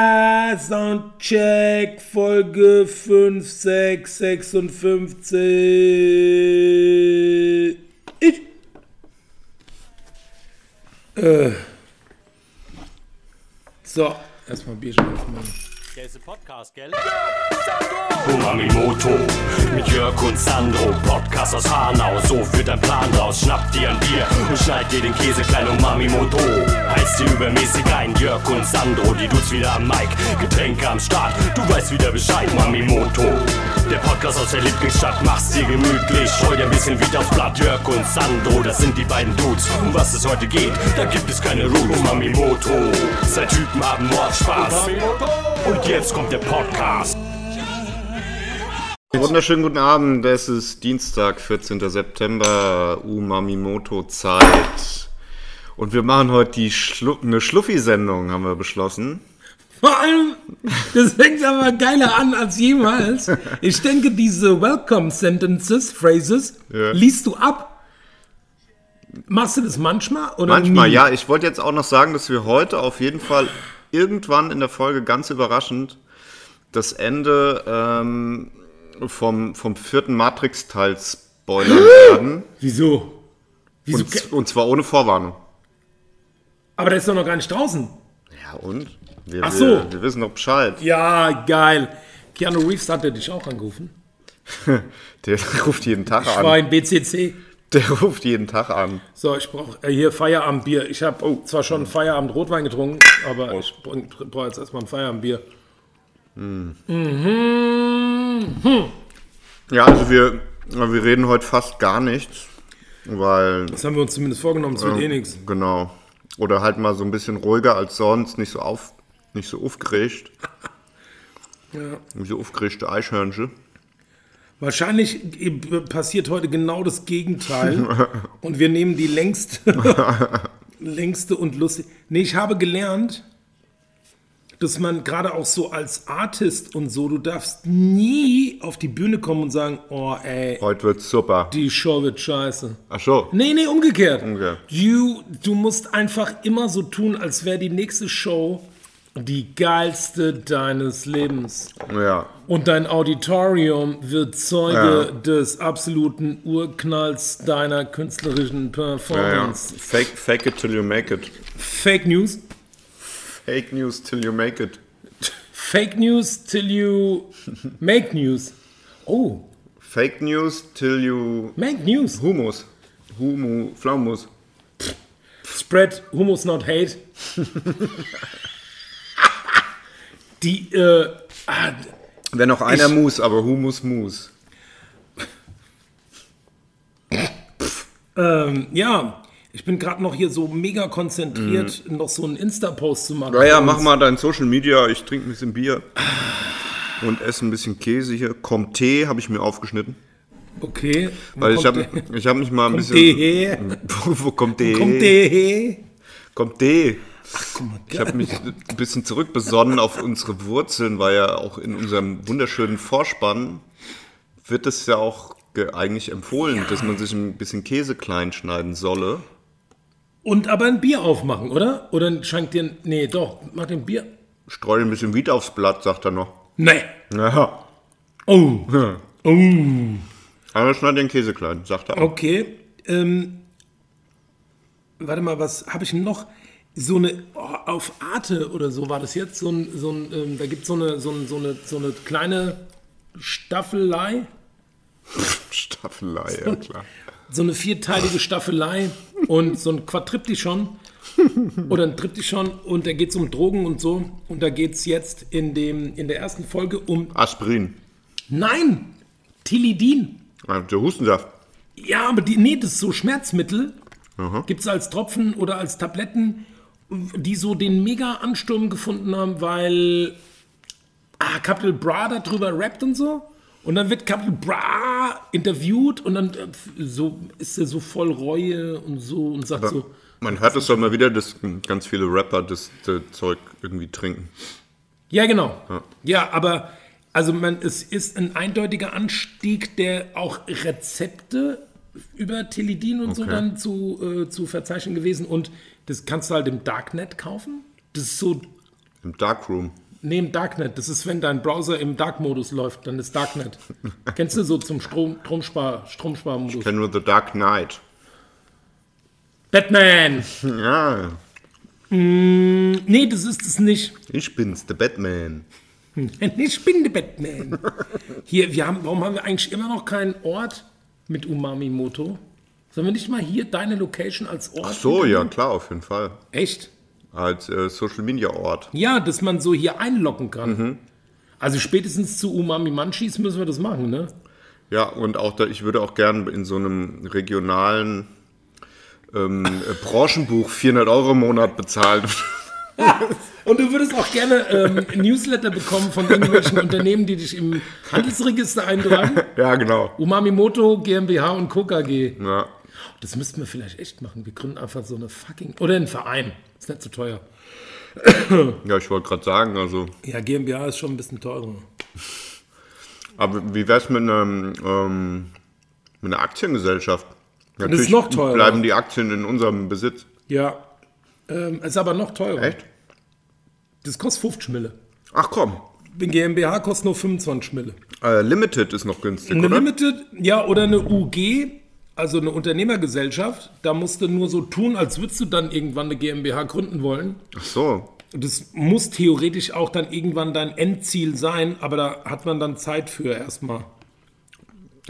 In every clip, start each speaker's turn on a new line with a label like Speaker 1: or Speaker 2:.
Speaker 1: Ja, Soundcheck, Folge 5, 6, 56. Ich. Äh. So, erstmal Bierchen aufmachen.
Speaker 2: Der ist ein Podcast, gell?
Speaker 3: Unamimoto mit Jörg und Sandro, Podcast aus Hanau. So wird ein Plan raus. Schnapp dir ein Bier und schneid dir den Käse klein. Umamimoto heißt dir übermäßig ein. Jörg und Sandro, die Dudes wieder am Mic. Getränke am Start, du weißt wieder Bescheid. Mamimoto, der Podcast aus der Lieblingsstadt. Mach's dir gemütlich, scheu dir ein bisschen wieder aufs Blatt. Jörg und Sandro, das sind die beiden Dudes. Um was es heute geht, da gibt es keine Ruhe. Umamimoto, zwei Typen haben Mordspaß. Und jetzt kommt der Podcast.
Speaker 4: Wunderschönen guten Abend, es ist Dienstag, 14. September, Umamimoto-Zeit. Und wir machen heute die Schlu eine Schluffi-Sendung, haben wir beschlossen.
Speaker 1: Vor allem, das fängt aber geiler an als jemals. Ich denke, diese Welcome Sentences, Phrases,
Speaker 4: Ja.
Speaker 1: liest du ab. Machst du das manchmal? Oder
Speaker 4: Manchmal,
Speaker 1: nie?
Speaker 4: ja, ich wollte jetzt auch noch sagen, dass wir heute auf jeden Fall irgendwann in der Folge ganz überraschend das Ende ähm, vom, vom vierten Matrix-Teil spoilern werden.
Speaker 1: Wieso? Wieso?
Speaker 4: Und, z- und zwar ohne Vorwarnung.
Speaker 1: aber der ist doch noch gar nicht draußen.
Speaker 4: Ja, und? Wir,
Speaker 1: Ach so.
Speaker 4: wir, wir wissen doch Bescheid.
Speaker 1: Ja, geil. Keanu Reeves hatte dich auch angerufen.
Speaker 4: Der ruft jeden Tag
Speaker 1: Ich
Speaker 4: an.
Speaker 1: war in BCC.
Speaker 4: Der ruft jeden Tag an.
Speaker 1: So, ich brauche äh, hier Feierabendbier. Ich habe zwar schon Feierabend Rotwein getrunken, aber ich brauche jetzt erstmal ein Feierabendbier. Mhm.
Speaker 4: Ja, also wir, wir reden heute fast gar nichts, weil,
Speaker 1: Das haben wir uns zumindest vorgenommen, es wird eh nichts.
Speaker 4: genau, oder halt mal so ein bisschen ruhiger als sonst, nicht so auf, nicht so aufgeregt,
Speaker 1: Ja.
Speaker 4: nicht so aufgeregte Eichhörnchen.
Speaker 1: Wahrscheinlich äh, passiert heute genau das Gegenteil. und wir nehmen die längste, längste und lustig. Nee, ich habe gelernt, dass man gerade auch so als Artist und so, du darfst nie auf die Bühne kommen und sagen, oh ey,
Speaker 4: Heute wird's super.
Speaker 1: die Show wird scheiße.
Speaker 4: Ach so,
Speaker 1: Nee, nee, umgekehrt.
Speaker 4: Umgekehrt.
Speaker 1: You, du musst einfach immer so tun, als wäre die nächste Show die geilste deines Lebens.
Speaker 4: ja,
Speaker 1: Und dein Auditorium wird Zeuge
Speaker 4: Ja.
Speaker 1: des absoluten Urknalls deiner künstlerischen
Speaker 4: ja, ja.
Speaker 1: Performance.
Speaker 4: Fake, fake it till you make it.
Speaker 1: Fake News.
Speaker 4: Fake news till you make it.
Speaker 1: Fake News till you make News. Oh,
Speaker 4: Fake news till you...
Speaker 1: make News.
Speaker 4: Humus. Humu, Flaumus.
Speaker 1: Spread Humus not hate. Die, äh, ah,
Speaker 4: Wenn auch einer muss, aber Humus muss.
Speaker 1: ähm, ja, ich bin gerade noch hier so mega konzentriert, noch so einen Insta-Post zu machen.
Speaker 4: Mhm. Ja, ja, mach mal dein Social Media. Ich trinke ein bisschen Bier und esse ein bisschen Käse hier. Comté habe ich mir aufgeschnitten.
Speaker 1: Okay.
Speaker 4: Weil ich habe ich hab mich mal ein
Speaker 1: Kommt der
Speaker 4: bisschen.
Speaker 1: her?
Speaker 4: Wo wo kommt der?
Speaker 1: Kommt der her?
Speaker 4: Comté. Ich habe mich ein bisschen zurückbesonnen auf unsere Wurzeln, weil ja auch in unserem wunderschönen Vorspann wird es ja auch ge- eigentlich empfohlen, dass man sich ein bisschen Käse klein schneiden solle.
Speaker 1: Und aber ein Bier aufmachen, oder? Oder schenkt dir ein. Nee, doch, mach dir ein Bier.
Speaker 4: Streue ein bisschen Wied aufs Blatt, sagt er noch.
Speaker 1: Nee.
Speaker 4: Ja.
Speaker 1: Oh. Oh.
Speaker 4: Aber schneid den Käse klein, sagt er. auch.
Speaker 1: Okay. Ähm, warte mal, was habe ich denn noch? So eine. Oh, auf Arte oder so war das jetzt. So ein. So ein ähm, da gibt so eine, so, ein, so, eine, so eine kleine Staffelei.
Speaker 4: Staffelei, ja klar.
Speaker 1: So eine vierteilige Staffelei und so ein Quadriptychon. Oder ein Triptychon. Und da geht es um Drogen und so. Und da geht es jetzt in, dem, in der ersten Folge um
Speaker 4: Aspirin.
Speaker 1: Nein, Tilidin.
Speaker 4: Ah, Der Hustensaft.
Speaker 1: Ja, aber die, nee, das ist so Schmerzmittel. Gibt es als Tropfen oder als Tabletten, die so den Mega-Ansturm gefunden haben, weil ah, Capital Bra darüber rappt und so. Und dann wird Capital Bra interviewt und dann äh, so ist er so voll Reue und so und sagt so,
Speaker 4: Man hört es doch mal wieder, dass ganz viele Rapper das, äh, Zeug irgendwie trinken.
Speaker 1: Ja, genau. Ja, aber also man, es ist ein eindeutiger Anstieg, der auch Rezepte über Teledin und so
Speaker 4: Okay.
Speaker 1: dann zu, äh, zu verzeichnen gewesen. Und das kannst du halt im Darknet kaufen. Das ist so,
Speaker 4: Im Darkroom.
Speaker 1: Nee, im Darknet. Das ist, wenn dein Browser im Dark-Modus läuft, dann ist Darknet. Kennst du so zum Strom, Stromspar, Stromsparmodus?
Speaker 4: Ich kenne nur The Dark Knight.
Speaker 1: Batman!
Speaker 4: Ja,
Speaker 1: Nee, das ist es nicht.
Speaker 4: ich bin's, der Batman.
Speaker 1: Ich bin der Batman. Hier, wir haben, warum haben wir eigentlich immer noch keinen Ort mit Umami Moto? Sollen wir nicht mal hier deine Location als Ort?
Speaker 4: So, ja, klar, auf jeden Fall.
Speaker 1: Echt?
Speaker 4: Als äh, Social Media Ort.
Speaker 1: Ja, dass man so hier einloggen kann. Also spätestens zu Umami Manchis müssen wir das machen, ne?
Speaker 4: Ja, und auch da, ich würde auch gerne in so einem regionalen ähm, äh, Branchenbuch 400 Euro im Monat bezahlen.
Speaker 1: Und du würdest auch gerne ähm, Newsletter bekommen von irgendwelchen Unternehmen, die dich im Handelsregister eintragen.
Speaker 4: ja, genau.
Speaker 1: Umami Moto, GmbH und Co. KG.
Speaker 4: Ja.
Speaker 1: Das müssten wir vielleicht echt machen. Wir gründen einfach so eine fucking. Oder einen Verein. Ist nicht zu teuer.
Speaker 4: ja, ich wollte gerade sagen, also,
Speaker 1: Ja, GmbH ist schon ein bisschen teurer.
Speaker 4: aber wie wär's mit, einem, ähm, mit einer Aktiengesellschaft? Natürlich
Speaker 1: noch teurer.
Speaker 4: bleiben die Aktien in unserem Besitz.
Speaker 1: Ja. Ähm, ist aber noch teurer.
Speaker 4: Echt?
Speaker 1: Das kostet 50 Schmille.
Speaker 4: Ach komm,
Speaker 1: Eine GmbH kostet nur 25 Schmille.
Speaker 4: äh, Limited ist noch günstig,
Speaker 1: Eine
Speaker 4: oder?
Speaker 1: Limited, ja, oder eine UG, also eine Unternehmergesellschaft, da musst du nur so tun, als würdest du dann irgendwann eine GmbH gründen wollen.
Speaker 4: Ach so.
Speaker 1: Und Das muss theoretisch auch dann irgendwann dein Endziel sein, aber da hat man dann Zeit für erstmal.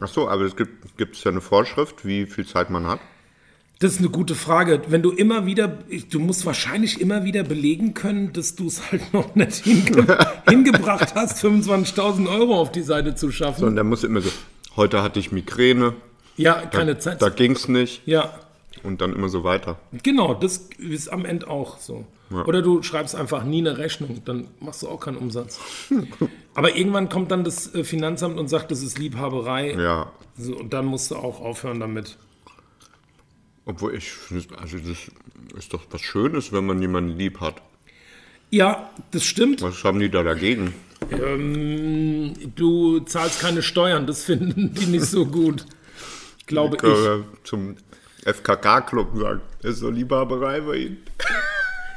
Speaker 4: Ach so, aber es gibt gibt's ja eine Vorschrift, wie viel Zeit man hat.
Speaker 1: Das ist eine gute Frage. Wenn du immer wieder, du musst wahrscheinlich immer wieder belegen können, dass du es halt noch nicht hinge hingebracht hast, 25.000 Euro auf die Seite zu schaffen.
Speaker 4: Und dann muss immer so, heute hatte ich Migräne,
Speaker 1: Ja, keine Zeit.
Speaker 4: da ging's nicht
Speaker 1: Ja,
Speaker 4: und dann immer so weiter.
Speaker 1: genau, das ist am Ende auch so. Oder du schreibst einfach nie eine Rechnung, dann machst du auch keinen Umsatz. Aber irgendwann kommt dann das äh, Finanzamt und sagt, das ist Liebhaberei.
Speaker 4: Ja,
Speaker 1: So, und dann musst du auch aufhören damit.
Speaker 4: obwohl ich, also das ist doch was Schönes, wenn man jemanden lieb hat.
Speaker 1: Ja, das stimmt.
Speaker 4: Was haben die da dagegen?
Speaker 1: Ähm, du zahlst keine Steuern, das finden die nicht so gut. Glaube ich.
Speaker 4: Können wir zum FKK-Club sagen, das ist doch Liebhaberei bei ihnen.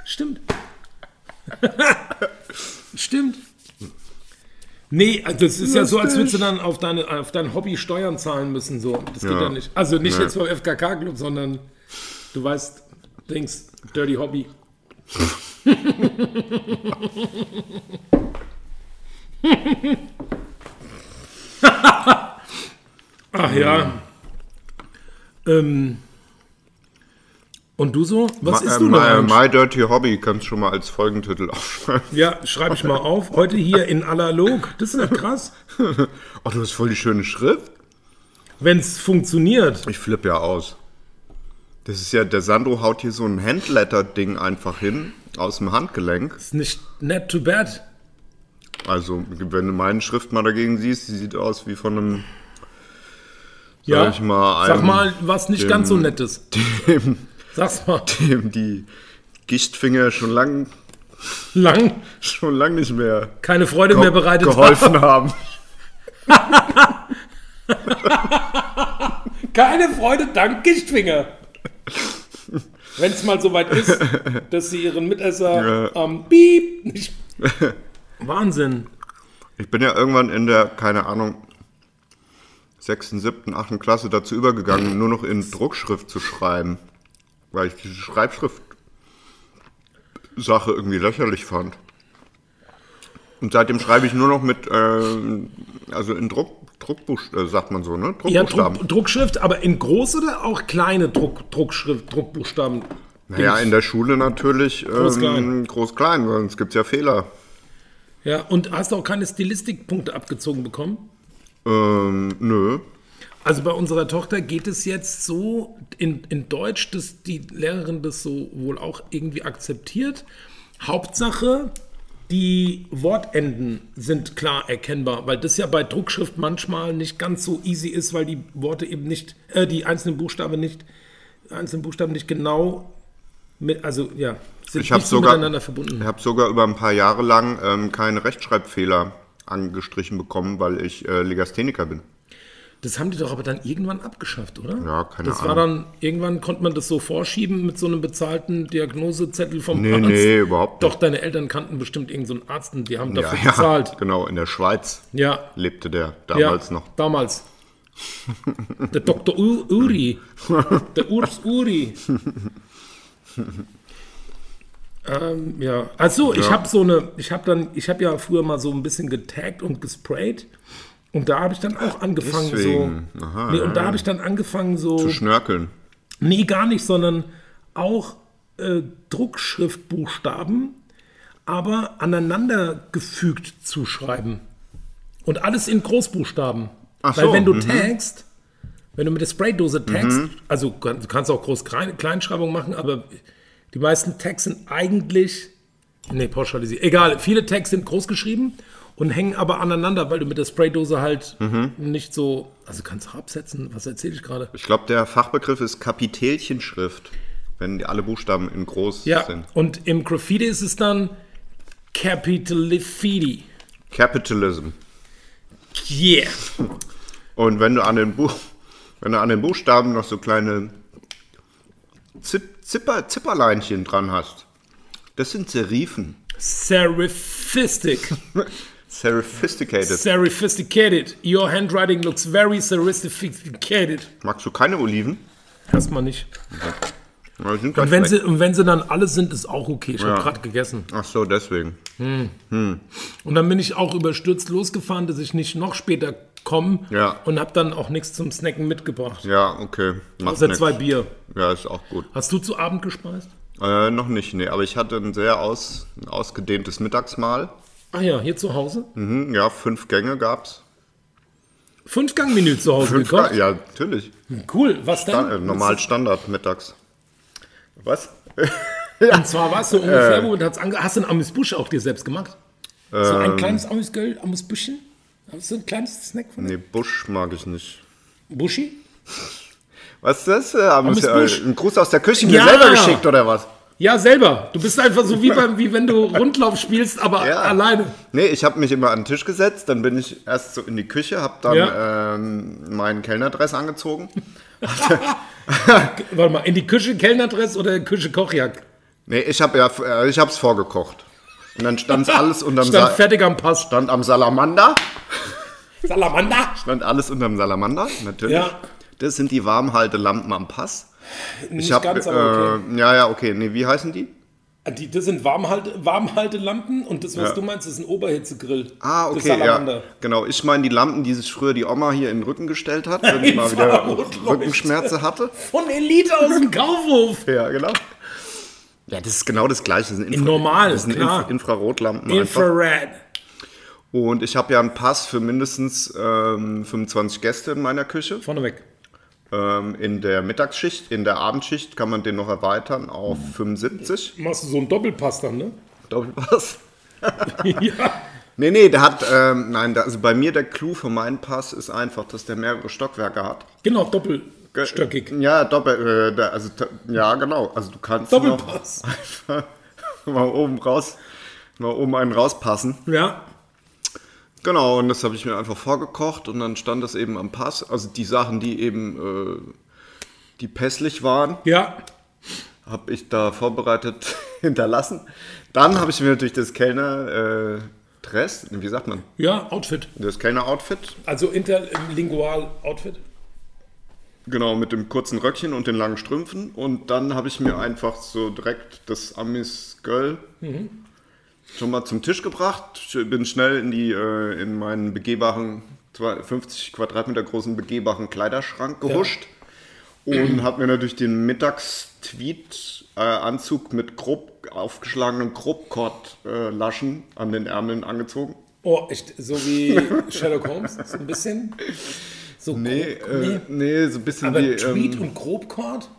Speaker 1: Stimmt. Stimmt. Nee, also das ist ja so, als würdest du dann auf, deine, auf dein Hobby Steuern zahlen müssen. So. Das geht
Speaker 4: Ja.
Speaker 1: ja nicht. Also nicht
Speaker 4: Nee.
Speaker 1: jetzt vom FKK-Club, sondern du weißt, Dings, Dirty Hobby. Ach ja. Ähm. Und du so? Was
Speaker 4: Ma-
Speaker 1: isst
Speaker 4: äh,
Speaker 1: du denn
Speaker 4: my,
Speaker 1: eigentlich?
Speaker 4: my Dirty Hobby kannst du schon mal als Folgentitel aufschreiben.
Speaker 1: Ja, schreibe ich mal auf. Heute hier in Analog. Das ist ja krass.
Speaker 4: Oh, du hast voll die schöne Schrift.
Speaker 1: Wenn es funktioniert.
Speaker 4: Ich flippe ja aus. Das ist ja, der Sandro haut hier so ein Handletter-Ding einfach hin, aus dem Handgelenk.
Speaker 1: Ist nicht not too bad.
Speaker 4: Also, wenn du meine Schrift mal dagegen siehst, die sieht aus wie von einem,
Speaker 1: Ja.
Speaker 4: sag ich mal,
Speaker 1: Sag
Speaker 4: einem,
Speaker 1: mal was nicht
Speaker 4: dem-
Speaker 1: ganz so Nettes.
Speaker 4: dem,
Speaker 1: Sag's mal.
Speaker 4: dem die Gichtfinger schon lang,
Speaker 1: Lang
Speaker 4: schon lang nicht mehr
Speaker 1: keine Freude mehr bereitet
Speaker 4: geholfen haben.
Speaker 1: Keine Freude, dank Gichtfinger. Wenn es mal soweit ist, dass sie ihren Mitesser am Piep nicht. Wahnsinn.
Speaker 4: Ich bin ja irgendwann in der, keine Ahnung, sechsten, siebten, achten Klasse dazu übergegangen, nur noch in Druckschrift zu schreiben, weil ich diese Schreibschrift-Sache irgendwie lächerlich fand. Und seitdem schreibe ich nur noch mit, ähm, also in Druck, Druckbuch, äh, sagt man so, ne?
Speaker 1: Ja,
Speaker 4: Druckbuchstaben.
Speaker 1: Druck, Druckschrift, aber in groß oder auch kleine Druck, Druckschrift, Druckbuchstaben?
Speaker 4: naja, in der Schule natürlich ähm,
Speaker 1: Groß-klein.
Speaker 4: groß-klein, sonst gibt es ja Fehler.
Speaker 1: Ja, und hast du auch keine Stilistikpunkte abgezogen bekommen?
Speaker 4: Ähm, nö.
Speaker 1: Also bei unserer Tochter geht es jetzt so in, in Deutsch, dass die Lehrerin das so wohl auch irgendwie akzeptiert. Hauptsache, die Wortenden sind klar erkennbar, weil das ja bei Druckschrift manchmal nicht ganz so easy ist, weil die Worte eben nicht, äh, die einzelnen Buchstaben nicht, einzelnen Buchstaben nicht genau mit, also ja, sind
Speaker 4: Ich habe
Speaker 1: nicht so
Speaker 4: sogar,
Speaker 1: miteinander verbunden.
Speaker 4: ich hab sogar über ein paar Jahre lang ähm, keine Rechtschreibfehler angestrichen bekommen, weil ich äh, Legastheniker bin.
Speaker 1: Das haben die doch aber dann irgendwann abgeschafft, oder?
Speaker 4: Ja, keine
Speaker 1: das
Speaker 4: Ahnung.
Speaker 1: War dann, irgendwann konnte man das so vorschieben mit so einem bezahlten Diagnosezettel vom
Speaker 4: Nee,
Speaker 1: Arzt.
Speaker 4: nee, überhaupt
Speaker 1: Doch, deine Eltern kannten bestimmt irgendeinen so einen Arzt und die haben dafür
Speaker 4: ja, ja,
Speaker 1: bezahlt.
Speaker 4: genau, in der Schweiz
Speaker 1: Ja,
Speaker 4: lebte der
Speaker 1: ja,
Speaker 4: damals noch.
Speaker 1: Damals. Der Dr. U Uri. Der Urs Uri. ähm, ja. Also, ich habe so eine, ich habe dann, ich habe ja früher mal so ein bisschen getaggt und gesprayt. Und da habe ich dann auch angefangen,
Speaker 4: Deswegen.
Speaker 1: so.
Speaker 4: Aha,
Speaker 1: nee, und da habe ich dann angefangen, so.
Speaker 4: Zu schnörkeln.
Speaker 1: Nee, gar nicht, sondern auch äh, Druckschriftbuchstaben, aber aneinander gefügt zu schreiben. Und alles in Großbuchstaben.
Speaker 4: Ach
Speaker 1: Weil
Speaker 4: so,
Speaker 1: wenn du
Speaker 4: mhm.
Speaker 1: tagst, wenn du mit der Spraydose tagst, also kann- du kannst auch groß Klein- Kleinschreibung machen, aber die meisten Tags sind eigentlich, nee, pauschalisiert, egal, viele Tags sind groß geschrieben und hängen aber aneinander, weil du mit der Spraydose halt
Speaker 4: Mhm.
Speaker 1: nicht so, also kannst du auch absetzen, was erzähle ich gerade?
Speaker 4: Ich glaube, der Fachbegriff ist Kapitelchenschrift, wenn die alle Buchstaben in groß
Speaker 1: Ja,
Speaker 4: sind.
Speaker 1: und im Graffiti ist es dann Capitalifidi.
Speaker 4: Capitalism.
Speaker 1: Yeah.
Speaker 4: Und wenn du an den, Buch, wenn du an den Buchstaben noch so kleine Zip, Zipper, Zipperleinchen dran hast, das sind Serifen.
Speaker 1: Serifistic.
Speaker 4: Seriphisticated.
Speaker 1: Serifisticated. Your handwriting looks very serifisticated.
Speaker 4: Magst du keine Oliven?
Speaker 1: Erstmal nicht.
Speaker 4: Ja, die sind
Speaker 1: Und
Speaker 4: gleich
Speaker 1: wenn,
Speaker 4: weg.
Speaker 1: sie, und wenn sie dann alle sind, ist auch okay. Ich habe
Speaker 4: Ja.
Speaker 1: gerade gegessen.
Speaker 4: Ach so, deswegen.
Speaker 1: Und dann bin ich auch überstürzt losgefahren, dass ich nicht noch später komme
Speaker 4: Ja.
Speaker 1: und habe dann auch nichts zum Snacken mitgebracht.
Speaker 4: Ja, okay. Macht
Speaker 1: Außer
Speaker 4: nix.
Speaker 1: zwei Bier.
Speaker 4: Ja, ist auch gut.
Speaker 1: Hast du zu Abend gespeist?
Speaker 4: Äh, noch nicht, nee. Aber ich hatte ein sehr aus, ein ausgedehntes Mittagsmahl.
Speaker 1: Ah ja, hier zu Hause.
Speaker 4: Mhm, ja, fünf Gänge gab's.
Speaker 1: Fünf-Gang-Menü zu Hause
Speaker 4: Fünf
Speaker 1: gekocht.
Speaker 4: Ga- Ja, natürlich.
Speaker 1: Cool, was denn?
Speaker 4: Stand, äh, normal Standard mittags. Was?
Speaker 1: Und zwar warst du
Speaker 4: Ähm.
Speaker 1: ungefähr, wo hat's ange hast du ein Amüsbusch auch dir selbst gemacht? so
Speaker 4: Ähm.
Speaker 1: ein kleines Amüsgöl, Amüsbüschchen? Hast du ein kleines Snack von dir?
Speaker 4: Nee, Busch mag ich nicht.
Speaker 1: Buschi?
Speaker 4: Was ist das? Äh, haben
Speaker 1: Pommes
Speaker 4: Sie,
Speaker 1: Busch.
Speaker 4: äh, einen Gruß aus der Küche
Speaker 1: Ja.
Speaker 4: mir selber geschickt oder was?
Speaker 1: Ja, selber. Du bist einfach so wie, beim, wie wenn du Rundlauf spielst, aber
Speaker 4: Ja.
Speaker 1: alleine.
Speaker 4: Nee, ich habe mich immer an den Tisch gesetzt, dann bin ich erst so in die Küche, habe dann
Speaker 1: Ja.
Speaker 4: ähm, meinen Kellnerdress angezogen.
Speaker 1: Warte mal, in die Küche Kellnerdress oder Küche Kochjagd?
Speaker 4: Nee, ich habe ja, äh, ich hab's vorgekocht. Und dann stand's alles unterm
Speaker 1: Stand
Speaker 4: Sa-
Speaker 1: fertig am Pass.
Speaker 4: stand am Salamander.
Speaker 1: Salamander!
Speaker 4: Stand alles unterm Salamander, natürlich.
Speaker 1: Ja.
Speaker 4: Das sind die Warmhaltelampen am Pass.
Speaker 1: Nicht
Speaker 4: Ich hab,
Speaker 1: ganz, aber okay.
Speaker 4: äh, Ja, ja, okay. Nee, wie heißen die?
Speaker 1: Die, das sind Warmhalte, Warmhaltelampen und das, was du meinst, ist ein Oberhitzegrill.
Speaker 4: Ah,
Speaker 1: Das
Speaker 4: okay, ja.
Speaker 1: Salamander.
Speaker 4: Genau, ich meine die Lampen, die sich früher die Oma hier in den Rücken gestellt hat, wenn die mal wieder
Speaker 1: Infrarot leuchtet.
Speaker 4: Rückenschmerzen hatte.
Speaker 1: Von Elite aus dem Kaufhof.
Speaker 4: Ja, genau. Ja, das ist genau das Gleiche. Das sind Infra
Speaker 1: Normal,
Speaker 4: das sind
Speaker 1: klar.
Speaker 4: Infra Infrarotlampen einfach.
Speaker 1: Infrared.
Speaker 4: Und ich habe ja einen Pass für mindestens ähm, 25 Gäste in meiner Küche.
Speaker 1: Vorneweg.
Speaker 4: Ähm, in der Mittagsschicht, in der Abendschicht kann man den noch erweitern auf 75.
Speaker 1: Machst du so einen Doppelpass dann, ne?
Speaker 4: Doppelpass.
Speaker 1: ja.
Speaker 4: Nee, nee, der hat, ähm, nein, da, also bei mir der Clou für meinen Pass ist einfach, dass der mehrere Stockwerke hat.
Speaker 1: Genau, doppelstöckig.
Speaker 4: Ja, doppel, äh, da, also, da- ja, genau. Also du kannst
Speaker 1: Doppelpass.
Speaker 4: noch mal oben raus, mal oben einen rauspassen.
Speaker 1: Ja.
Speaker 4: Genau, und das habe ich mir einfach vorgekocht und dann stand das eben am Pass. Also die Sachen, die eben, äh, die pässlich waren,
Speaker 1: Ja.
Speaker 4: habe ich da vorbereitet hinterlassen. Dann habe ich mir natürlich das Kellner äh, Dress, wie sagt man,
Speaker 1: Ja, Outfit.
Speaker 4: das Kellner Outfit,
Speaker 1: Also interlingual Outfit.
Speaker 4: genau, mit dem kurzen Röckchen und den langen Strümpfen. Und dann habe ich mir einfach so direkt das Amis Girl schon mal zum Tisch gebracht. Ich Bin schnell in die, äh, in meinen begehbaren, zwei- 50 Quadratmeter großen begehbaren Kleiderschrank gehuscht. Und habe mir natürlich den Mittagstweet-Anzug mit grob aufgeschlagenen Grobkord-Laschen an den Ärmeln angezogen.
Speaker 1: Oh, echt, so wie Sherlock Holmes, so ein bisschen. So
Speaker 4: Nee,
Speaker 1: grob,
Speaker 4: äh, nee, so ein bisschen
Speaker 1: Aber
Speaker 4: wie.
Speaker 1: Tweet
Speaker 4: ähm,
Speaker 1: und Grobkord?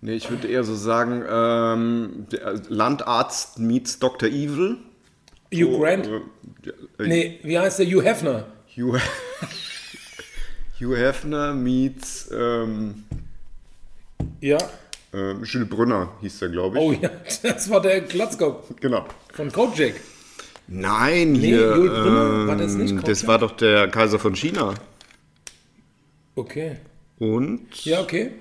Speaker 4: Nee, ich würde eher so sagen, ähm, der Landarzt meets Dr. Evil.
Speaker 1: Hugh Grant?
Speaker 4: Äh, äh,
Speaker 1: nee, wie heißt der? Hugh Hefner.
Speaker 4: Hugh, Hugh Hefner meets ähm,
Speaker 1: Ja.
Speaker 4: äh, Jules Brünner hieß der, glaube ich.
Speaker 1: Oh ja, das war der Glatzkopf
Speaker 4: Genau.
Speaker 1: von Kojak.
Speaker 4: Nein, hier.
Speaker 1: Jules Brünner, war das nicht
Speaker 4: ähm,
Speaker 1: Kopf,
Speaker 4: das
Speaker 1: ja?
Speaker 4: war doch der Kaiser von China.
Speaker 1: Okay.
Speaker 4: Und
Speaker 1: Ja, okay.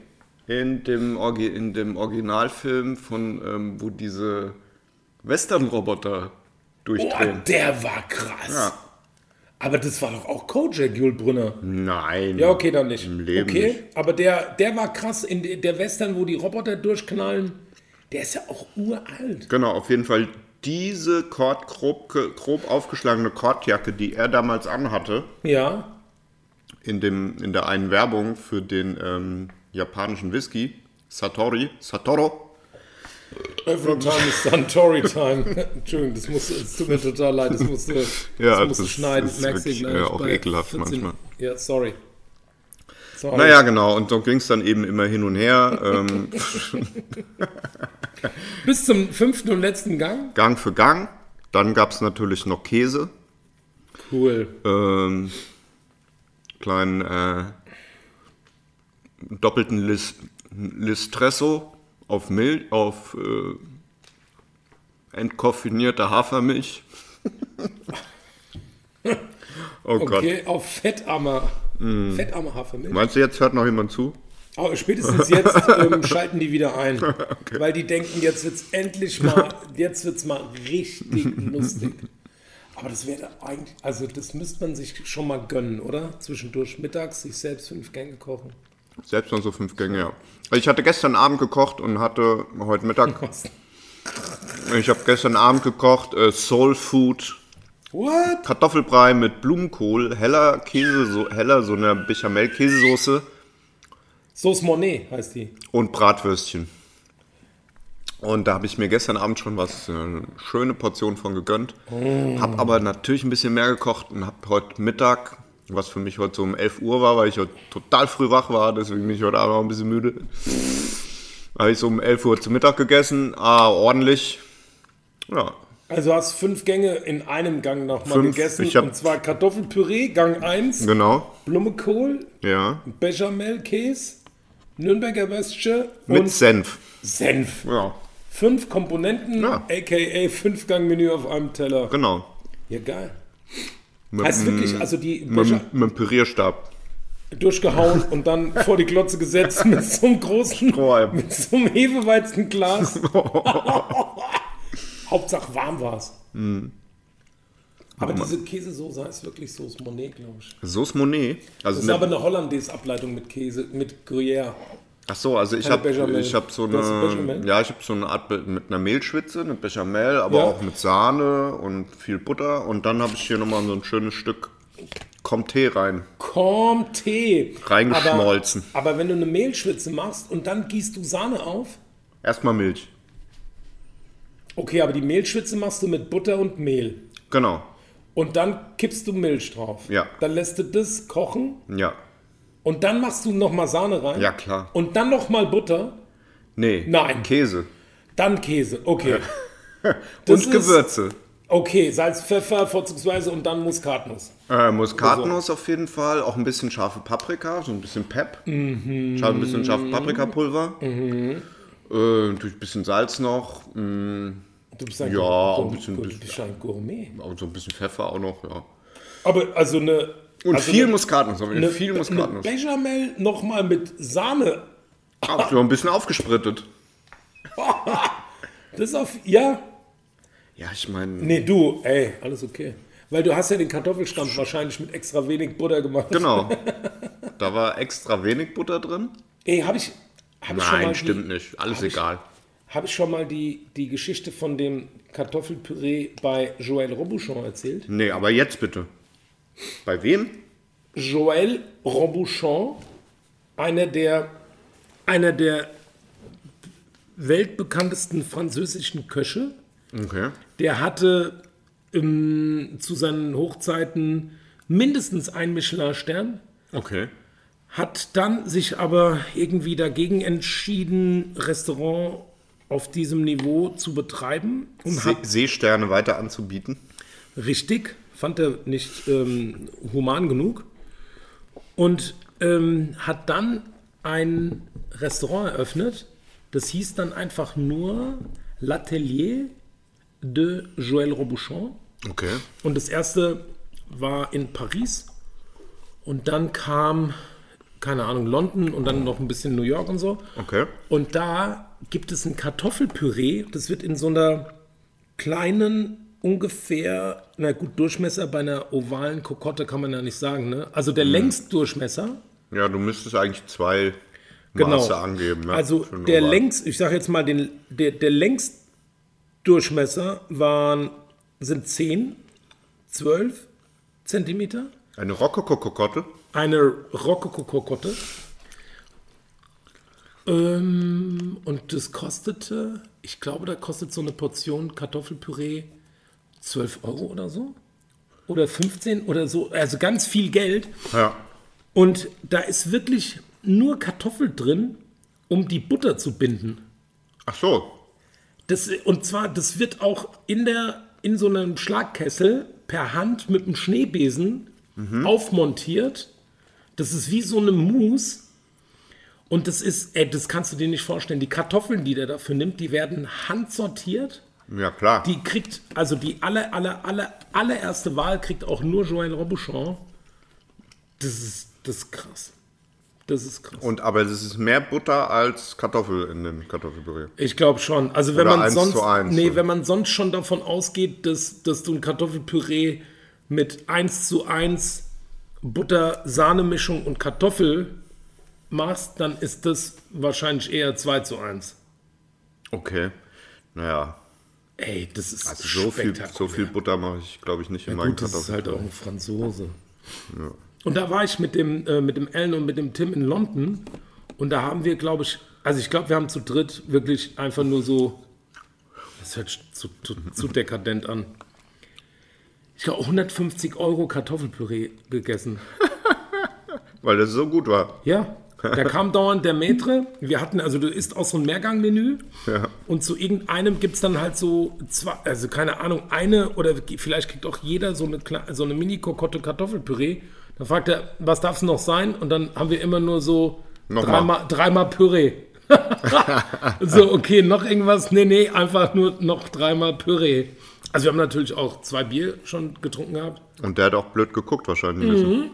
Speaker 4: in dem, Orgi in dem Originalfilm von, ähm, wo diese Western-Roboter
Speaker 1: Boah,
Speaker 4: durchdrehen.
Speaker 1: der war krass.
Speaker 4: ja.
Speaker 1: Aber das war doch auch Kojak, Jule Brunner.
Speaker 4: Nein.
Speaker 1: Ja, okay, dann nicht.
Speaker 4: Im Leben
Speaker 1: okay,
Speaker 4: nicht.
Speaker 1: aber der, der war krass in de- der Western, wo die Roboter durchknallen. Der ist ja auch uralt.
Speaker 4: Genau, auf jeden Fall diese Kord, grob, ge- grob aufgeschlagene Kordjacke, die er damals anhatte,
Speaker 1: Ja,
Speaker 4: in, dem, in der einen Werbung für den ähm, japanischen Whisky, Satori, Satoro.
Speaker 1: Every time is Suntory time. Entschuldigung, das, muss, das tut mir total leid. Das musst du,
Speaker 4: Ja,
Speaker 1: das musst du
Speaker 4: das
Speaker 1: schneiden.
Speaker 4: ist
Speaker 1: Das merkst du
Speaker 4: wirklich,
Speaker 1: gleich
Speaker 4: äh, auch
Speaker 1: bei
Speaker 4: ekelhaft manchmal.
Speaker 1: Ja, sorry. sorry.
Speaker 4: Naja, genau, und so ging es dann eben immer hin und her, ähm,
Speaker 1: Bis zum fünften und letzten Gang.
Speaker 4: Gang für Gang. Dann gab es natürlich noch Käse,
Speaker 1: Cool.
Speaker 4: ähm, kleinen äh, doppelten Lis Listresso auf, Mil auf äh, entkoffinierte Hafermilch. oh Gott. Mm.
Speaker 1: Okay, auf fettarmer, fettarmer Hafermilch.
Speaker 4: Meinst du, jetzt hört noch jemand zu?
Speaker 1: Aber Oh, spätestens jetzt ähm, schalten die wieder ein. Weil die denken, jetzt wird es endlich mal, jetzt wird's mal richtig lustig. Aber das wäre eigentlich, also das müsste man sich schon mal gönnen, oder? Zwischendurch mittags sich selbst fünf Gänge kochen.
Speaker 4: Selbst noch so fünf Gänge, ja. Also ich hatte gestern Abend gekocht und hatte heute Mittag, ich habe gestern Abend gekocht, äh, Soul Food
Speaker 1: What?
Speaker 4: Kartoffelbrei mit Blumenkohl, heller Käse, so, heller so einer Bechamel-Käsesoße
Speaker 1: Sauce Monet heißt die.
Speaker 4: und Bratwürstchen. Und da habe ich mir gestern Abend schon was, äh, eine schöne Portion von gegönnt.
Speaker 1: Oh.
Speaker 4: Habe aber natürlich ein bisschen mehr gekocht und habe heute Mittag, was für mich heute so um 11 Uhr war, weil ich heute total früh wach war, deswegen bin ich heute Abend auch ein bisschen müde. Habe ich so um 11 Uhr zu Mittag gegessen, ah, ordentlich. Ja,
Speaker 1: Also hast fünf Gänge in einem Gang nochmal
Speaker 4: Fünf,
Speaker 1: gegessen.
Speaker 4: ich hab-
Speaker 1: Und zwar Kartoffelpüree, Gang 1,
Speaker 4: genau.
Speaker 1: Blumenkohl,
Speaker 4: Ja.
Speaker 1: Bechamelkäse, Nürnberger Würstchen
Speaker 4: Mit
Speaker 1: und
Speaker 4: Senf.
Speaker 1: Senf.
Speaker 4: Ja,
Speaker 1: Fünf Komponenten,
Speaker 4: Ja.
Speaker 1: aka Fünfgang-Menü auf einem Teller.
Speaker 4: genau.
Speaker 1: Ja, geil.
Speaker 4: Mit,
Speaker 1: Heißt wirklich, also die Becher
Speaker 4: Mit, mit dem Pürierstab.
Speaker 1: durchgehauen und dann vor die Glotze gesetzt mit so einem großen,
Speaker 4: Strohhalm.
Speaker 1: mit so einem Hefeweizenglas. Hauptsache warm war's.
Speaker 4: Mhm.
Speaker 1: Aber diese Käsesoße heißt wirklich Sauce Monet, glaube ich.
Speaker 4: Sauce Monet. Also
Speaker 1: Das ist aber eine Hollandaise-Ableitung mit Käse, mit Gruyère.
Speaker 4: ach so, also ich
Speaker 1: keine
Speaker 4: habe
Speaker 1: Bechamel.
Speaker 4: ich hab so
Speaker 1: Du hast eine
Speaker 4: eine
Speaker 1: Bechamel?
Speaker 4: ja, ich habe so eine Art Be- mit einer Mehlschwitze, eine Bechamel, aber
Speaker 1: Ja.
Speaker 4: auch mit Sahne und viel Butter und dann habe ich hier nochmal so ein schönes Stück Comté rein.
Speaker 1: Comté.
Speaker 4: Reingeschmolzen.
Speaker 1: Aber, aber wenn du eine Mehlschwitze machst und dann gießt du Sahne auf,
Speaker 4: Erstmal Milch.
Speaker 1: okay, aber die Mehlschwitze machst du mit Butter und Mehl.
Speaker 4: Genau.
Speaker 1: Und dann kippst du Milch drauf.
Speaker 4: Ja.
Speaker 1: Dann lässt du das kochen
Speaker 4: Ja.
Speaker 1: und dann machst du nochmal Sahne rein.
Speaker 4: Ja, klar.
Speaker 1: Und dann nochmal Butter,
Speaker 4: Nee.
Speaker 1: Nein.
Speaker 4: Käse.
Speaker 1: dann Käse. Okay.
Speaker 4: Und
Speaker 1: Das ist-
Speaker 4: Gewürze.
Speaker 1: Okay, Salz, Pfeffer vorzugsweise und dann Muskatnuss.
Speaker 4: Äh,
Speaker 1: Also-
Speaker 4: Muskatnuss auf jeden Fall, auch ein bisschen scharfe Paprika, so ein bisschen Pep, mhm. ein bisschen scharfe Paprikapulver, mhm. äh, natürlich ein bisschen Salz noch, mh,
Speaker 1: Du bist ein,
Speaker 4: Ja,
Speaker 1: Gour-
Speaker 4: auch ein bisschen-
Speaker 1: Gour- du bist ein Gourmet.
Speaker 4: auch so ein bisschen Pfeffer auch noch, ja.
Speaker 1: Aber also eine.
Speaker 4: Und
Speaker 1: also
Speaker 4: viel
Speaker 1: eine,
Speaker 4: Muskatnuss, aber
Speaker 1: eine,
Speaker 4: viel
Speaker 1: eine
Speaker 4: Muskatnuss.
Speaker 1: Bechamel nochmal mit Sahne.
Speaker 4: Auch so ein bisschen aufgesprittet.
Speaker 1: Das ist auf. Ja,
Speaker 4: Ja, ich meine,
Speaker 1: nee, du, ey, alles okay. Weil du hast ja den Kartoffelstampf wahrscheinlich mit extra wenig Butter gemacht.
Speaker 4: genau. Da war extra wenig Butter drin.
Speaker 1: Ey, habe ich. Hab ich schon mal
Speaker 4: Nein,
Speaker 1: die-
Speaker 4: stimmt nicht, alles egal.
Speaker 1: Habe ich schon mal die, die Geschichte von dem Kartoffelpüree bei Joël Robuchon erzählt?
Speaker 4: Nee, aber jetzt bitte. Bei wem?
Speaker 1: Joël Robuchon, einer der, einer der weltbekanntesten französischen Köche,
Speaker 4: Okay.
Speaker 1: der hatte ähm, zu seinen Hochzeiten mindestens einen Michelin-Stern,
Speaker 4: Okay.
Speaker 1: hat dann sich aber irgendwie dagegen entschieden, Restaurant auf diesem Niveau zu betreiben und
Speaker 4: See
Speaker 1: hat
Speaker 4: Seesterne weiter anzubieten.
Speaker 1: Richtig, fand er nicht ähm, human genug und ähm, hat dann ein Restaurant eröffnet. Das hieß dann einfach nur L'Atelier de Joël Robuchon.
Speaker 4: Okay.
Speaker 1: Und das erste war in Paris. Und dann kam, keine Ahnung, London und dann noch ein bisschen New York und so.
Speaker 4: Okay.
Speaker 1: Und da gibt es ein Kartoffelpüree, das wird in so einer kleinen, ungefähr, na gut, Durchmesser bei einer ovalen Kokotte kann man ja nicht sagen, ne? Also
Speaker 4: Mhm.
Speaker 1: der Längsdurchmesser,
Speaker 4: Ja, du müsstest eigentlich zwei
Speaker 1: genau.
Speaker 4: Maße angeben. Ne?
Speaker 1: Also
Speaker 4: Für den
Speaker 1: der
Speaker 4: Oval.
Speaker 1: Längs, ich sage jetzt mal, den, der, der Längsdurchmesser waren, sind 10, 12 Zentimeter.
Speaker 4: Eine Rokoko-Kokotte.
Speaker 1: Eine Rokoko-Kokotte. Ähm, und das kostete, ich glaube, da kostet so eine Portion Kartoffelpüree 12 Euro oder so. Oder 15 oder so. Also ganz viel Geld.
Speaker 4: Ja.
Speaker 1: Und da ist wirklich nur Kartoffel drin, um die Butter zu binden.
Speaker 4: Ach so.
Speaker 1: Das, und zwar, das wird auch in, der, in so einem Schlagkessel per Hand mit einem Schneebesen aufmontiert. Das ist wie so eine Mousse. Und das ist, ey, das kannst du dir nicht vorstellen. Die Kartoffeln, die der dafür nimmt, die werden handsortiert.
Speaker 4: Ja, klar.
Speaker 1: Die kriegt, also die aller, aller, aller, allererste Wahl kriegt auch nur Joël Robuchon. Das ist, das ist krass. Das ist krass.
Speaker 4: Und aber es ist mehr Butter als Kartoffel in dem Kartoffelpüree.
Speaker 1: Ich glaube schon. Also wenn
Speaker 4: Oder
Speaker 1: man
Speaker 4: eins
Speaker 1: sonst,
Speaker 4: zu eins,
Speaker 1: nee,
Speaker 4: oder?
Speaker 1: wenn man sonst schon davon ausgeht, dass, dass du ein Kartoffelpüree mit 1 zu 1 Butter-Sahne-Mischung und Kartoffel machst, dann ist das wahrscheinlich eher 2 zu 1.
Speaker 4: Okay. Naja,
Speaker 1: Ey, das ist
Speaker 4: also so viel,
Speaker 1: spektakulär.
Speaker 4: so viel Butter mache ich, glaube ich, nicht in meinen
Speaker 1: Gut, das ist halt
Speaker 4: Kartoffeln.
Speaker 1: auch ein Franzose. Und da war ich mit dem, äh, mit dem Ellen und mit dem Tim in London und da haben wir, glaube ich, also ich glaube, wir haben zu dritt wirklich einfach nur so, das hört zu, zu, zu dekadent an. Ich glaube, 150 Euro Kartoffelpüree gegessen. halt
Speaker 4: Weil das so gut war.
Speaker 1: Ja, da kam dauernd der Maitre. Wir hatten, also du isst auch so ein Mehrgangmenü.
Speaker 4: Ja.
Speaker 1: Und zu irgendeinem gibt es dann halt so zwei, also keine Ahnung, eine oder vielleicht kriegt auch jeder so eine, kle- so eine Mini-Kokotte Kartoffelpüree. Dann fragt er, was darf es noch sein? Und dann haben wir immer nur so
Speaker 4: Nochmal.
Speaker 1: dreimal, dreimal Püree. so, okay, noch irgendwas? Nee, nee, einfach nur noch dreimal Püree. Also wir haben natürlich auch zwei Bier schon getrunken gehabt.
Speaker 4: Und der hat auch blöd geguckt wahrscheinlich. ein bisschen.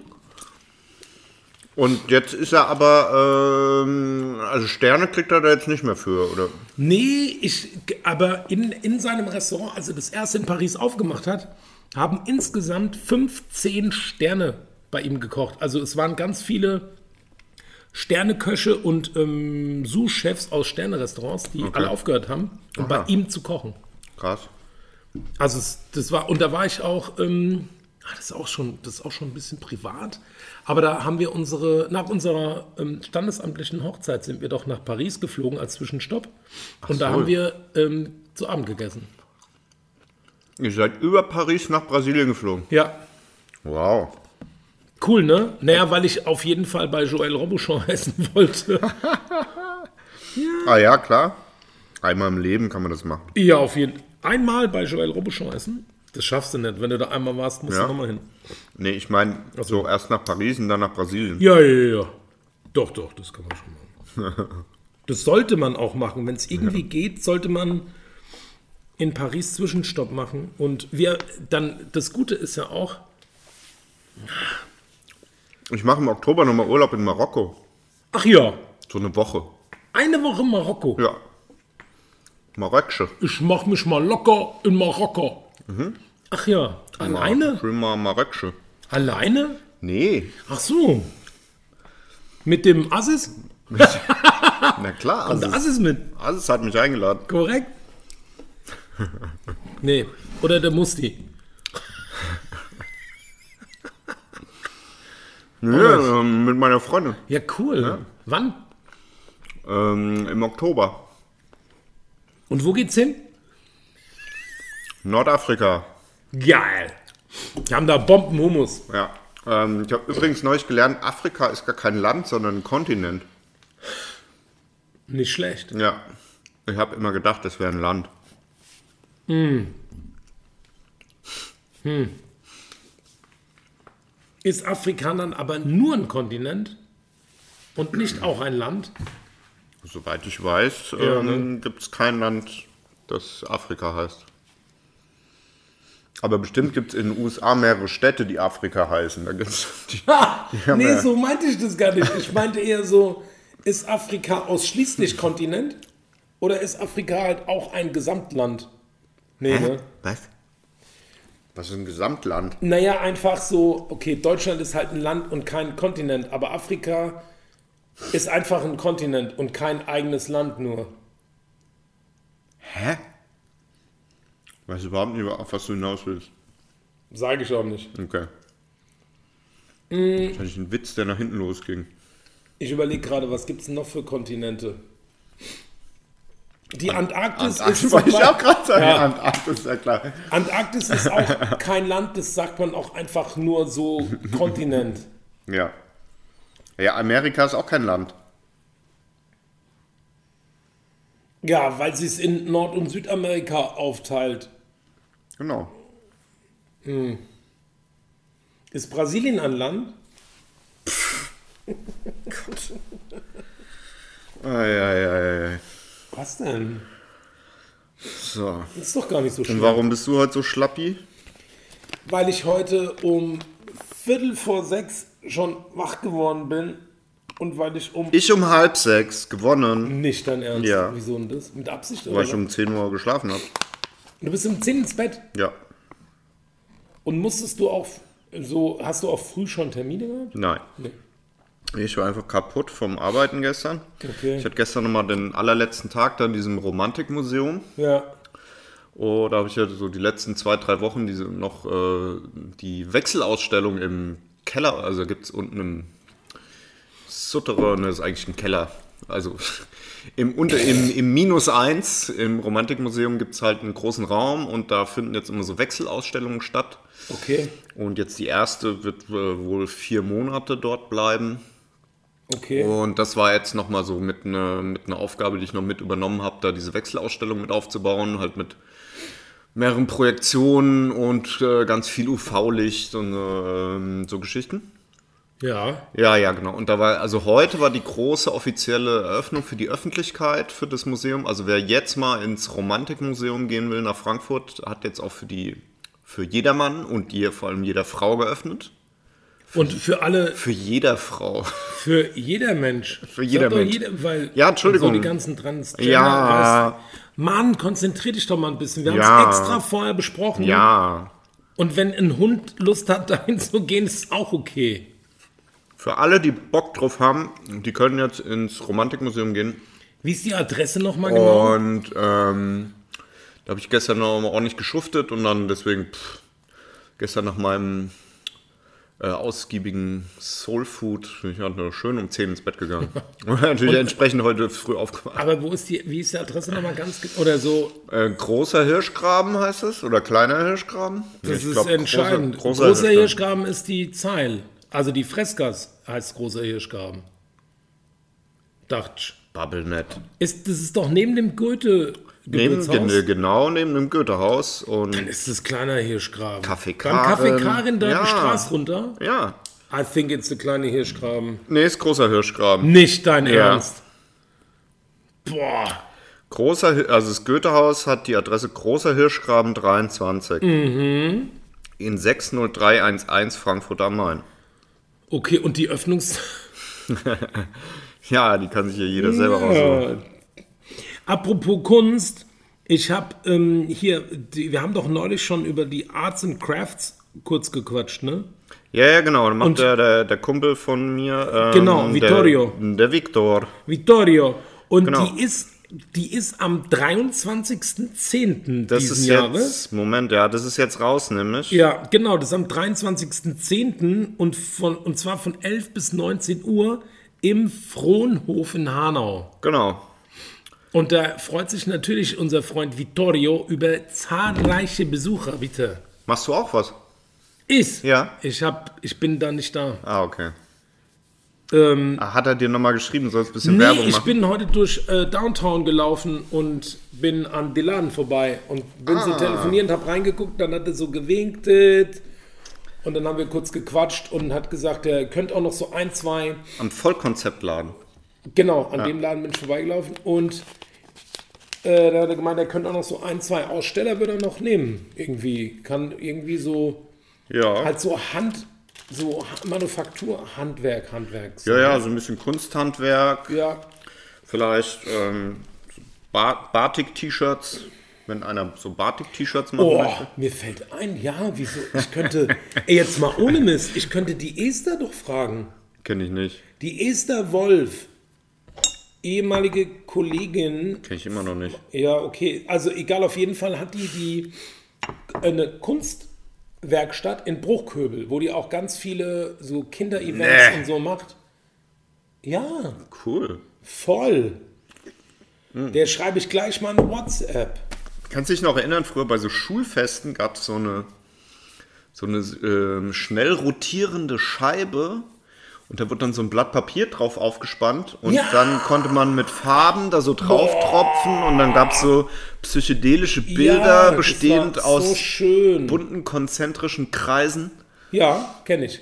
Speaker 4: Und jetzt ist er aber, ähm, also Sterne kriegt er da jetzt nicht mehr für, oder?
Speaker 1: Nee, ich, aber in, in seinem Restaurant, als er das erste in Paris aufgemacht hat, haben insgesamt 15 Sterne bei ihm gekocht. Also es waren ganz viele Sterneköche und ähm, Sous-Chefs aus Sternerestaurants, die alle aufgehört haben, um bei
Speaker 4: Aha.
Speaker 1: ihm zu kochen.
Speaker 4: Krass.
Speaker 1: Also es, das war, und da war ich auch, ähm, ah, das, ist auch schon, das ist auch schon ein bisschen privat, aber da haben wir unsere, nach unserer ähm, standesamtlichen Hochzeit sind wir doch nach Paris geflogen als Zwischenstopp und da
Speaker 4: so.
Speaker 1: haben wir ähm, zu Abend gegessen.
Speaker 4: Ihr seid über Paris nach Brasilien geflogen.
Speaker 1: Ja.
Speaker 4: Wow.
Speaker 1: Cool, ne? Naja, weil ich auf jeden Fall bei Joël Robuchon essen wollte.
Speaker 4: Ah ja, klar. Einmal im Leben kann man das machen.
Speaker 1: ja, auf jeden Fall. Einmal bei Joël Robuchon essen, das schaffst du nicht. Wenn du da einmal warst, musst
Speaker 4: Ja.
Speaker 1: du nochmal hin.
Speaker 4: Nee, ich meine, so erst nach Paris und dann nach Brasilien.
Speaker 1: Ja, ja, ja. Doch, doch, das kann man schon machen. Das sollte man auch machen. Wenn es irgendwie geht, sollte man in Paris Zwischenstopp machen. Und wir dann, das Gute ist ja auch,
Speaker 4: Ich mache im Oktober nochmal Urlaub in Marokko.
Speaker 1: ach ja,
Speaker 4: So eine Woche.
Speaker 1: eine Woche Marokko.
Speaker 4: Ja. Marokko.
Speaker 1: Ich mach mich mal locker in Marokko. Ach ja, alleine?
Speaker 4: Schön mal Marokko.
Speaker 1: Alleine?
Speaker 4: Nee,
Speaker 1: Ach so. Mit dem Assis?
Speaker 4: na klar.
Speaker 1: Der
Speaker 4: Aziz,
Speaker 1: Assis mit,
Speaker 4: Aziz hat mich eingeladen.
Speaker 1: korrekt? Nee, oder der Musti.
Speaker 4: Nee, ähm, mit meiner Freundin.
Speaker 1: Ja, cool. Wann?
Speaker 4: Ähm, Im Oktober.
Speaker 1: Und wo geht's hin?
Speaker 4: Nordafrika.
Speaker 1: Geil. Wir haben da Bombenhumus.
Speaker 4: Ja. Ähm, ich habe übrigens neulich gelernt, Afrika ist gar kein Land, sondern ein Kontinent.
Speaker 1: Nicht schlecht.
Speaker 4: Ja. Ich habe immer gedacht, das wäre ein Land.
Speaker 1: Ist Afrika dann aber nur ein Kontinent und nicht auch ein Land?
Speaker 4: Soweit ich weiß, ähm, gibt es kein Land, das Afrika heißt. Aber bestimmt gibt es in den USA mehrere Städte, die Afrika heißen. Da gibt's die,
Speaker 1: Ha,
Speaker 4: haben
Speaker 1: nee,
Speaker 4: ja-
Speaker 1: so meinte ich das gar nicht. Ich meinte eher so, ist Afrika ausschließlich Kontinent oder ist Afrika halt auch ein Gesamtland? Nee, ne?
Speaker 4: Was? Was ist ein Gesamtland?
Speaker 1: Naja, einfach so, okay, Deutschland ist halt ein Land und kein Kontinent, aber Afrika ist einfach ein Kontinent und kein eigenes Land nur.
Speaker 4: Hä? Weiß überhaupt nicht, auf was du hinaus willst.
Speaker 1: Sage ich auch nicht.
Speaker 4: Okay. Das hatte ich einen Witz, der nach hinten losging.
Speaker 1: Ich überlege gerade, was gibt es noch für Kontinente? Die Antarktis,
Speaker 4: Antarktis
Speaker 1: ist
Speaker 4: wollte ich auch gerade sagen.
Speaker 1: Ja.
Speaker 4: Antarktis ist ja klar.
Speaker 1: Antarktis ist auch kein Land, das sagt man auch einfach nur so Kontinent.
Speaker 4: Ja. Ja, Amerika ist auch kein Land.
Speaker 1: Ja, weil sie es in Nord- und Südamerika aufteilt.
Speaker 4: Genau.
Speaker 1: Ist Brasilien ein Land?
Speaker 4: Eieiei.
Speaker 1: Was denn?
Speaker 4: So.
Speaker 1: Ist doch gar nicht so
Speaker 4: Und
Speaker 1: schlimm.
Speaker 4: warum bist du heute so schlappi?
Speaker 1: Weil ich heute um Viertel vor sechs schon wach geworden bin und weil ich um.
Speaker 4: Ich um halb sechs gewonnen,
Speaker 1: nicht dein Ernst.
Speaker 4: Ja.
Speaker 1: Wieso denn das? Mit Absicht oder?
Speaker 4: weil ich
Speaker 1: was?
Speaker 4: um 10 Uhr geschlafen habe.
Speaker 1: Du bist um 10 ins Bett
Speaker 4: Ja.
Speaker 1: und musstest du auch so. Hast du auch früh schon Termine gehabt?
Speaker 4: Nein.
Speaker 1: Nee.
Speaker 4: Ich war einfach kaputt vom Arbeiten gestern.
Speaker 1: Okay.
Speaker 4: Ich hatte gestern nochmal den allerletzten Tag da in diesem Romantikmuseum.
Speaker 1: Ja.
Speaker 4: Oh, da habe ich ja so die letzten zwei, drei Wochen diese noch äh, die Wechselausstellung im Keller. Also gibt es unten im Souterrain, ne, ist eigentlich ein Keller. Also im, unter, im, im Minus eins im Romantikmuseum gibt es halt einen großen Raum und da finden jetzt immer so Wechselausstellungen statt.
Speaker 1: Okay.
Speaker 4: Und jetzt die erste wird äh, wohl vier Monate dort bleiben.
Speaker 1: Okay.
Speaker 4: Und das war jetzt nochmal so mit einer mit einer Aufgabe, die ich noch mit übernommen habe, da diese Wechselausstellung mit aufzubauen, halt mit mehreren Projektionen und äh, ganz viel UV-Licht und ähm, so Geschichten.
Speaker 1: Ja.
Speaker 4: Ja, ja, genau. Und da war, also heute war die große offizielle Eröffnung für die Öffentlichkeit für das Museum. Also wer jetzt mal ins Romantikmuseum gehen will nach Frankfurt, hat jetzt auch für die, für jedermann und je, vor allem jeder Frau geöffnet.
Speaker 1: Und für alle,
Speaker 4: Für jeder Frau.
Speaker 1: für jeder Mensch. Für
Speaker 4: jeder Mensch.
Speaker 1: Jeder, weil
Speaker 4: Ja, Entschuldigung.
Speaker 1: So die ganzen Transgender.
Speaker 4: Ja.
Speaker 1: weißt du. Mann, konzentrier dich doch mal ein bisschen. Wir
Speaker 4: Ja.
Speaker 1: haben es extra vorher besprochen.
Speaker 4: Ja.
Speaker 1: Und wenn ein Hund Lust hat, dahin zu gehen, ist auch okay.
Speaker 4: Für alle, die Bock drauf haben, die können jetzt ins Romantikmuseum gehen.
Speaker 1: Wie ist die Adresse
Speaker 4: Oh.
Speaker 1: nochmal genau?
Speaker 4: Und ähm, da habe ich gestern noch mal ordentlich geschuftet und dann deswegen pff, gestern nach meinem äh, ausgiebigen Soulfood bin ich halt nur schön um 10 ins Bett gegangen. Und natürlich entsprechend heute früh aufgewacht.
Speaker 1: Aber wo ist die, wie ist die Adresse nochmal ganz genau? Oder so,
Speaker 4: Äh, großer Hirschgraben heißt es oder kleiner Hirschgraben? Nee,
Speaker 1: das
Speaker 4: ich
Speaker 1: ist
Speaker 4: glaub,
Speaker 1: entscheidend.
Speaker 4: Großer, großer,
Speaker 1: großer
Speaker 4: Hirschgraben.
Speaker 1: Hirschgraben ist die Zeil. Also die Freskas heißt großer Hirschgraben. Dachte ich.
Speaker 4: Bubblenet.
Speaker 1: Ist, das ist doch neben dem goethe
Speaker 4: Neben,
Speaker 1: Geburtshaus.
Speaker 4: genau neben dem Goethehaus und
Speaker 1: Ist das kleiner Hirschgraben?
Speaker 4: Kaffee
Speaker 1: Dann Kaffee
Speaker 4: Karin.
Speaker 1: Karin da
Speaker 4: Ja.
Speaker 1: die Straße runter?
Speaker 4: ja,
Speaker 1: I think it's a kleine Hirschgraben.
Speaker 4: nee, ist großer Hirschgraben.
Speaker 1: Nicht dein
Speaker 4: Ja.
Speaker 1: Ernst. Boah.
Speaker 4: Großer, Hi- also das Goethehaus hat die Adresse Großer Hirschgraben 23
Speaker 1: Mhm.
Speaker 4: in 60311 Frankfurt am Main.
Speaker 1: Okay, und die Öffnungs...
Speaker 4: Ja, die kann sich ja jeder selber aussuchen.
Speaker 1: Apropos Kunst, ich habe ähm, hier, die, wir haben doch neulich schon über die Arts and Crafts kurz gequatscht, ne?
Speaker 4: Ja, ja, genau. Dann macht
Speaker 1: Und-
Speaker 4: der, der, der Kumpel von mir. Ähm,
Speaker 1: Genau, Vittorio.
Speaker 4: Der, der Victor.
Speaker 1: Vittorio. Und
Speaker 4: Genau.
Speaker 1: die ist... Die ist am 23.10.
Speaker 4: Das
Speaker 1: diesen
Speaker 4: ist jetzt.
Speaker 1: Jahres.
Speaker 4: Moment, ja, das ist jetzt raus, nämlich.
Speaker 1: Ja, genau, das ist am 23.10. und, von, und zwar von 11 bis 19 Uhr im Frohnhof in Hanau.
Speaker 4: Genau.
Speaker 1: Und da freut sich natürlich unser Freund Vittorio über zahlreiche Besucher, bitte.
Speaker 4: Machst du auch was?
Speaker 1: Ich?
Speaker 4: Ja.
Speaker 1: Ich, hab, ich bin da nicht da.
Speaker 4: Ah, okay.
Speaker 1: Ähm,
Speaker 4: Ah, Hat er dir nochmal geschrieben, sollst ein bisschen
Speaker 1: nee,
Speaker 4: Werbung
Speaker 1: ich
Speaker 4: machen?
Speaker 1: bin heute durch äh, Downtown gelaufen und bin an Deladen vorbei und bin
Speaker 4: Ah.
Speaker 1: so telefonierend, hab reingeguckt, dann hat er so gewinkt und dann haben wir kurz gequatscht und hat gesagt, er könnte auch noch so ein, zwei
Speaker 4: Am Vollkonzeptladen.
Speaker 1: Genau, an dem Laden bin ich vorbeigelaufen und Äh, da hat er gemeint, er könnte auch noch so ein, zwei Aussteller würde er noch nehmen. Irgendwie. Kann irgendwie so,
Speaker 4: Ja.
Speaker 1: halt so Hand, so Ha- Manufaktur, Handwerk, Handwerk. So.
Speaker 4: ja, ja, so ein bisschen Kunsthandwerk,
Speaker 1: ja.
Speaker 4: vielleicht ähm, so ba Batik-T-Shirts, wenn einer so Batik-T-Shirts machen
Speaker 1: Oh,
Speaker 4: möchte.
Speaker 1: mir fällt ein, ja, wieso? Ich könnte, ey, jetzt mal ohne Mist, ich könnte die Esther doch fragen.
Speaker 4: Kenne ich nicht.
Speaker 1: Die Esther Wolf, ehemalige Kollegin
Speaker 4: Kenne ich immer noch nicht.
Speaker 1: Ja, okay. Also egal, auf jeden Fall hat die, die äh, eine Kunstwerkstatt in Bruchköbel, wo die auch ganz viele so Kinder-Events
Speaker 4: Nee.
Speaker 1: und so macht. Ja,
Speaker 4: Cool.
Speaker 1: voll. Der schreibe ich gleich mal eine WhatsApp.
Speaker 4: Kannst dich noch erinnern, früher bei so Schulfesten gab es so eine, so eine ähm, schnell rotierende Scheibe und da wird dann so ein Blatt Papier drauf aufgespannt und
Speaker 1: Ja!
Speaker 4: dann konnte man mit Farben da so drauf tropfen und dann gab es so psychedelische Bilder
Speaker 1: das
Speaker 4: bestehend
Speaker 1: war
Speaker 4: aus
Speaker 1: So schön.
Speaker 4: bunten konzentrischen Kreisen.
Speaker 1: Ja, kenne ich.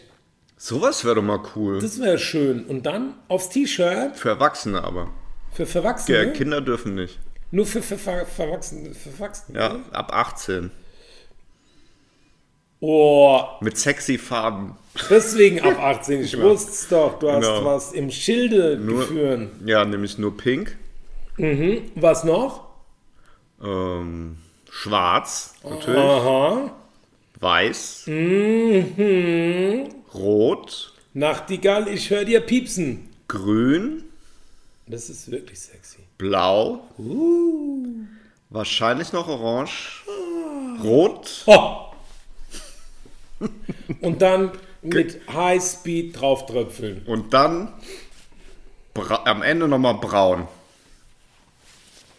Speaker 4: Sowas wäre doch mal cool.
Speaker 1: Das wäre schön. Und dann aufs T-Shirt
Speaker 4: Für Erwachsene aber.
Speaker 1: für
Speaker 4: Ja,
Speaker 1: Verwachsene.
Speaker 4: Kinder dürfen nicht.
Speaker 1: Nur für, für Ver Verwachsene. Für Verwachsene.
Speaker 4: Ja, ab 18.
Speaker 1: Oh,
Speaker 4: Mit sexy Farben.
Speaker 1: Deswegen ab 18. Ich wusste es doch. Du hast
Speaker 4: Genau.
Speaker 1: was im Schilde
Speaker 4: Nur-
Speaker 1: geführen.
Speaker 4: Ja, nämlich nur pink.
Speaker 1: Was noch?
Speaker 4: Ähm, schwarz, natürlich.
Speaker 1: Aha.
Speaker 4: Weiß. Rot.
Speaker 1: Nachtigall, ich höre dir piepsen.
Speaker 4: Grün.
Speaker 1: Das ist wirklich sexy.
Speaker 4: Blau. Wahrscheinlich noch orange. Rot.
Speaker 1: Oh. Und dann mit Highspeed drauftröpfeln.
Speaker 4: Und dann bra- am Ende nochmal braun.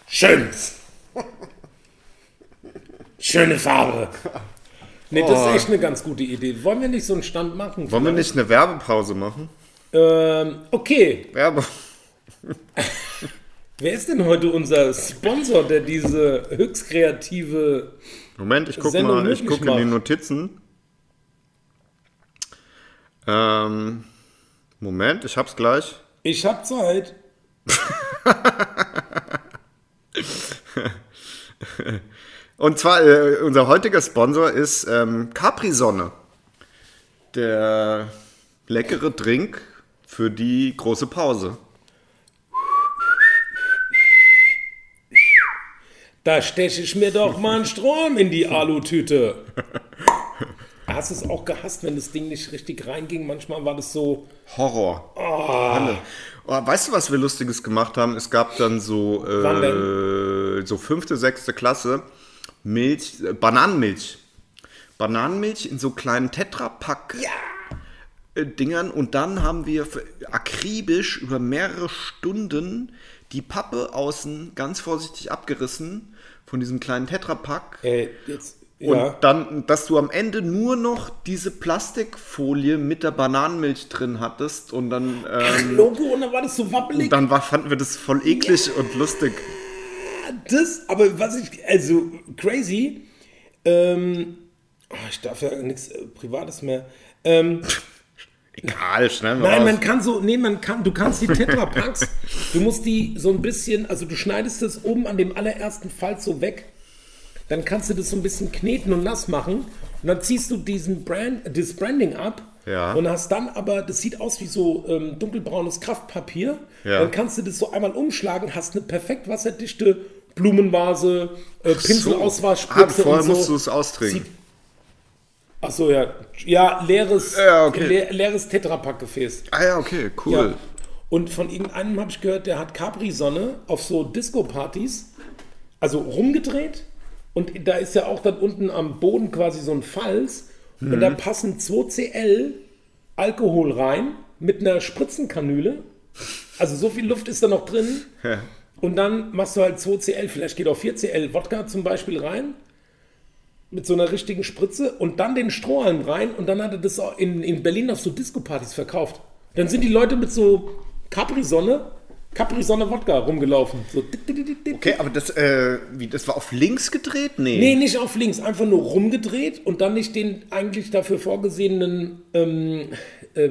Speaker 1: Schön. Schöne Farbe. Nee, das ist echt eine ganz gute Idee. Wollen wir nicht so einen Stand machen?
Speaker 4: Oh. Wollen wir nicht eine Werbepause machen?
Speaker 1: Ähm, okay.
Speaker 4: Werbe.
Speaker 1: Wer ist denn heute unser Sponsor, der diese höchst kreative
Speaker 4: Moment, ich gucke
Speaker 1: Sendung
Speaker 4: mal, ich
Speaker 1: möglich
Speaker 4: gucke in die
Speaker 1: macht.
Speaker 4: Notizen. Ähm, Moment, ich hab's gleich.
Speaker 1: Ich hab Zeit.
Speaker 4: Und zwar, äh, unser heutiger Sponsor ist ähm, Capri-Sonne. Der leckere Drink für die große Pause.
Speaker 1: Da steche ich mir doch mal einen Strom in die Alutüte. Hast du es auch gehasst, wenn das Ding nicht richtig reinging? Manchmal war das so.
Speaker 4: Horror. Alle. Oh, weißt du, was wir Lustiges gemacht haben? Es gab dann so,
Speaker 1: Wann
Speaker 4: äh, so fünfte, sechste Klasse Milch, äh, Bananenmilch. Bananenmilch in so kleinen Tetrapack. äh, Dingern und dann haben wir f- akribisch über mehrere Stunden die Pappe außen ganz vorsichtig abgerissen von diesem kleinen Tetrapack.
Speaker 1: Äh, jetzt,
Speaker 4: Und
Speaker 1: ja.
Speaker 4: dann, dass du am Ende nur noch diese Plastikfolie mit der Bananenmilch drin hattest und dann, ähm,
Speaker 1: Logo und dann war das so wappelig.
Speaker 4: dann war, fanden wir das voll eklig und lustig.
Speaker 1: Das, aber was ich. Also, crazy. Ähm, oh, ich darf ja nichts äh, Privates mehr. Ähm,
Speaker 4: Egal, schnell mal
Speaker 1: Nein,
Speaker 4: raus.
Speaker 1: man kann so, nee, man kann, du kannst die Tetra Packs, du musst die so ein bisschen, also du schneidest das oben an dem allerersten Falz so weg, dann kannst du das so ein bisschen kneten und nass machen und dann ziehst du diesen Brand, das Branding ab
Speaker 4: Ja.
Speaker 1: und hast dann aber, das sieht aus wie so ähm, dunkelbraunes Kraftpapier,
Speaker 4: Ja.
Speaker 1: dann kannst du das so einmal umschlagen, hast eine perfekt wasserdichte Blumenvase, äh, Pinsel,
Speaker 4: Ah,
Speaker 1: Auswaschspritze
Speaker 4: vorher
Speaker 1: und so.
Speaker 4: musst du es austrinken.
Speaker 1: Sieht- Ach so, ja. Ja, leeres,
Speaker 4: Ja, okay.
Speaker 1: leer, leeres Tetrapack-Gefäß.
Speaker 4: Ah ja, okay,
Speaker 1: Ja.
Speaker 4: cool.
Speaker 1: Und von irgendeinem habe ich gehört, der hat Capri-Sonne auf so Disco-Partys, also rumgedreht. Und da ist ja auch dann unten am Boden quasi so ein Falz. Und da passen 2cl Alkohol rein mit einer Spritzenkanüle. Also so viel Luft ist da noch drin.
Speaker 4: Ja.
Speaker 1: Und dann machst du halt 2cl, vielleicht geht auch 4cl Wodka zum Beispiel rein. Mit so einer richtigen Spritze und dann den Strohhalm rein und dann hat er das auch in, in Berlin auf so Disco-Partys verkauft. Dann sind die Leute mit so Capri-Sonne Capri-Sonne-Wodka rumgelaufen. So.
Speaker 4: Okay, aber das, äh, wie, das war auf links gedreht? Nee.
Speaker 1: Nee, nicht auf links, einfach nur rumgedreht und dann nicht den eigentlich dafür vorgesehenen ähm, äh,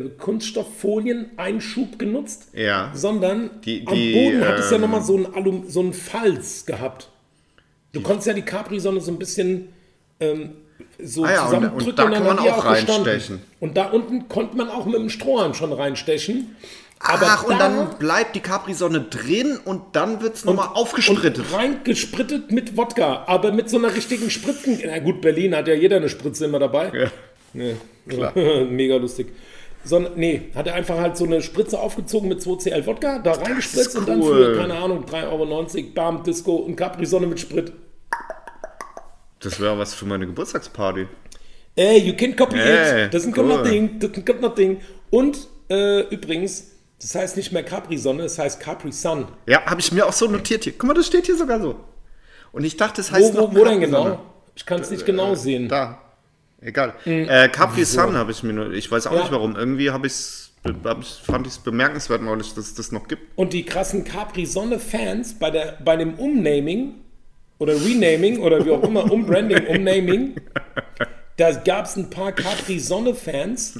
Speaker 1: Kunststofffolien-Einschub genutzt,
Speaker 4: Ja.
Speaker 1: sondern
Speaker 4: Die-
Speaker 1: am
Speaker 4: die,
Speaker 1: Boden hat es ja
Speaker 4: ähm,
Speaker 1: nochmal so einen Alum, so einen Falz gehabt. Du konntest ja die Capri-Sonne so ein bisschen ähm, so
Speaker 4: Ah ja, und-
Speaker 1: zusammendrücken
Speaker 4: und da
Speaker 1: dann
Speaker 4: kann man
Speaker 1: hat die
Speaker 4: auch
Speaker 1: gestanden.
Speaker 4: reinstechen.
Speaker 1: Und da unten konnte man auch mit dem Strohhalm schon reinstechen. Aber
Speaker 4: Ach, und
Speaker 1: da-
Speaker 4: dann bleibt die Capri-Sonne drin und dann wird es nochmal aufgesprittet.
Speaker 1: Und reingesprittet mit Wodka, aber mit so einer richtigen Spritzen. Na gut, Berlin hat ja jeder eine Spritze immer dabei.
Speaker 4: Ja.
Speaker 1: Nee. Mega lustig. Sondern, nee, hat er einfach halt so eine Spritze aufgezogen mit 2CL Wodka, da reingespritzt und dann
Speaker 4: cool.
Speaker 1: für, keine Ahnung, 3,90 Euro, Bam, Disco und Capri-Sonne mit Sprit.
Speaker 4: Das wäre was für meine Geburtstagsparty.
Speaker 1: Ey, you can copy
Speaker 4: Ey,
Speaker 1: it. Doesn't
Speaker 4: cool.
Speaker 1: come nothing. Doesn't come nothing. Und äh, übrigens, das heißt nicht mehr Capri-Sonne, es heißt Capri-Sun.
Speaker 4: Ja, habe ich mir auch so notiert hier. Guck mal, das steht hier sogar so. Und ich dachte, das heißt
Speaker 1: Wo, wo,
Speaker 4: noch
Speaker 1: wo denn
Speaker 4: Capri-Sonne. Äh,
Speaker 1: genau? Ich kann es nicht genau sehen.
Speaker 4: Da. Egal. Äh, Capri Sun habe ich mir nur. Ich weiß auch
Speaker 1: Ja.
Speaker 4: nicht warum. Irgendwie habe ich's, hab ich, fand ich es bemerkenswert neulich, dass es das noch gibt.
Speaker 1: Und die krassen Capri-Sonne-Fans bei, der- bei dem Umnaming oder Renaming oder wie auch immer, Umbranding, Umnaming, da gab es ein paar Capri-Sonne-Fans,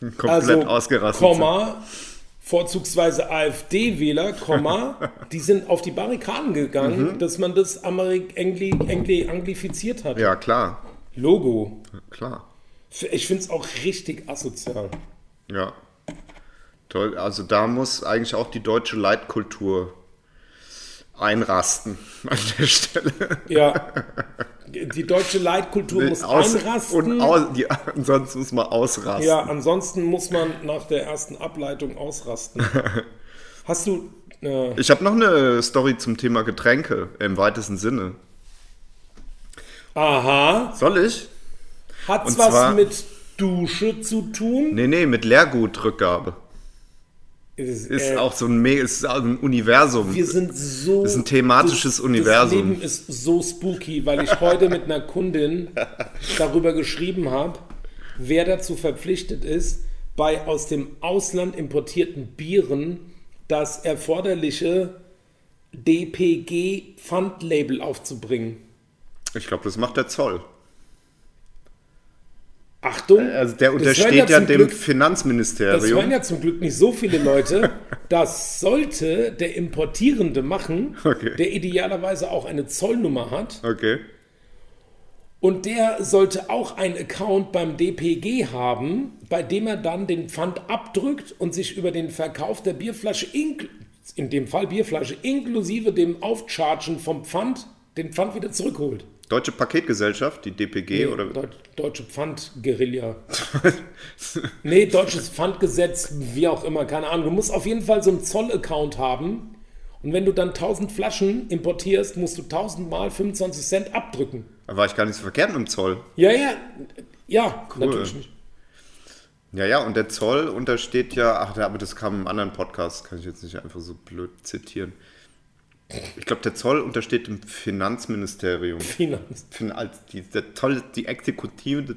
Speaker 4: Komplett
Speaker 1: also
Speaker 4: ausgerastet.
Speaker 1: Komma, vorzugsweise AfD-Wähler, Komma, die sind auf die Barrikaden gegangen, dass man das Amerik Engli Engli anglifiziert hat.
Speaker 4: sind. Ja, klar.
Speaker 1: Logo.
Speaker 4: Klar.
Speaker 1: Ich finde es auch richtig asozial.
Speaker 4: Ja. Toll. Also da muss eigentlich auch die deutsche Leitkultur einrasten an der Stelle.
Speaker 1: Ja. Die deutsche Leitkultur muss
Speaker 4: Aus-
Speaker 1: einrasten.
Speaker 4: Und aus, die, sonst muss man ausrasten.
Speaker 1: Ja, ansonsten muss man nach der ersten Ableitung ausrasten. Hast du. Äh,
Speaker 4: Ich habe noch eine Story zum Thema Getränke im weitesten Sinne.
Speaker 1: aha.
Speaker 4: Soll ich?
Speaker 1: Hat's
Speaker 4: Und
Speaker 1: was
Speaker 4: zwar-
Speaker 1: mit Dusche zu tun?
Speaker 4: Nee, nee, mit Leergutrückgabe.
Speaker 1: Es ist,
Speaker 4: Ist
Speaker 1: äh,
Speaker 4: auch so ein, Me- ist auch ein Universum.
Speaker 1: wir sind so.
Speaker 4: ist ein thematisches
Speaker 1: das,
Speaker 4: Universum.
Speaker 1: Das Leben ist so spooky, weil ich heute mit einer Kundin darüber geschrieben habe, wer dazu verpflichtet ist, bei aus dem Ausland importierten Bieren das erforderliche DPG-Pfandlabel aufzubringen.
Speaker 4: Ich glaube, das macht der Zoll.
Speaker 1: Achtung,
Speaker 4: Also
Speaker 1: das
Speaker 4: der
Speaker 1: hören
Speaker 4: untersteht ja
Speaker 1: zum
Speaker 4: dem
Speaker 1: Glück, Das hören
Speaker 4: Finanzministerium.
Speaker 1: ja zum Glück nicht so viele Leute. Das sollte der Importierende machen,
Speaker 4: Okay.
Speaker 1: der idealerweise auch eine Zollnummer hat.
Speaker 4: Okay.
Speaker 1: Und der sollte auch einen Account beim DPG haben, bei dem er dann den Pfand abdrückt und sich über den Verkauf der Bierflasche, ink in dem Fall Bierflasche, inklusive dem Aufchargen vom Pfand, den Pfand wieder zurückholt.
Speaker 4: Deutsche Paketgesellschaft, die DPG oder.
Speaker 1: Deut deutsche Pfandguerilla. nee, deutsches Pfandgesetz, wie auch immer, keine Ahnung. Du musst auf jeden Fall so einen Zoll-Account haben. Und wenn du dann 1000 Flaschen importierst, musst du 1000 mal 25 Cent abdrücken.
Speaker 4: Da war ich gar nicht so verkehrt mit dem Zoll.
Speaker 1: Ja, ja, ja, natürlich nicht.
Speaker 4: Ja, ja, und der Zoll untersteht ja. Ach, da- aber das kam im anderen Podcast, kann ich jetzt nicht einfach so blöd zitieren. Ich glaube, der Zoll untersteht dem Finanzministerium.
Speaker 1: Finanz.
Speaker 4: Fin als die, der Zoll, die Exekutive des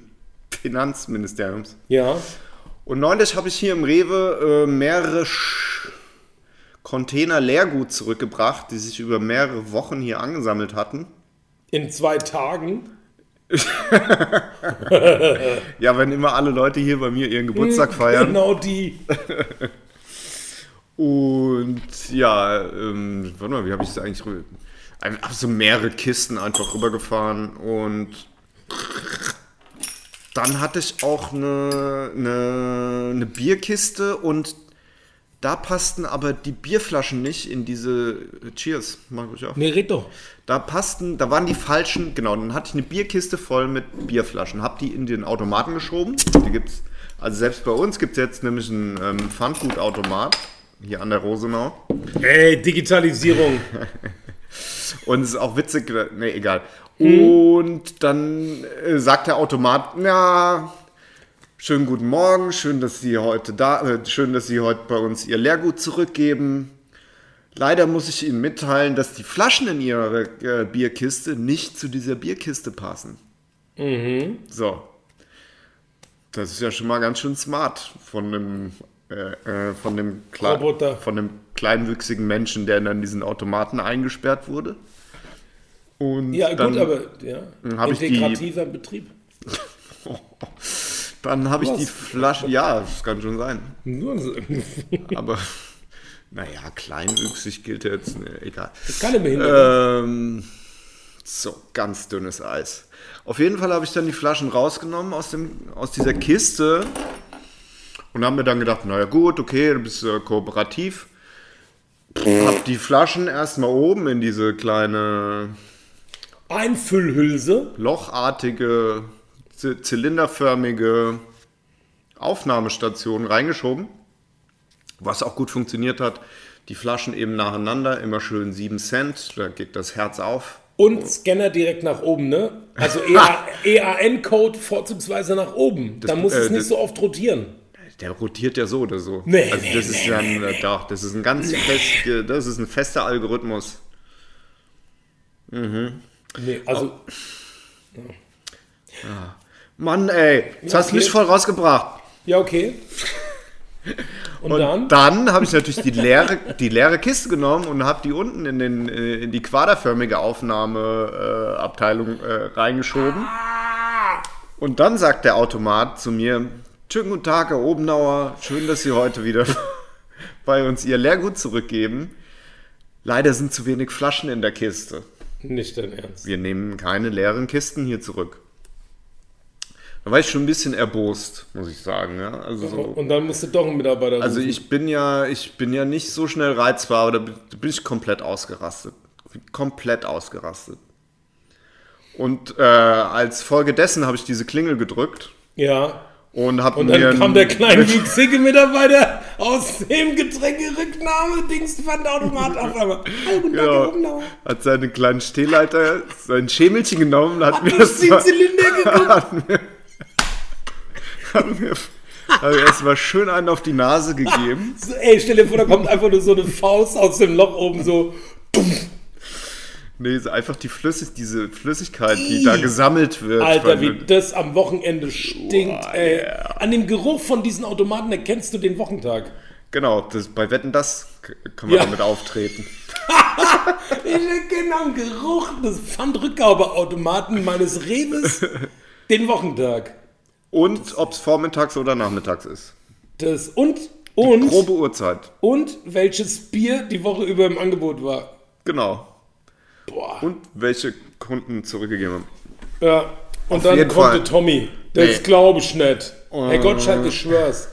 Speaker 4: Finanzministeriums.
Speaker 1: Ja,
Speaker 4: Und neulich habe ich hier im Rewe äh, mehrere Sch Container Leergut zurückgebracht, die sich über mehrere Wochen hier angesammelt hatten.
Speaker 1: in zwei Tagen.
Speaker 4: Ja, wenn immer alle Leute hier bei mir ihren Geburtstag feiern.
Speaker 1: Genau die.
Speaker 4: Und ja, ähm, warte mal, wie habe ich das eigentlich rüber? Einfach so mehrere Kisten einfach rübergefahren und dann hatte ich auch eine, eine, eine Bierkiste und da passten aber die Bierflaschen nicht in diese äh, Cheers, mach ich auf.
Speaker 1: Nee, red doch.
Speaker 4: Da passten, da waren die falschen, genau, dann hatte ich eine Bierkiste voll mit Bierflaschen, hab die in den Automaten geschoben. Die gibt's, also selbst bei uns gibt's jetzt nämlich einen ähm, Pfandgutautomat hier an der Rosenau.
Speaker 1: Ey, Digitalisierung.
Speaker 4: Und es ist auch witzig, ne, egal. Und dann äh, sagt der Automat, na, schönen guten Morgen, schön, dass Sie heute da, äh, schön, dass Sie heute bei uns Ihr Lehrgut zurückgeben. Leider muss ich Ihnen mitteilen, dass die Flaschen in Ihrer äh, Bierkiste nicht zu dieser Bierkiste passen. So. Das ist ja schon mal ganz schön smart von einem äh, äh, von, dem Kle-
Speaker 1: Roboter.
Speaker 4: von dem kleinwüchsigen Menschen, der dann in diesen Automaten eingesperrt wurde. Und
Speaker 1: Ja,
Speaker 4: dann,
Speaker 1: gut, aber ja.
Speaker 4: hm, hab ich die-
Speaker 1: integrativer Betrieb.
Speaker 4: Dann habe ich
Speaker 1: Was?
Speaker 4: die Flasche. Ja, das kann schon sein.
Speaker 1: Keine
Speaker 4: Aber naja, kleinwüchsig gilt ja jetzt. Ne, egal.
Speaker 1: Behinderung.
Speaker 4: Ähm, so, ganz dünnes Eis. Auf jeden Fall habe ich dann die Flaschen rausgenommen aus, dem, aus dieser Kiste und habe mir dann gedacht, naja gut, okay, du bist äh, kooperativ. Hab die Flaschen erstmal oben in diese kleine
Speaker 1: Einfüllhülse.
Speaker 4: lochartige, zy- zylinderförmige Aufnahmestation reingeschoben, was auch gut funktioniert hat. Die Flaschen eben nacheinander, immer schön 7 Cent, da geht das Herz auf.
Speaker 1: Und Scanner direkt nach oben, ne? Also EA EAN-Code vorzugsweise nach oben. Da muss
Speaker 4: äh,
Speaker 1: es nicht
Speaker 4: das-
Speaker 1: so oft rotieren.
Speaker 4: Der rotiert ja so oder so.
Speaker 1: Nee,
Speaker 4: also
Speaker 1: nee,
Speaker 4: das
Speaker 1: nee,
Speaker 4: ist ja ein, doch, das ist ein ganz fest, äh, das ist ein fester Algorithmus.
Speaker 1: Nee, also
Speaker 4: Oh. Mann, ey, jetzt hast
Speaker 1: okay.
Speaker 4: du mich voll rausgebracht.
Speaker 1: Ja, okay. Und, dann?
Speaker 4: Und dann habe ich natürlich die leere, die leere Kiste genommen und habe die unten in, den, äh, in die quaderförmige Aufnahmeabteilung äh, Abteilung, äh, reingeschoben. Und dann sagt der Automat zu mir, schönen guten Tag, Herr Obenauer, schön, dass Sie heute wieder bei uns Ihr Lehrgut zurückgeben. Leider sind zu wenig Flaschen in der Kiste.
Speaker 1: Nicht dein Ernst.
Speaker 4: Wir nehmen keine leeren Kisten hier zurück. Da war ich schon ein bisschen erbost, muss ich sagen. Ja? Also so.
Speaker 1: Und dann musst du doch einen Mitarbeiter
Speaker 4: Also
Speaker 1: rufen.
Speaker 4: ich bin ja, ich bin ja nicht so schnell reizbar, aber da bin- da bin ich komplett ausgerastet. Komplett ausgerastet. Und äh, als Folge dessen habe ich diese Klingel gedrückt
Speaker 1: Ja.
Speaker 4: und habe
Speaker 1: Und
Speaker 4: mir
Speaker 1: dann kam
Speaker 4: ein-
Speaker 1: der kleinwüchsige Mitarbeiter aus dem Getränkerücknahme-Dings fand Automat auf einmal. Hallo, guten Tag, Herr
Speaker 4: genau,
Speaker 1: Umlau.
Speaker 4: hat seinen kleinen Stehleiter, sein Schemelchen genommen und hat, mir
Speaker 1: Durch
Speaker 4: das
Speaker 1: den
Speaker 4: mal,
Speaker 1: Zylinder geguckt.
Speaker 4: hat mir, hat mir erstmal schön einen auf die Nase gegeben.
Speaker 1: So, Ey, stell dir vor, da kommt einfach nur so eine Faust aus dem Loch oben so.
Speaker 4: Nee, so einfach die Flüssig, diese Flüssigkeit, die da gesammelt wird.
Speaker 1: Alter,
Speaker 4: weil-
Speaker 1: wie das am Wochenende stinkt,
Speaker 4: Boah,
Speaker 1: ey.
Speaker 4: yeah.
Speaker 1: An dem Geruch von diesen Automaten erkennst du den Wochentag.
Speaker 4: Genau, das, bei Wetten das k- kann man
Speaker 1: Ja.
Speaker 4: damit auftreten.
Speaker 1: Ich erkenne am Geruch des Pfandrückgabeautomaten meines Reves den Wochentag.
Speaker 4: Und ob es vormittags oder nachmittags ist.
Speaker 1: Das und, und,
Speaker 4: Grobe Uhrzeit.
Speaker 1: und welches Bier die Woche über im Angebot war.
Speaker 4: Genau.
Speaker 1: Boah.
Speaker 4: Und welche Kunden zurückgegeben haben.
Speaker 1: Ja. Und dann
Speaker 4: jeden
Speaker 1: kommt
Speaker 4: Fall.
Speaker 1: der Tommy. Das
Speaker 4: Nee. Oh.
Speaker 1: glaube ich nicht. Herr Gottschalk, ich schwör's.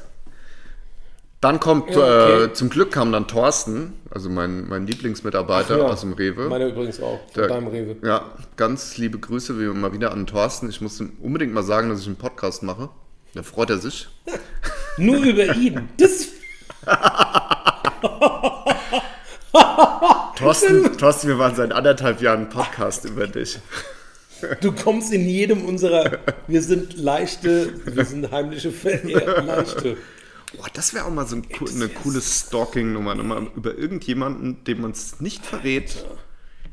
Speaker 4: Dann kommt,
Speaker 1: okay.
Speaker 4: äh, zum Glück kam dann Thorsten, also mein, mein Lieblingsmitarbeiter
Speaker 1: Ja.
Speaker 4: aus dem Rewe.
Speaker 1: Meiner übrigens auch. Von
Speaker 4: Der-
Speaker 1: deinem Rewe.
Speaker 4: Ja, ganz liebe Grüße wie immer wieder an Thorsten. Ich muss ihm unbedingt mal sagen, dass ich einen Podcast mache. Da freut er sich.
Speaker 1: Nur über ihn. Das
Speaker 4: Thorsten, Thorsten, wir waren seit anderthalb Jahren einen Podcast über dich.
Speaker 1: Du kommst in jedem unserer. Wir sind leichte, wir sind heimliche Verehrer. Leichte.
Speaker 4: Boah, das wäre auch mal so ein, cool- eine coole Stalking-Nummer. Nochmal über irgendjemanden, dem man es nicht verrät,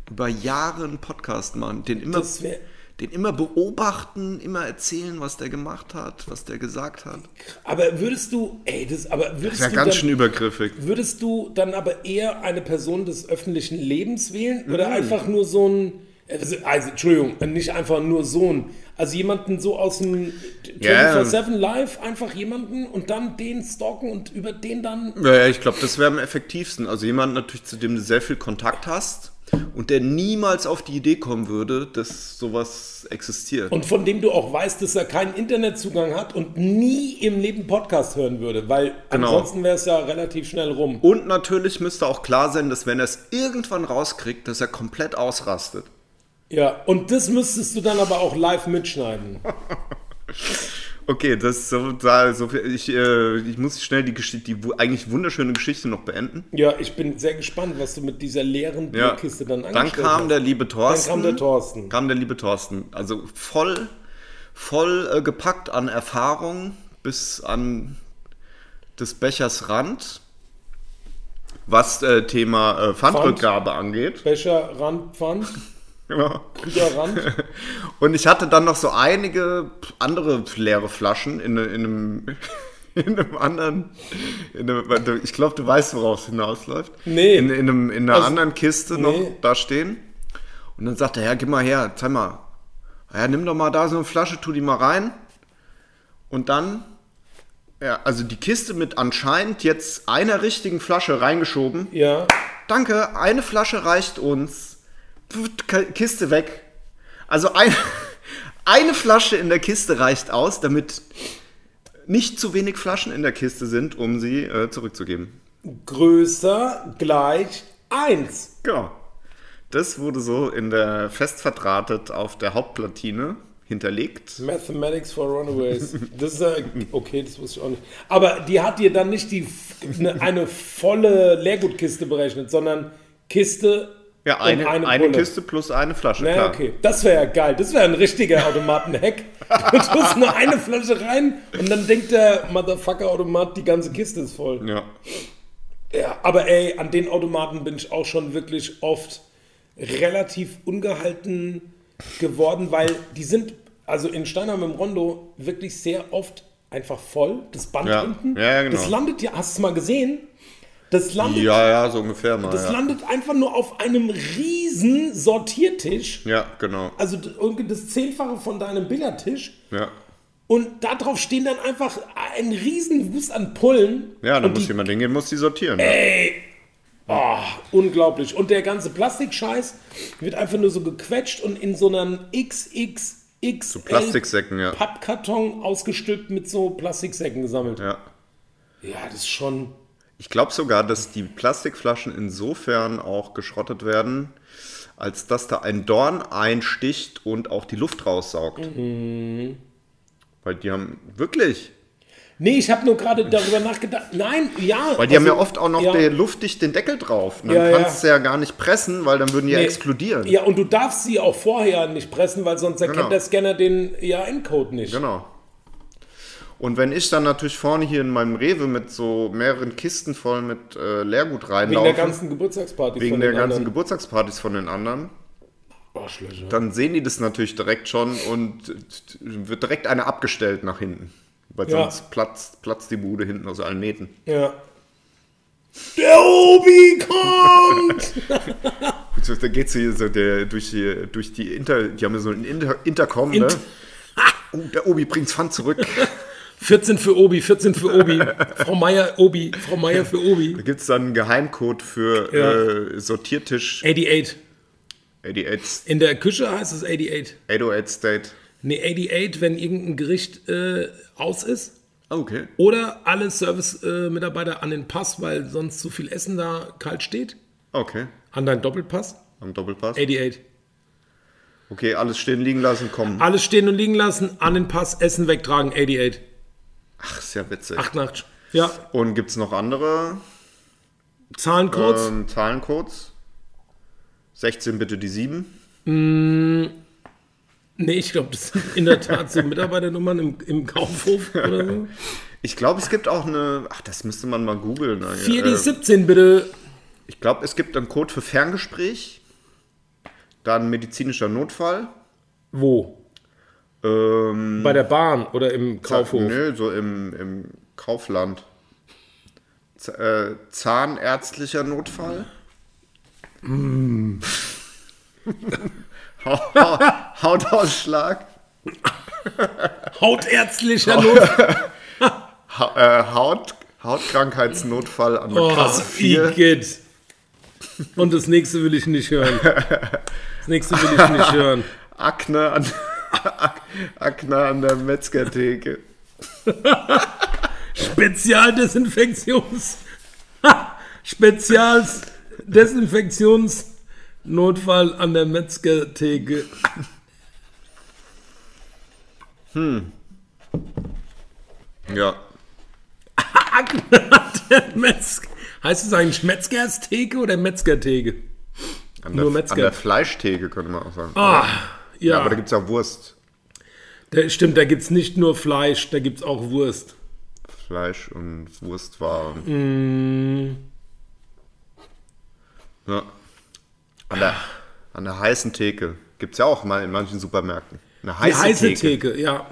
Speaker 4: über Jahre einen Podcast machen, den immer,
Speaker 1: Das wär-
Speaker 4: den immer beobachten, immer erzählen, was der gemacht hat, was der gesagt hat.
Speaker 1: Aber würdest du, ey, das, aber würdest
Speaker 4: Wäre
Speaker 1: du
Speaker 4: ganz
Speaker 1: dann,
Speaker 4: schön übergriffig.
Speaker 1: würdest du dann aber eher eine Person des öffentlichen Lebens wählen oder einfach nur so ein, also, also Entschuldigung, nicht einfach nur so ein, also jemanden so aus dem 24/7
Speaker 4: Ja.
Speaker 1: Live, einfach jemanden und dann den stalken und über den dann,
Speaker 4: Ja, ich glaube, das wäre am effektivsten. Also jemand natürlich, zu dem du sehr viel Kontakt hast und der niemals auf die Idee kommen würde, dass sowas existiert.
Speaker 1: und von dem du auch weißt, dass er keinen Internetzugang hat und nie im Leben Podcast hören würde, weil
Speaker 4: Genau.
Speaker 1: ansonsten wäre es ja relativ schnell rum.
Speaker 4: Und natürlich müsste auch klar sein, dass wenn er es irgendwann rauskriegt, dass er komplett ausrastet.
Speaker 1: Ja, und das müsstest du dann aber auch live mitschneiden.
Speaker 4: Okay, das ist so, da, so viel. Ich, äh, ich muss schnell die, Geschichte, die wu- eigentlich wunderschöne Geschichte noch beenden.
Speaker 1: Ja, ich bin sehr gespannt, was du mit dieser leeren Bierkiste dann
Speaker 4: dann
Speaker 1: angestellt
Speaker 4: kam
Speaker 1: hast.
Speaker 4: der liebe
Speaker 1: dann
Speaker 4: Thorsten.
Speaker 1: kam der Thorsten.
Speaker 4: Kam der liebe Thorsten. Also voll, voll äh, gepackt an Erfahrung bis an des Bechers Rand, was äh, Thema äh, Pfandrückgabe angeht.
Speaker 1: Becher, Rand, Pfand,
Speaker 4: Ja.
Speaker 1: guter Rand.
Speaker 4: Und ich hatte dann noch so einige andere leere Flaschen in, in einem in einem anderen, in einem, ich glaube, du weißt, worauf es hinausläuft.
Speaker 2: Nee.
Speaker 4: In, in, einem, in einer
Speaker 2: Also,
Speaker 4: anderen Kiste noch
Speaker 2: nee.
Speaker 4: da stehen. Und dann sagt er, ja, gib mal her, zeig mal. Ja, nimm doch mal da so eine Flasche, tu die mal rein. Und dann, ja, also die Kiste mit anscheinend jetzt einer richtigen Flasche reingeschoben.
Speaker 2: Ja.
Speaker 4: Danke, eine Flasche reicht uns. Pft, K- Kiste weg. Also ein, eine Flasche in der Kiste reicht aus, damit nicht zu wenig Flaschen in der Kiste sind, um sie äh, zurückzugeben.
Speaker 2: Größer gleich 1.
Speaker 4: Genau. Das wurde so in der fest verdrahtet auf der Hauptplatine hinterlegt.
Speaker 2: Mathematics for Runaways. Das ist äh, okay, das wusste ich auch nicht. Aber die hat dir dann nicht die, f- eine, eine volle Leergutkiste berechnet, sondern Kiste
Speaker 4: Ja,
Speaker 2: und
Speaker 4: eine, eine,
Speaker 2: Pulle.
Speaker 4: Kiste plus eine Flasche.
Speaker 2: Ja,
Speaker 4: klar.
Speaker 2: okay. Das wäre ja geil. Das wäre ein richtiger Automaten-Hack. Du tust nur eine Flasche rein und dann denkt der Motherfucker-Automat, die ganze Kiste ist voll.
Speaker 4: Ja.
Speaker 2: Ja, aber ey, an den Automaten bin ich auch schon wirklich oft relativ ungehalten geworden, weil die sind, also in Steinheim im Rondo, wirklich sehr oft einfach voll. Das Band
Speaker 4: Ja.
Speaker 2: hinten.
Speaker 4: Ja, genau.
Speaker 2: Das landet ja, hast du es mal gesehen? Das landet,
Speaker 4: ja, ja, so ungefähr mal.
Speaker 2: das
Speaker 4: Ja.
Speaker 2: landet einfach nur auf einem riesen Sortiertisch.
Speaker 4: ja, genau.
Speaker 2: Also d- irgendwie das Zehnfache von deinem Billardtisch.
Speaker 4: Ja.
Speaker 2: Und darauf stehen dann einfach ein riesen Wust an Pullen.
Speaker 4: Ja, dann
Speaker 2: Und
Speaker 4: muss
Speaker 2: die- Äh,
Speaker 4: jemand hingehen, muss die sortieren.
Speaker 2: Oh, unglaublich. Und der ganze Plastikscheiß wird einfach nur so gequetscht und in so einem XXX so
Speaker 4: Plastiksäcken, ja.
Speaker 2: Pappkarton ausgestückt mit so Plastiksäcken gesammelt.
Speaker 4: Ja.
Speaker 2: Ja, das ist schon.
Speaker 4: Ich glaube sogar, dass die Plastikflaschen insofern auch geschrottet werden, als dass da ein Dorn einsticht und auch die Luft raussaugt.
Speaker 2: Mhm.
Speaker 4: Weil die haben wirklich,
Speaker 2: Nee, ich habe nur gerade darüber nachgedacht. Nein, ja. also
Speaker 4: weil die haben ja oft auch noch den luftdicht den Deckel drauf. Und dann
Speaker 2: Ja, ja.
Speaker 4: kannst du ja gar nicht pressen, weil dann würden die ja
Speaker 2: Nee.
Speaker 4: explodieren.
Speaker 2: Ja, und du darfst sie auch vorher nicht pressen, weil sonst erkennt
Speaker 4: Genau.
Speaker 2: der Scanner den EAN-Code nicht.
Speaker 4: Genau. Und wenn ich dann natürlich vorne hier in meinem Rewe mit so mehreren Kisten voll mit äh, Leergut
Speaker 2: Wegen
Speaker 4: reinlaufe,
Speaker 2: der ganzen Geburtstagsparty
Speaker 4: wegen der
Speaker 2: den
Speaker 4: ganzen
Speaker 2: anderen.
Speaker 4: Geburtstagspartys von den anderen,
Speaker 2: Arschlöcher.
Speaker 4: dann sehen die das natürlich direkt schon und wird direkt eine abgestellt nach hinten. Weil
Speaker 2: Ja.
Speaker 4: sonst platzt, platzt die Bude hinten aus allen Nähten.
Speaker 2: Ja. Der Obi kommt!
Speaker 4: Da geht sie so der, durch, die, durch die Inter... Die haben ja so ein Inter Intercom, ne?
Speaker 2: Int-
Speaker 4: Oh, der Obi bringt Pfand zurück.
Speaker 2: 14 für Obi, 14 für Obi. Frau Meier, Obi, Frau Meier für Obi.
Speaker 4: Da gibt es dann einen Geheimcode für
Speaker 2: Ja.
Speaker 4: äh, Sortiertisch
Speaker 2: 88.
Speaker 4: 88,
Speaker 2: In der Küche heißt es 88.
Speaker 4: 808 State.
Speaker 2: Nee, 88, wenn irgendein Gericht äh, aus ist.
Speaker 4: Ah, okay.
Speaker 2: Oder alle Service-Mitarbeiter an den Pass, weil sonst zu viel Essen da kalt steht.
Speaker 4: Okay,
Speaker 2: An deinen Doppelpass.
Speaker 4: am Doppelpass.
Speaker 2: 88.
Speaker 4: Okay, alles stehen liegen lassen, kommen.
Speaker 2: Alles stehen und liegen lassen, an den Pass, Essen wegtragen, 88.
Speaker 4: Ach, ist ja witzig.
Speaker 2: 88. Ja,
Speaker 4: Und gibt es noch andere
Speaker 2: Zahlen kurz.
Speaker 4: ähm, Zahlencodes? 16 bitte die 7.
Speaker 2: Nee, ich glaube, das sind in der Tat so Mitarbeiternummern im, im Kaufhof oder so.
Speaker 4: Ich glaube, es gibt auch eine. Ach, das müsste man mal googeln. Äh,
Speaker 2: 4 die 17 bitte.
Speaker 4: ich glaube, es gibt einen Code für Ferngespräch. Dann medizinischer Notfall.
Speaker 2: Wo?
Speaker 4: Ähm,
Speaker 2: Bei der Bahn oder im Kaufhof?
Speaker 4: Nö, so im, im Kaufland. Z äh, zahnärztlicher Notfall.
Speaker 2: Mm.
Speaker 4: Hau- Hau- Hautausschlag.
Speaker 2: Hautärztlicher Not.
Speaker 4: Ha äh, Haut Hautkrankheitsnotfall an der
Speaker 2: Oh,
Speaker 4: Kasse 4.
Speaker 2: Igitt. Und das nächste will ich nicht hören. Das nächste will ich nicht hören.
Speaker 4: Akne an, Ak Akne an der Metzgertheke.
Speaker 2: Spezialdesinfektions. Spezials Desinfektionsnotfall an der Metzgertheke.
Speaker 4: Ja.
Speaker 2: Akne an der Metzger. Heißt es eigentlich Metzgerstheke oder Metzgertheke?
Speaker 4: An der,
Speaker 2: Nur
Speaker 4: an
Speaker 2: Metzger. Ah.
Speaker 4: der Fleischtheke könnte man auch sagen.
Speaker 2: Ja,
Speaker 4: Aber da gibt es ja Wurst.
Speaker 2: da, stimmt, da gibt es nicht nur Fleisch, da gibt es auch Wurst.
Speaker 4: Fleisch und Wurstwaren.
Speaker 2: Mm.
Speaker 4: Ja. An der, an der heißen Theke. Gibt es ja auch mal in manchen Supermärkten. Eine
Speaker 2: Die
Speaker 4: heiße,
Speaker 2: heiße
Speaker 4: Theke.
Speaker 2: Theke, ja.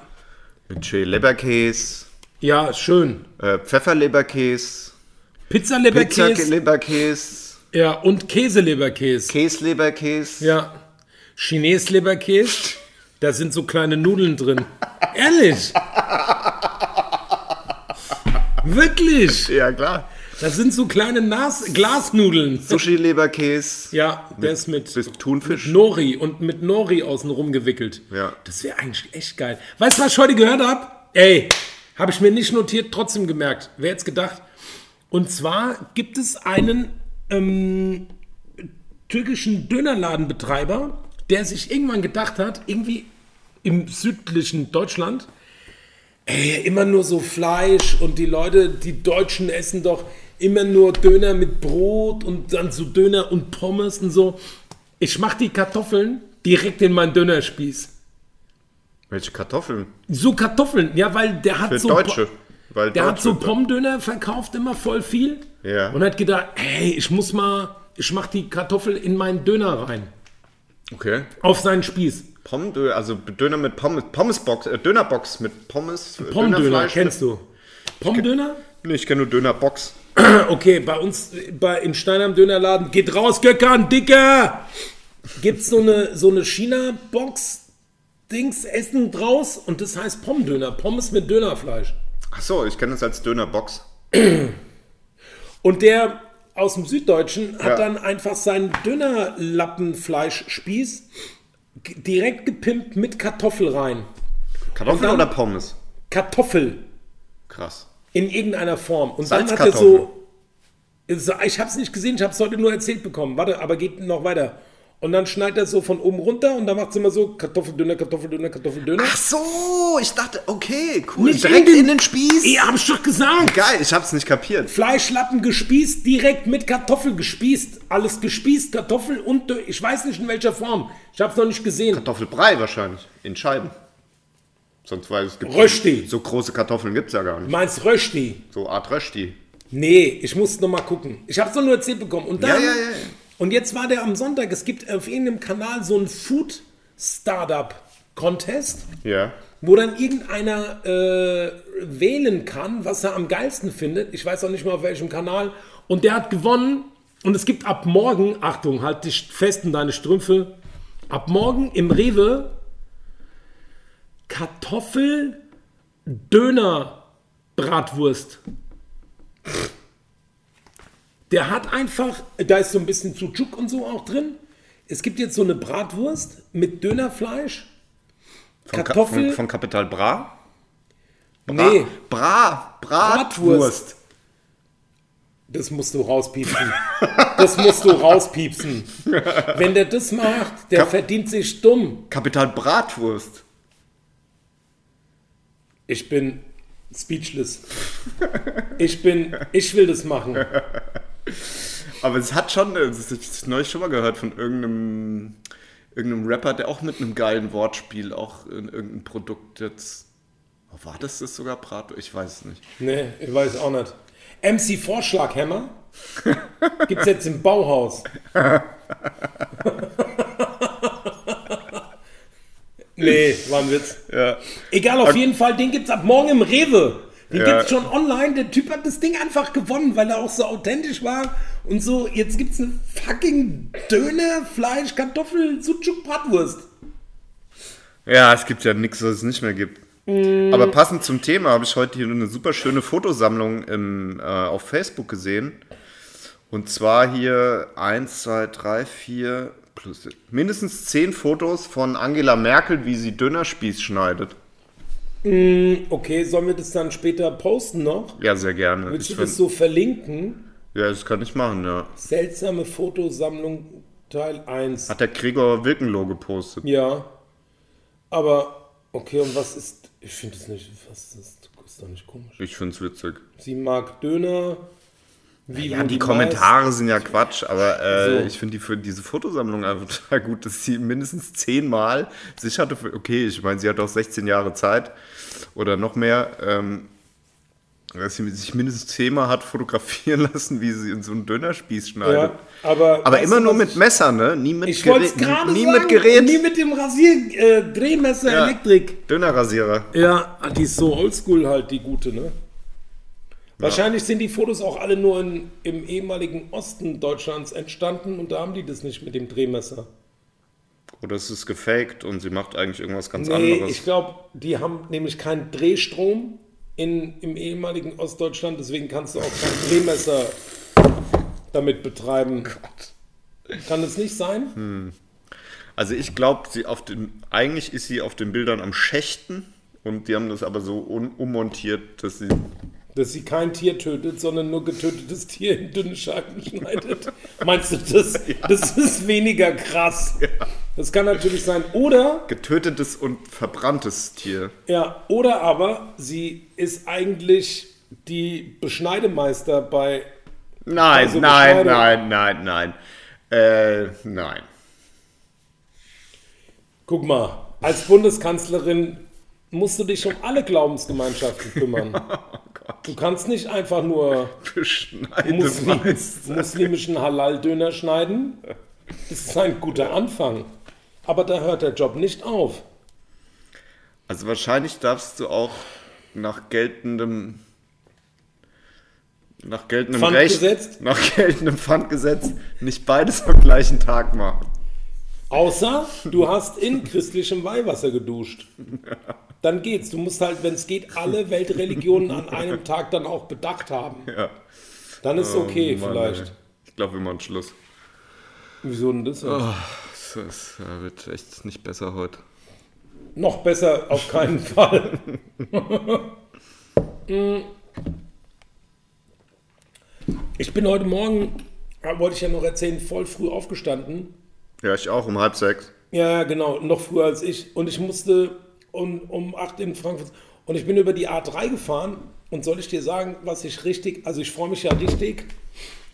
Speaker 4: Mit Chili Leberkäse,
Speaker 2: Ja, ist schön.
Speaker 4: Äh, Pfefferleberkäse,
Speaker 2: Pizzaleberkäse.
Speaker 4: Pizza-Leberkäse,
Speaker 2: Ja, und Käseleberkäse.
Speaker 4: Käsleberkäse.
Speaker 2: Ja. Chines-Leberkäse. Da sind so kleine Nudeln drin. Ehrlich? Wirklich?
Speaker 4: Ja, klar.
Speaker 2: Das sind so kleine Nas Glasnudeln.
Speaker 4: Sushi-Leberkäse,
Speaker 2: Ja, der ist mit
Speaker 4: bis Thunfisch.
Speaker 2: Nori und mit Nori außenrum gewickelt.
Speaker 4: Ja.
Speaker 2: Das wäre eigentlich echt geil. Weißt du, was ich heute gehört habe? Ey, habe ich mir nicht notiert, trotzdem gemerkt. Wer jetzt gedacht? Und zwar gibt es einen ähm, türkischen Dönerladenbetreiber, der sich irgendwann gedacht hat, irgendwie im südlichen Deutschland, ey, immer nur so Fleisch und die Leute, die Deutschen essen doch immer nur Döner mit Brot und dann so Döner und Pommes und so. Ich mache die Kartoffeln direkt in meinen Dönerspieß.
Speaker 4: Welche Kartoffeln?
Speaker 2: So Kartoffeln, ja, weil der hat
Speaker 4: Für
Speaker 2: so
Speaker 4: Deutsche. Weil
Speaker 2: der hat
Speaker 4: Deutsche-
Speaker 2: so Pommdöner verkauft, immer voll viel.
Speaker 4: Ja.
Speaker 2: Und hat gedacht, hey, ich muss mal, ich mach die Kartoffel in meinen Döner rein.
Speaker 4: Okay.
Speaker 2: Auf seinen Spieß.
Speaker 4: Pommdö, also Döner mit Pommes, Pommesbox, äh, Dönerbox mit Pommes. äh,
Speaker 2: Pommdöner,
Speaker 4: Dönerfleisch
Speaker 2: kennst
Speaker 4: mit,
Speaker 2: du. Pommdöner?
Speaker 4: du? Nee, ich kenne nur Dönerbox.
Speaker 2: Okay, bei uns äh, bei, im Steinheim Dönerladen, geht raus, Göckern, Dicker! Gibt's so eine, so eine China-Box-Dings, Essen draus und das heißt Pommdöner. Pommes mit Dönerfleisch.
Speaker 4: Achso, ich kenne das als Dönerbox.
Speaker 2: Und der aus dem Süddeutschen hat
Speaker 4: Ja.
Speaker 2: dann einfach seinen Dönerlappenfleischspieß g- direkt gepimpt mit Kartoffel rein.
Speaker 4: Kartoffeln
Speaker 2: Und dann-
Speaker 4: oder Pommes?
Speaker 2: Kartoffel
Speaker 4: Krass.
Speaker 2: in irgendeiner Form. Und dann hat er
Speaker 4: Salzkartoffeln.
Speaker 2: so. so- Ich habe es nicht gesehen, ich habe es heute nur erzählt bekommen. Warte, aber geht noch weiter. Und dann schneidet er so von oben runter und dann macht es immer so Kartoffeldöner, Kartoffeldöner, Kartoffeldöner.
Speaker 4: Ach so, ich dachte, okay, cool.
Speaker 2: Nicht
Speaker 4: Direkt
Speaker 2: in
Speaker 4: in
Speaker 2: den-
Speaker 4: den, Spieß.
Speaker 2: Ey, hab ich doch gesagt.
Speaker 4: Geil, ich hab's nicht kapiert.
Speaker 2: Fleischlappen gespießt, direkt mit Kartoffel gespießt. Alles gespießt, Kartoffel und Dö- ich weiß nicht in welcher Form. Ich habe es noch nicht gesehen.
Speaker 4: Kartoffelbrei wahrscheinlich. In Scheiben. Sonst weil es gibt.
Speaker 2: Rösti.
Speaker 4: So große Kartoffeln gibt's ja gar nicht.
Speaker 2: Meinst Rösti?
Speaker 4: So Art Rösti.
Speaker 2: Nee, ich muss noch mal gucken. Ich habe es nur erzählt bekommen. Und dann,
Speaker 4: Ja, ja, ja, ja.
Speaker 2: und jetzt war der am Sonntag. Es gibt auf irgendeinem Kanal so einen Food Startup Contest,
Speaker 4: Ja.
Speaker 2: wo dann irgendeiner äh, wählen kann, was er am geilsten findet. Ich weiß auch nicht mal auf welchem Kanal. Und der hat gewonnen. Und es gibt ab morgen, Achtung, halt dich fest in deine Strümpfe. Ab morgen im Rewe Kartoffel Döner Bratwurst. Der hat einfach, da ist so ein bisschen Sucuk und so auch drin. Es gibt jetzt so eine Bratwurst mit Dönerfleisch.
Speaker 4: Von Ka-
Speaker 2: Kartoffel.
Speaker 4: Von, von Capital Bra? Bra.
Speaker 2: nee,
Speaker 4: Bra. Bratwurst.
Speaker 2: Bratwurst. Das musst du rauspiepsen. Das musst du rauspiepsen. Wenn der das macht, der
Speaker 4: Kap-
Speaker 2: verdient sich dumm.
Speaker 4: Kapital Bratwurst.
Speaker 2: Ich bin speechless. Ich bin, ich will das machen.
Speaker 4: Aber es hat schon, das ist- das ist neulich schon mal gehört von irgendeinem, irgendeinem Rapper, der auch mit einem geilen Wortspiel auch in irgendein Produkt jetzt. Oh, War das das sogar Bratwurst? Ich weiß es nicht.
Speaker 2: Nee, Ne, ich weiß auch nicht. MC Vorschlaghammer gibt's jetzt im Bauhaus. nee, war ein Witz.
Speaker 4: Ja.
Speaker 2: Egal, auf jeden Fall, den gibt's ab morgen im Rewe. Den
Speaker 4: Ja.
Speaker 2: gibt's schon online. Der Typ hat das Ding einfach gewonnen, weil er auch so authentisch war. Und so, jetzt gibt's eine fucking Döner, Fleisch, Kartoffel, Sucuk, Bratwurst.
Speaker 4: Ja, es gibt ja nichts, was es nicht mehr gibt. Aber passend zum Thema habe ich heute hier eine super schöne Fotosammlung im, äh, auf Facebook gesehen. Und zwar hier 1, 2, 3, 4, plus mindestens 10 Fotos von Angela Merkel, wie sie Dönerspieß schneidet.
Speaker 2: Okay, sollen wir das dann später posten noch?
Speaker 4: Ja, sehr gerne.
Speaker 2: Willst du
Speaker 4: Ich
Speaker 2: das
Speaker 4: find,
Speaker 2: so verlinken?
Speaker 4: ja, das kann ich machen, ja.
Speaker 2: Seltsame Fotosammlung Teil 1.
Speaker 4: Hat der Gregor Wilkenloh gepostet.
Speaker 2: Ja. Aber, okay, und was ist. Ich finde es nicht. Was ist, ist doch nicht komisch.
Speaker 4: Ich find's witzig.
Speaker 2: Sie mag Döner. Wie
Speaker 4: Ja,
Speaker 2: wohl
Speaker 4: die
Speaker 2: weiß.
Speaker 4: Kommentare sind ja Quatsch, aber äh,
Speaker 2: So.
Speaker 4: ich finde die für diese Fotosammlung einfach total gut, dass sie mindestens zehnmal sich hatte, für, okay, ich meine, sie hat auch 16 Jahre Zeit oder noch mehr, ähm, Dass sie sich mindestens zehnmal hat fotografieren lassen, wie sie in so einen Dönerspieß schneidet.
Speaker 2: Ja, aber
Speaker 4: aber
Speaker 2: weißt
Speaker 4: immer
Speaker 2: du,
Speaker 4: nur
Speaker 2: was
Speaker 4: mit
Speaker 2: ich-
Speaker 4: Messer, ne? Nie mit
Speaker 2: Ich wollte es
Speaker 4: Gerät-
Speaker 2: gerade
Speaker 4: nie
Speaker 2: sagen.
Speaker 4: mit Gerät.
Speaker 2: Nie mit dem Rasierdrehmesser äh, Drehmesser
Speaker 4: Ja.
Speaker 2: Elektrik.
Speaker 4: Dönerrasierer.
Speaker 2: Ja, ah, die ist so oldschool halt, die gute, ne? Wahrscheinlich sind die Fotos auch alle nur in, im ehemaligen Osten Deutschlands entstanden und da haben die das nicht mit dem Drehmesser.
Speaker 4: Oder es Oh, ist gefaked und sie macht eigentlich irgendwas ganz
Speaker 2: Nee,
Speaker 4: anderes.
Speaker 2: ich glaube, die haben nämlich keinen Drehstrom in, im ehemaligen Ostdeutschland, deswegen kannst du auch kein Drehmesser damit betreiben. Kann es nicht sein?
Speaker 4: Also ich glaube, sie auf den, eigentlich ist sie auf den Bildern am Schächten und die haben das aber so un, ummontiert, dass sie
Speaker 2: Dass sie kein Tier tötet, sondern nur getötetes Tier in dünne Scheiben schneidet. Meinst du, das, das ist weniger krass? Das kann natürlich sein. Oder,
Speaker 4: getötetes und verbranntes Tier.
Speaker 2: ja, oder aber sie ist eigentlich die Beschneidemeister bei.
Speaker 4: Nein,
Speaker 2: Also
Speaker 4: nein,
Speaker 2: Beschneidung.
Speaker 4: nein, nein, nein, Äh, nein.
Speaker 2: Guck mal, als Bundeskanzlerin musst du dich um alle Glaubensgemeinschaften kümmern. Du kannst nicht einfach nur
Speaker 4: Beschneidet
Speaker 2: Muslim,
Speaker 4: Meister.
Speaker 2: muslimischen Halal-Döner schneiden. Das ist ein guter Anfang. Aber da hört der Job nicht auf.
Speaker 4: Also wahrscheinlich darfst du auch nach geltendem nach geltendem
Speaker 2: Pfandgesetz?
Speaker 4: Recht, nach geltendem Pfandgesetz nicht beides am gleichen Tag machen.
Speaker 2: Außer du hast in christlichem Weihwasser geduscht. Dann geht's. Du musst halt, wenn es geht, alle Weltreligionen an einem Tag dann auch bedacht haben.
Speaker 4: Ja. Oh
Speaker 2: Dann ist okay,
Speaker 4: Mann,
Speaker 2: vielleicht.
Speaker 4: ey. Oh. Ich glaube, wir machen Schluss.
Speaker 2: Wieso denn das?
Speaker 4: Das ist- äh, wird echt nicht besser heute.
Speaker 2: Noch besser auf keinen Fall. ich bin heute Morgen, äh, wollte ich ja noch erzählen, voll früh aufgestanden.
Speaker 4: Ja, ich auch um halb sechs.
Speaker 2: Ja, ja, genau, noch früher als ich. Und ich musste um, um 8 in Frankfurt. Und ich bin über die A3 gefahren. Und soll ich dir sagen, was ich richtig, also ich freue mich ja richtig,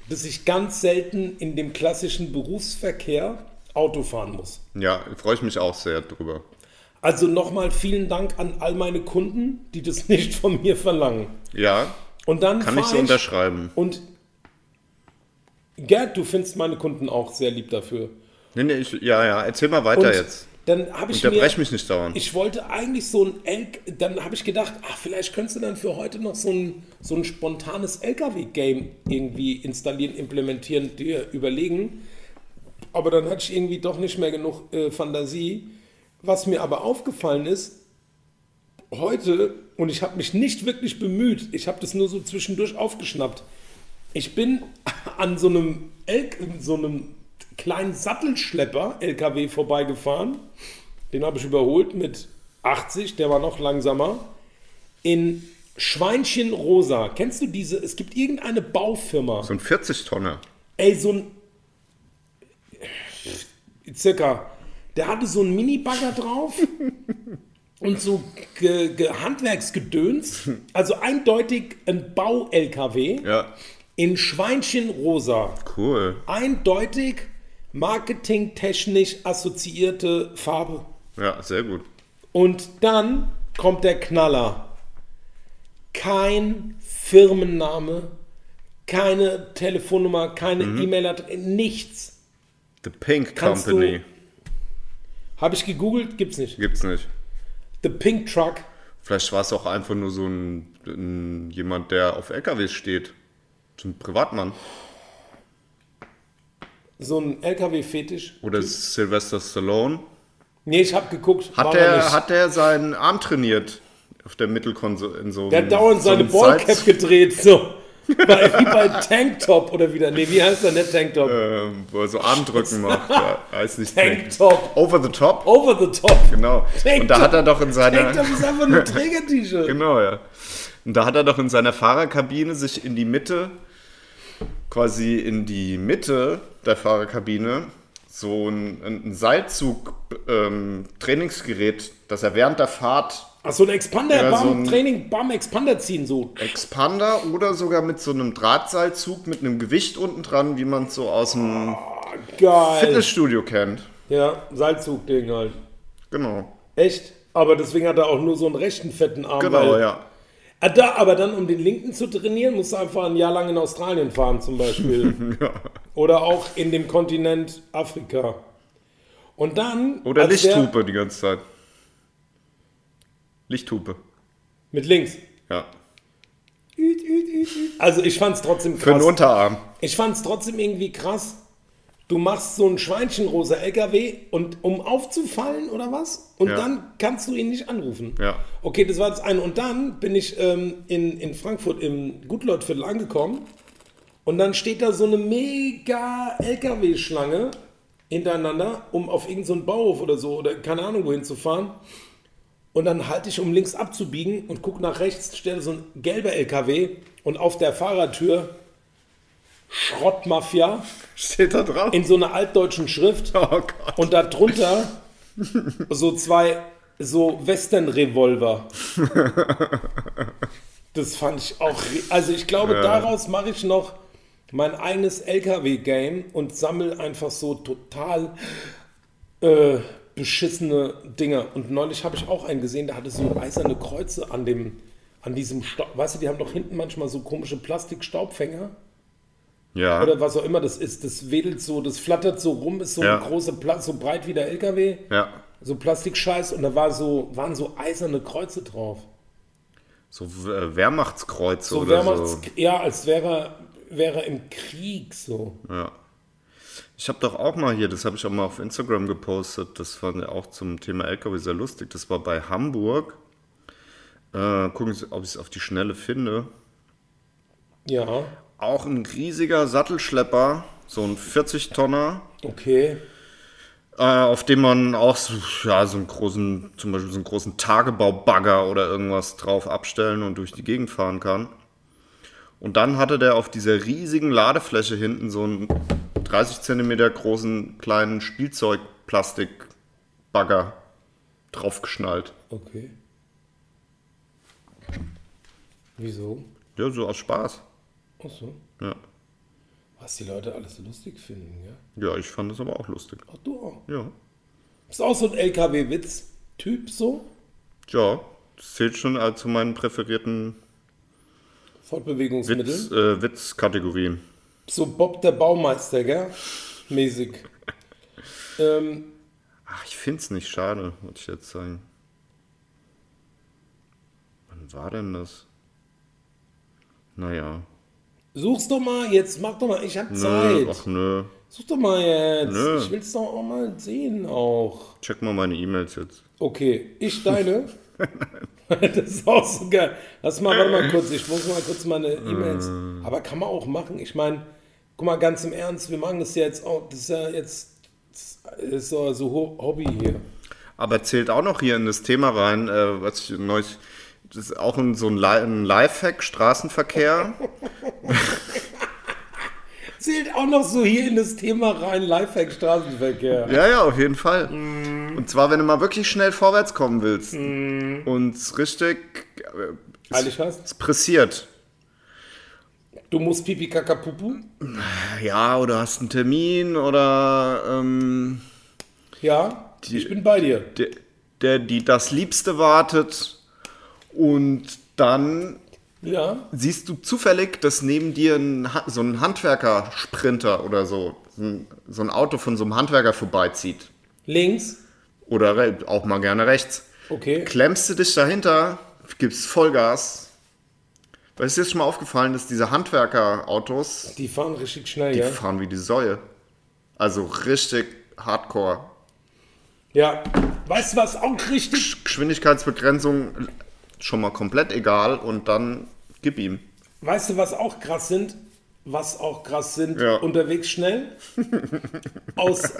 Speaker 2: dass ich ganz selten in dem klassischen Berufsverkehr Auto fahren muss.
Speaker 4: Ja, freue ich mich auch sehr drüber.
Speaker 2: Also nochmal vielen Dank an all meine Kunden, die das nicht von mir verlangen.
Speaker 4: Ja,
Speaker 2: Und dann
Speaker 4: kann
Speaker 2: fahr
Speaker 4: ich so unterschreiben.
Speaker 2: Und Gerd, du findest meine Kunden auch sehr lieb dafür.
Speaker 4: Nee, nee, ich, ja, ja, erzähl mal weiter
Speaker 2: Und
Speaker 4: jetzt.
Speaker 2: Dann habe ich mir,
Speaker 4: Unterbrech mich nicht dauernd.
Speaker 2: ich wollte eigentlich so ein, El dann habe ich gedacht, ach, vielleicht könntest du dann für heute noch so ein, so ein spontanes LKW-Game irgendwie installieren, implementieren, dir überlegen. Aber dann hatte ich irgendwie doch nicht mehr genug äh, Fantasie. Was mir aber aufgefallen ist, heute, und ich habe mich nicht wirklich bemüht, ich habe das nur so zwischendurch aufgeschnappt. Ich bin an so einem, El so einem kleinen Sattelschlepper LKW vorbeigefahren. Den habe ich überholt mit 80, der war noch langsamer. In Schweinchen Rosa. Kennst du diese? Es gibt irgendeine Baufirma.
Speaker 4: so ein 40-Tonner.
Speaker 2: Ey, so ein. Circa. Der hatte so einen Mini-Bagger drauf und so ge, ge Handwerksgedöns. Also eindeutig ein Bau-LKW
Speaker 4: Ja,
Speaker 2: in Schweinchenrosa.
Speaker 4: cool.
Speaker 2: Eindeutig marketingtechnisch assoziierte Farbe.
Speaker 4: Ja, sehr gut.
Speaker 2: Und dann kommt der Knaller. Kein Firmenname, keine Telefonnummer, keine
Speaker 4: Mhm.
Speaker 2: E-Mail-Adresse, nichts.
Speaker 4: The Pink
Speaker 2: Kannst du-
Speaker 4: Company.
Speaker 2: Habe ich gegoogelt, gibt's nicht.
Speaker 4: Gibt's nicht.
Speaker 2: The Pink Truck.
Speaker 4: Vielleicht war es auch einfach nur so ein, ein jemand, der auf LKWs steht. So ein Privatmann.
Speaker 2: So ein LKW-Fetisch.
Speaker 4: Oder ist Sylvester Stallone.
Speaker 2: Nee, ich habe geguckt. er
Speaker 4: Hat der,
Speaker 2: nicht.
Speaker 4: hat der seinen Arm trainiert auf der Mittelkonsole in so
Speaker 2: der
Speaker 4: einem-
Speaker 2: hat dauernd
Speaker 4: so
Speaker 2: seine
Speaker 4: einem
Speaker 2: Ballcap
Speaker 4: Side-
Speaker 2: gedreht, so. Bei, wie bei Tanktop oder wieder. Nee, wie heißt der? ne, Nicht Tanktop.
Speaker 4: ähm, wo er so Armdrücken macht. Ja, heißt nicht
Speaker 2: Tanktop.
Speaker 4: Over the top.
Speaker 2: Over the top.
Speaker 4: Genau. Und da
Speaker 2: Tanktop.
Speaker 4: hat er doch in seiner
Speaker 2: Tanktop ist einfach nur ein Träger-T-Shirt.
Speaker 4: Genau, ja. Und da hat er doch in seiner Fahrerkabine sich in die Mitte, quasi in die Mitte der Fahrerkabine, so ein, ein Seilzug-Trainingsgerät, das er während der Fahrt
Speaker 2: Ach, so ein Expander,
Speaker 4: Ja,
Speaker 2: bam,
Speaker 4: so ein-
Speaker 2: Training, bam, Expander ziehen, so.
Speaker 4: Expander oder sogar mit so einem Drahtseilzug mit einem Gewicht unten dran, wie man es so aus dem
Speaker 2: Geil.
Speaker 4: Fitnessstudio kennt.
Speaker 2: Ja, Seilzugding halt.
Speaker 4: Genau.
Speaker 2: Echt? Aber deswegen hat er auch nur so einen rechten fetten Arm.
Speaker 4: Genau,
Speaker 2: weil-
Speaker 4: ja.
Speaker 2: Ah, Da, aber dann, um den Linken zu trainieren, musst du einfach ein Jahr lang in Australien fahren, zum Beispiel. Oder auch in dem Kontinent Afrika. Und dann.
Speaker 4: Oder
Speaker 2: als der-
Speaker 4: Lichthupe die ganze Zeit. Lichthupe.
Speaker 2: Mit links.
Speaker 4: Ja.
Speaker 2: Also, ich fand's trotzdem
Speaker 4: Für den
Speaker 2: krass.
Speaker 4: Unterarm.
Speaker 2: Ich fand's trotzdem irgendwie krass. Du machst so ein schweinchenrosa LKW und um aufzufallen oder was? Und
Speaker 4: Ja.
Speaker 2: dann kannst du ihn nicht anrufen.
Speaker 4: Ja.
Speaker 2: Okay, das war das eine. Und dann bin ich ähm, in, in Frankfurt im Gutleutviertel angekommen und dann steht da so eine mega LKW-Schlange hintereinander, um auf irgendeinen so einen Bauhof oder so oder keine Ahnung wohin zu fahren. Und dann halte ich, um links abzubiegen und gucke nach rechts, stelle so ein gelber LKW und auf der Fahrertür Schrottmafia
Speaker 4: Steht da drauf.
Speaker 2: in so einer altdeutschen Schrift
Speaker 4: oh Gott.
Speaker 2: und darunter so zwei so Western-Revolver. Das fand ich auch. ri- Also ich glaube, daraus mache ich noch mein eigenes LKW-Game und sammle einfach so total äh, beschissene Dinge. Und neulich habe ich auch einen gesehen, der hatte so eiserne Kreuze an dem, an diesem Staub. Weißt du, die haben doch hinten manchmal so komische Plastikstaubfänger
Speaker 4: Ja.
Speaker 2: oder was auch immer das ist. Das wedelt so, das flattert so rum, ist so
Speaker 4: Ja.
Speaker 2: eine große, Pla so breit wie der LKW,
Speaker 4: ja.
Speaker 2: so Plastikscheiß und da war so, waren so eiserne Kreuze drauf.
Speaker 4: So äh, Wehrmachtskreuze
Speaker 2: So
Speaker 4: oder
Speaker 2: Wehrmachts,
Speaker 4: so.
Speaker 2: ja, als wäre er, wäre er im Krieg so.
Speaker 4: Ja. Ich habe doch auch mal hier, das habe ich auch mal auf Instagram gepostet, das fand ich auch zum Thema LKW sehr lustig. Das war bei Hamburg. Äh, gucken, Sie, ob ich es auf die Schnelle finde.
Speaker 2: Ja,
Speaker 4: Auch ein riesiger Sattelschlepper, so ein 40-Tonner,
Speaker 2: okay.
Speaker 4: äh, auf dem man auch so, ja, so einen großen, zum Beispiel so einen großen Tagebaubagger oder irgendwas drauf abstellen und durch die Gegend fahren kann. Und dann hatte der auf dieser riesigen Ladefläche hinten so einen 30 Zentimeter großen kleinen Spielzeugplastikbagger draufgeschnallt.
Speaker 2: Okay. Wieso?
Speaker 4: Ja, so aus Spaß.
Speaker 2: Ach so.
Speaker 4: Ja,
Speaker 2: Was die Leute alles so lustig finden, ja?
Speaker 4: ja ich fand das aber auch lustig.
Speaker 2: Ach du auch.
Speaker 4: Ja.
Speaker 2: Ist auch so ein LKW-Witz-Typ so?
Speaker 4: Ja, das zählt schon als zu meinen präferierten
Speaker 2: Fortbewegungsmittel?
Speaker 4: Witz, äh, Witzkategorien.
Speaker 2: So Bob der Baumeister, gell? Mäßig. ähm,
Speaker 4: Ach, ich find's nicht schade, wollte ich jetzt sagen. Wann war denn das? Naja.
Speaker 2: such's doch mal jetzt, mach doch mal, ich hab
Speaker 4: Nö,
Speaker 2: Zeit.
Speaker 4: ach nö.
Speaker 2: Such doch mal jetzt.
Speaker 4: Nö.
Speaker 2: Ich will's doch auch mal sehen auch.
Speaker 4: Check mal meine E-Mails jetzt.
Speaker 2: Okay, ich deine. das ist auch so geil. Lass mal, warte mal kurz, ich muss mal kurz
Speaker 4: Äh.
Speaker 2: meine E-Mails. Aber kann man auch machen. Ich meine, guck mal ganz im Ernst, wir machen das ja jetzt auch, das ist ja jetzt das ist so, so Ho- Hobby hier.
Speaker 4: Aber zählt auch noch hier in das Thema rein, äh, was ich neulich. Das ist auch ein, so ein, Li ein Lifehack, Straßenverkehr.
Speaker 2: Zählt auch noch so hier in das Thema rein, Lifehack Straßenverkehr.
Speaker 4: Ja, ja, auf jeden Fall. Und zwar, wenn du mal wirklich schnell vorwärts kommen willst und es richtig äh,
Speaker 2: Heilig hast.
Speaker 4: es pressiert.
Speaker 2: Du musst Pipi Kaka Pupu?
Speaker 4: Ja, oder hast einen Termin oder ähm,
Speaker 2: Ja, ich bin bei dir.
Speaker 4: der, der die das Liebste wartet und dann
Speaker 2: Ja,
Speaker 4: siehst du zufällig, dass neben dir ein, Ha- so ein Handwerker-Sprinter oder so, so ein- so ein Auto von so einem Handwerker vorbeizieht.
Speaker 2: links.
Speaker 4: Oder re- auch mal gerne rechts.
Speaker 2: Okay.
Speaker 4: Klemmst du dich dahinter, gibst Vollgas. Weil es ist dir schon mal aufgefallen, dass diese Handwerker-Autos,
Speaker 2: Die fahren richtig schnell,
Speaker 4: die
Speaker 2: ja?
Speaker 4: fahren wie die Säue. Also richtig hardcore.
Speaker 2: Ja. Weißt du, was auch richtig.
Speaker 4: Geschwindigkeitsbegrenzung schon mal komplett egal und dann gib ihm.
Speaker 2: Weißt du, was auch krass sind? Was auch krass sind?
Speaker 4: Ja.
Speaker 2: Unterwegs schnell. Aus.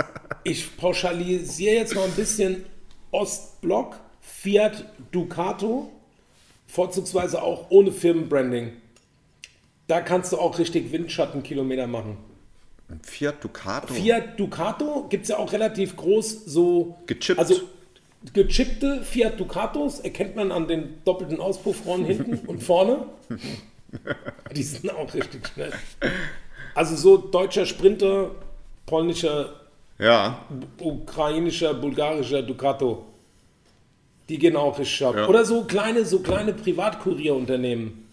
Speaker 2: Ich pauschalisiere jetzt mal ein bisschen Ostblock, Fiat Ducato. Vorzugsweise auch ohne Firmenbranding. Da kannst du auch richtig Windschattenkilometer machen.
Speaker 4: Fiat Ducato.
Speaker 2: Fiat Ducato gibt es ja auch relativ groß, so.
Speaker 4: Gechippt.
Speaker 2: Also gechippte Fiat Ducatos erkennt man an den doppelten Auspuffrohren hinten und vorne. Die sind auch richtig schnell. Also so deutscher Sprinter, polnischer,
Speaker 4: Ja,
Speaker 2: ukrainischer, bulgarischer Ducato. Die genau gehen auch richtig ab.
Speaker 4: Ja.
Speaker 2: Oder so kleine, so kleine Privatkurierunternehmen.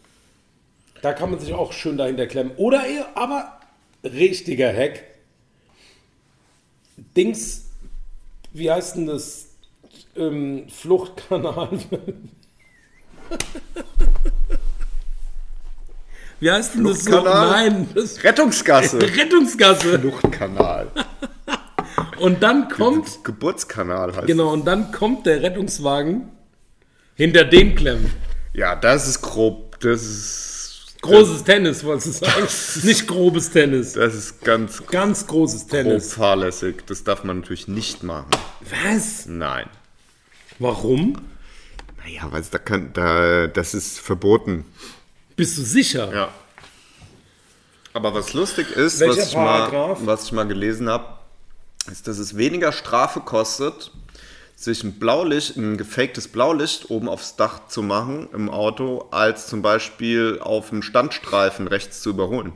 Speaker 2: Da kann man sich auch schön dahinter klemmen. Oder eher, aber richtiger Hack. Dings, wie heißt denn das? Ähm, Fluchtkanal. wie heißt denn das? so?
Speaker 4: Fluchtkanal?
Speaker 2: Nein, das
Speaker 4: Rettungsgasse.
Speaker 2: Rettungsgasse.
Speaker 4: Fluchtkanal.
Speaker 2: Und dann kommt
Speaker 4: Geburtskanal heißt
Speaker 2: Genau, und dann kommt der Rettungswagen hinter dem klemmen.
Speaker 4: Ja, das ist grob. Das ist.
Speaker 2: Großes Tennis, wolltest du sagen. Nicht grobes Tennis.
Speaker 4: Das ist ganz grob
Speaker 2: Ganz großes Tennis.
Speaker 4: fahrlässig. Das darf man natürlich nicht machen.
Speaker 2: Was?
Speaker 4: Nein.
Speaker 2: Warum?
Speaker 4: Naja, weil es da kann. Da, das ist verboten.
Speaker 2: Bist du sicher?
Speaker 4: Ja. Aber was lustig ist,
Speaker 2: Welcher
Speaker 4: was ich, mal,
Speaker 2: Paragraph?
Speaker 4: was ich mal gelesen habe, ist, dass es weniger Strafe kostet, sich ein Blaulicht, ein gefaktes Blaulicht oben aufs Dach zu machen im Auto, als zum Beispiel auf dem Standstreifen rechts zu überholen.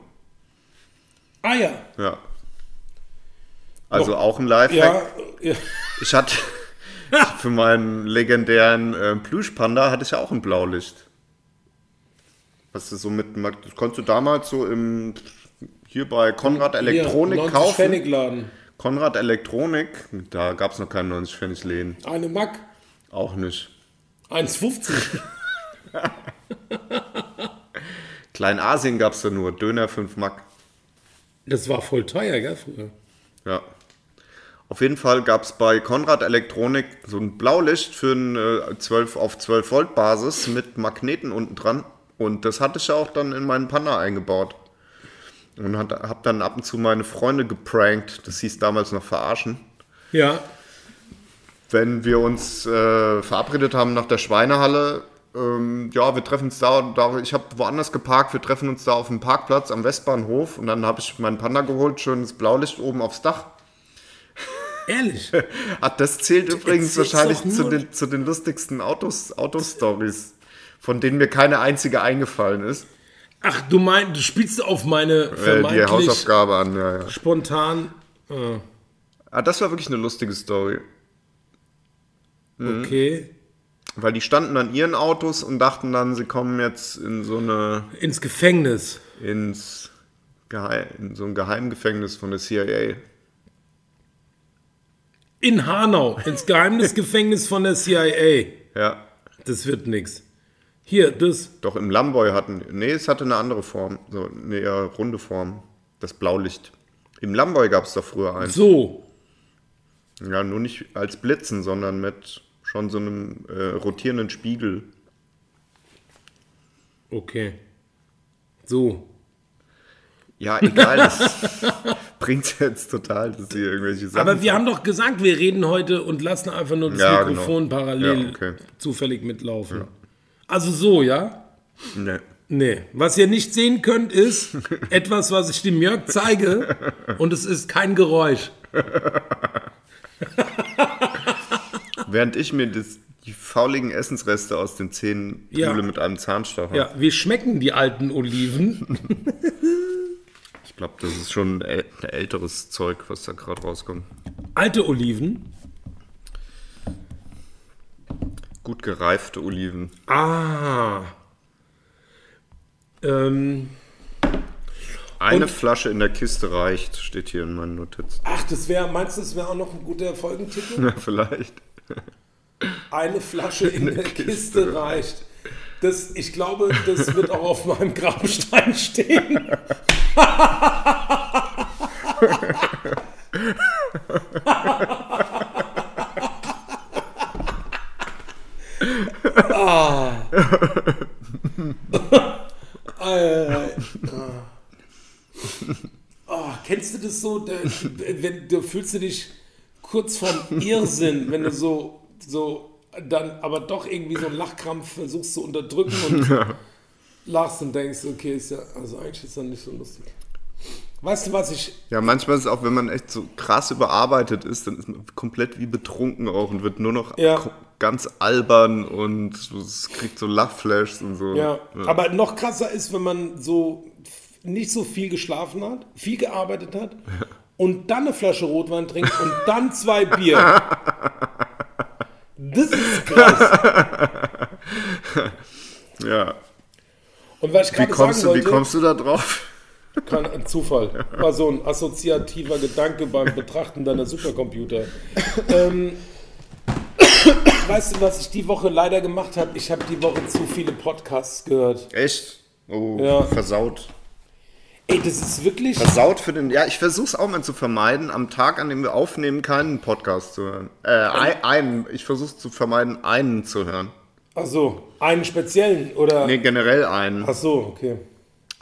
Speaker 2: Ah ja.
Speaker 4: Ja. Also auch ein Lifehack.
Speaker 2: Ja, ja.
Speaker 4: Ich hatte für meinen legendären äh, Plüschpanda hatte ich ja auch ein Blaulicht. Was du so mit, das konntest du damals so im hier bei Konrad Elektronik
Speaker 2: Hier, 90
Speaker 4: kaufen.
Speaker 2: Pfennig Laden.
Speaker 4: Konrad Elektronik, da gab es noch keine 90 Pfennig Läden.
Speaker 2: Eine Mack.
Speaker 4: Auch nicht.
Speaker 2: 1,50.
Speaker 4: Kleinasien gab es da nur, Döner 5 Mack.
Speaker 2: Das war voll teuer, gell, früher.
Speaker 4: Ja. Auf jeden Fall gab es bei Konrad Elektronik so ein Blaulicht für eine 12 auf 12 Volt Basis mit Magneten unten dran. Und das hatte ich ja auch dann in meinen Panda eingebaut. Und habe dann ab und zu meine Freunde geprankt. Das hieß damals noch verarschen.
Speaker 2: Ja.
Speaker 4: Wenn wir uns äh, verabredet haben nach der Schweinehalle, ähm, ja, wir treffen uns da, und da ich habe woanders geparkt, wir treffen uns da auf dem Parkplatz am Westbahnhof. Und dann habe ich meinen Panda geholt, schönes Blaulicht oben aufs Dach.
Speaker 2: Ehrlich.
Speaker 4: Ah, das zählt übrigens
Speaker 2: ist
Speaker 4: wahrscheinlich
Speaker 2: doch nur-
Speaker 4: zu den, zu den lustigsten Autos, Autostories, von denen mir keine einzige eingefallen ist.
Speaker 2: Ach, du meinst, du spielst auf meine
Speaker 4: Äh, die
Speaker 2: vermeintlich
Speaker 4: Hausaufgabe an, ja, ja.
Speaker 2: spontan. Ah,
Speaker 4: Ah, das war wirklich eine lustige Story.
Speaker 2: okay.
Speaker 4: Weil die standen an ihren Autos und dachten dann, sie kommen jetzt in so eine,
Speaker 2: Ins Gefängnis.
Speaker 4: ins Geheim, in so ein Geheimgefängnis von der CIA.
Speaker 2: In Hanau, ins Geheimnisgefängnis von der CIA.
Speaker 4: Ja.
Speaker 2: Das wird nix. Hier, das.
Speaker 4: Doch im Lamboy hatten. Nee, es hatte eine andere Form. So eine eher runde Form. Das Blaulicht. Im Lamboy gab es doch früher eins.
Speaker 2: So.
Speaker 4: Ja, nur nicht als Blitzen, sondern mit schon so einem äh, rotierenden Spiegel.
Speaker 2: Okay. So.
Speaker 4: Ja, egal, das bringt jetzt total, dass hier irgendwelche Sachen.
Speaker 2: Aber wir haben doch gesagt, wir reden heute und lassen einfach nur das
Speaker 4: Ja,
Speaker 2: Mikrofon
Speaker 4: genau.
Speaker 2: parallel
Speaker 4: Ja, okay.
Speaker 2: zufällig mitlaufen. Also so, ja?
Speaker 4: Nee.
Speaker 2: Nee. Was ihr nicht sehen könnt, ist etwas, was ich dem Jörg zeige und es ist kein Geräusch.
Speaker 4: Während ich mir das, die fauligen Essensreste aus den Zähnen
Speaker 2: Ja.
Speaker 4: pule mit einem Zahnstocher.
Speaker 2: Ja, wir schmecken die alten Oliven.
Speaker 4: Ich glaube, das ist schon äl ein älteres Zeug, was da gerade rauskommt.
Speaker 2: Alte Oliven.
Speaker 4: Gut gereifte Oliven.
Speaker 2: Ah. Ähm,
Speaker 4: Eine Flasche in der Kiste reicht, steht hier in meinen Notizen.
Speaker 2: ach, das wäre, meinst du, das wäre auch noch ein guter Folgentitel?
Speaker 4: Ja, vielleicht.
Speaker 2: eine Flasche in der Kiste,
Speaker 4: Kiste
Speaker 2: reicht. Das, ich glaube, das wird auch auf meinem Grabstein stehen. Ah. ah. Ei, ei, ei. ah. Ah, kennst du das so? Da, wenn, da fühlst du dich kurz vorm Irrsinn, wenn du so, so dann aber doch irgendwie so einen Lachkrampf versuchst zu unterdrücken und lachst und denkst, okay, ist ja, also eigentlich ist das nicht so lustig. Weißt du, was ich.
Speaker 4: Ja, manchmal ist es auch, wenn man echt so krass überarbeitet ist, dann ist man komplett wie betrunken auch und wird nur noch
Speaker 2: Ja.
Speaker 4: ko- ganz albern und es kriegt so Lachflashs und so.
Speaker 2: Ja, aber noch krasser ist, wenn man so f- nicht so viel geschlafen hat, viel gearbeitet hat und dann eine Flasche Rotwein trinkt und dann zwei Bier. Das ist direkt raus.
Speaker 4: Ja.
Speaker 2: Und was ich
Speaker 4: Wie
Speaker 2: gerade
Speaker 4: kommst,
Speaker 2: sagen
Speaker 4: du, wie
Speaker 2: wollte,
Speaker 4: kommst du da drauf?
Speaker 2: kann ein Zufall. War so ein assoziativer Gedanke beim Betrachten deiner Supercomputer. Ähm, weißt du, was ich die Woche leider gemacht habe? Ich habe die Woche zu viele Podcasts gehört.
Speaker 4: Echt? Oh,
Speaker 2: Ja.
Speaker 4: versaut.
Speaker 2: Ey, das ist wirklich...
Speaker 4: Versaut für den. Ja, ich versuch's auch mal zu vermeiden, am Tag, an dem wir aufnehmen, keinen Podcast zu hören. Äh, ein, einen. Ich versuch's zu vermeiden, einen zu hören.
Speaker 2: Ach so, einen speziellen oder...
Speaker 4: Nee, generell einen.
Speaker 2: Ach so, okay.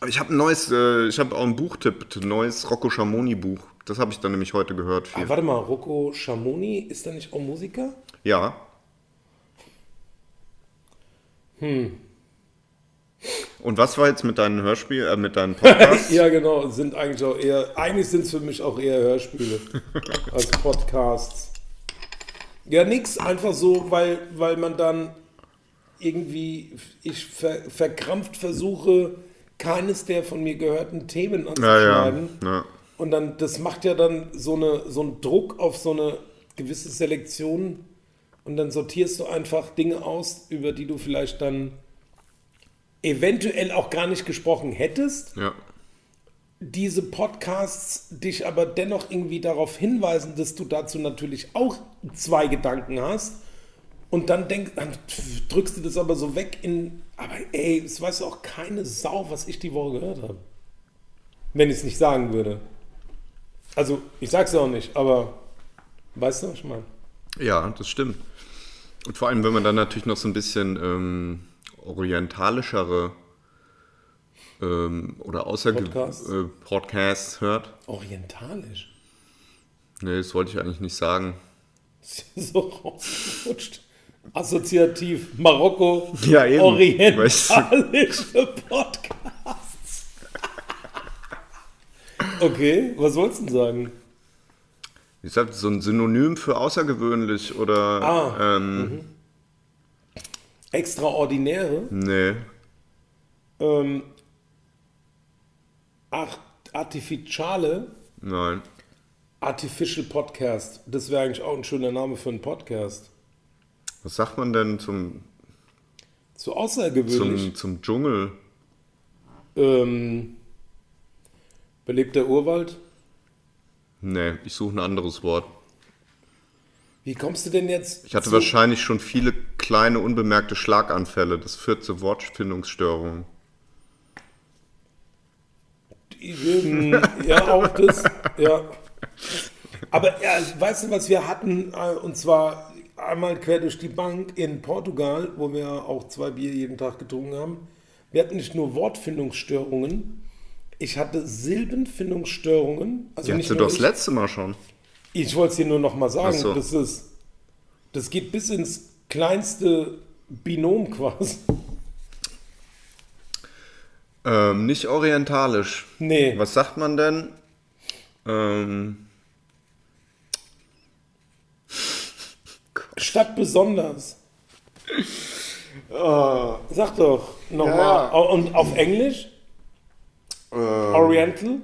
Speaker 4: Ich habe ein neues, äh, ich habe auch einen Buchtipp, ein neues Rocco Schamoni Buch. Das habe ich dann nämlich heute gehört. Viel.
Speaker 2: Ah, warte mal, Rocco Schamoni, ist der nicht auch Musiker?
Speaker 4: Ja. Hm. Und was war jetzt mit deinen Hörspiel, äh, mit deinen Podcasts?
Speaker 2: Ja, genau, sind eigentlich auch eher, eigentlich sind es für mich auch eher Hörspiele als Podcasts. Ja, nix, einfach so, weil, weil man dann irgendwie, ich ver, verkrampft versuche, keines der von mir gehörten Themen
Speaker 4: ja, ja,
Speaker 2: anzuschneiden.
Speaker 4: ja.
Speaker 2: Und dann, das macht ja dann so, eine, so einen Druck auf so eine gewisse Selektion. Und dann sortierst du einfach Dinge aus, über die du vielleicht dann eventuell auch gar nicht gesprochen hättest.
Speaker 4: Ja.
Speaker 2: Diese Podcasts dich aber dennoch irgendwie darauf hinweisen, dass du dazu natürlich auch zwei Gedanken hast. Und dann, denk, dann drückst du das aber so weg in. Aber ey, es weiß auch keine Sau, was ich die Woche gehört habe. Wenn ich es nicht sagen würde. Also, ich sag's ja auch nicht, aber weißt du, was ich meine?
Speaker 4: Ja, das stimmt. Und vor allem, wenn man dann natürlich noch so ein bisschen ähm, orientalischere ähm, oder
Speaker 2: Podcasts?
Speaker 4: außergewöhnliche äh, Podcasts hört.
Speaker 2: Orientalisch.
Speaker 4: Nee, das wollte ich eigentlich nicht sagen.
Speaker 2: so rausgerutscht. Assoziativ Marokko,
Speaker 4: Ja, eben.
Speaker 2: orientalische Podcasts. Okay, was wolltest du denn sagen?
Speaker 4: Ich sag, so ein Synonym für außergewöhnlich oder.
Speaker 2: Ah.
Speaker 4: ähm,
Speaker 2: Extraordinäre?
Speaker 4: Nee.
Speaker 2: Ähm, art artificiale?
Speaker 4: Nein.
Speaker 2: Artificial Podcast. Das wäre eigentlich auch ein schöner Name für einen Podcast.
Speaker 4: Was sagt man denn zum,
Speaker 2: So außergewöhnlich.
Speaker 4: zum, zum Dschungel?
Speaker 2: Ähm, belebter Urwald?
Speaker 4: Nee, ich suche ein anderes Wort.
Speaker 2: Wie kommst du denn jetzt?
Speaker 4: Ich hatte
Speaker 2: zu-
Speaker 4: wahrscheinlich schon viele kleine, unbemerkte Schlaganfälle. Das führt zu Wortfindungsstörungen.
Speaker 2: Ähm, ja, auch das. Ja. Aber ja, weißt du, was wir hatten? Äh, Und zwar einmal quer durch die Bank in Portugal, wo wir auch zwei Bier jeden Tag getrunken haben. Wir hatten nicht nur Wortfindungsstörungen, ich hatte Silbenfindungsstörungen. Also
Speaker 4: Die
Speaker 2: nicht
Speaker 4: hatte
Speaker 2: nur
Speaker 4: doch das
Speaker 2: ich.
Speaker 4: letzte Mal schon.
Speaker 2: Ich wollte es dir nur noch mal sagen,
Speaker 4: Ach so.
Speaker 2: das ist, das geht bis ins kleinste Binom quasi.
Speaker 4: Ähm, nicht orientalisch.
Speaker 2: Nee.
Speaker 4: Was sagt man denn? Ähm,
Speaker 2: Stadt besonders.
Speaker 4: Äh.
Speaker 2: Sag doch nochmal.
Speaker 4: Ja. Ähm.
Speaker 2: Au- Und auf Englisch? Oriental?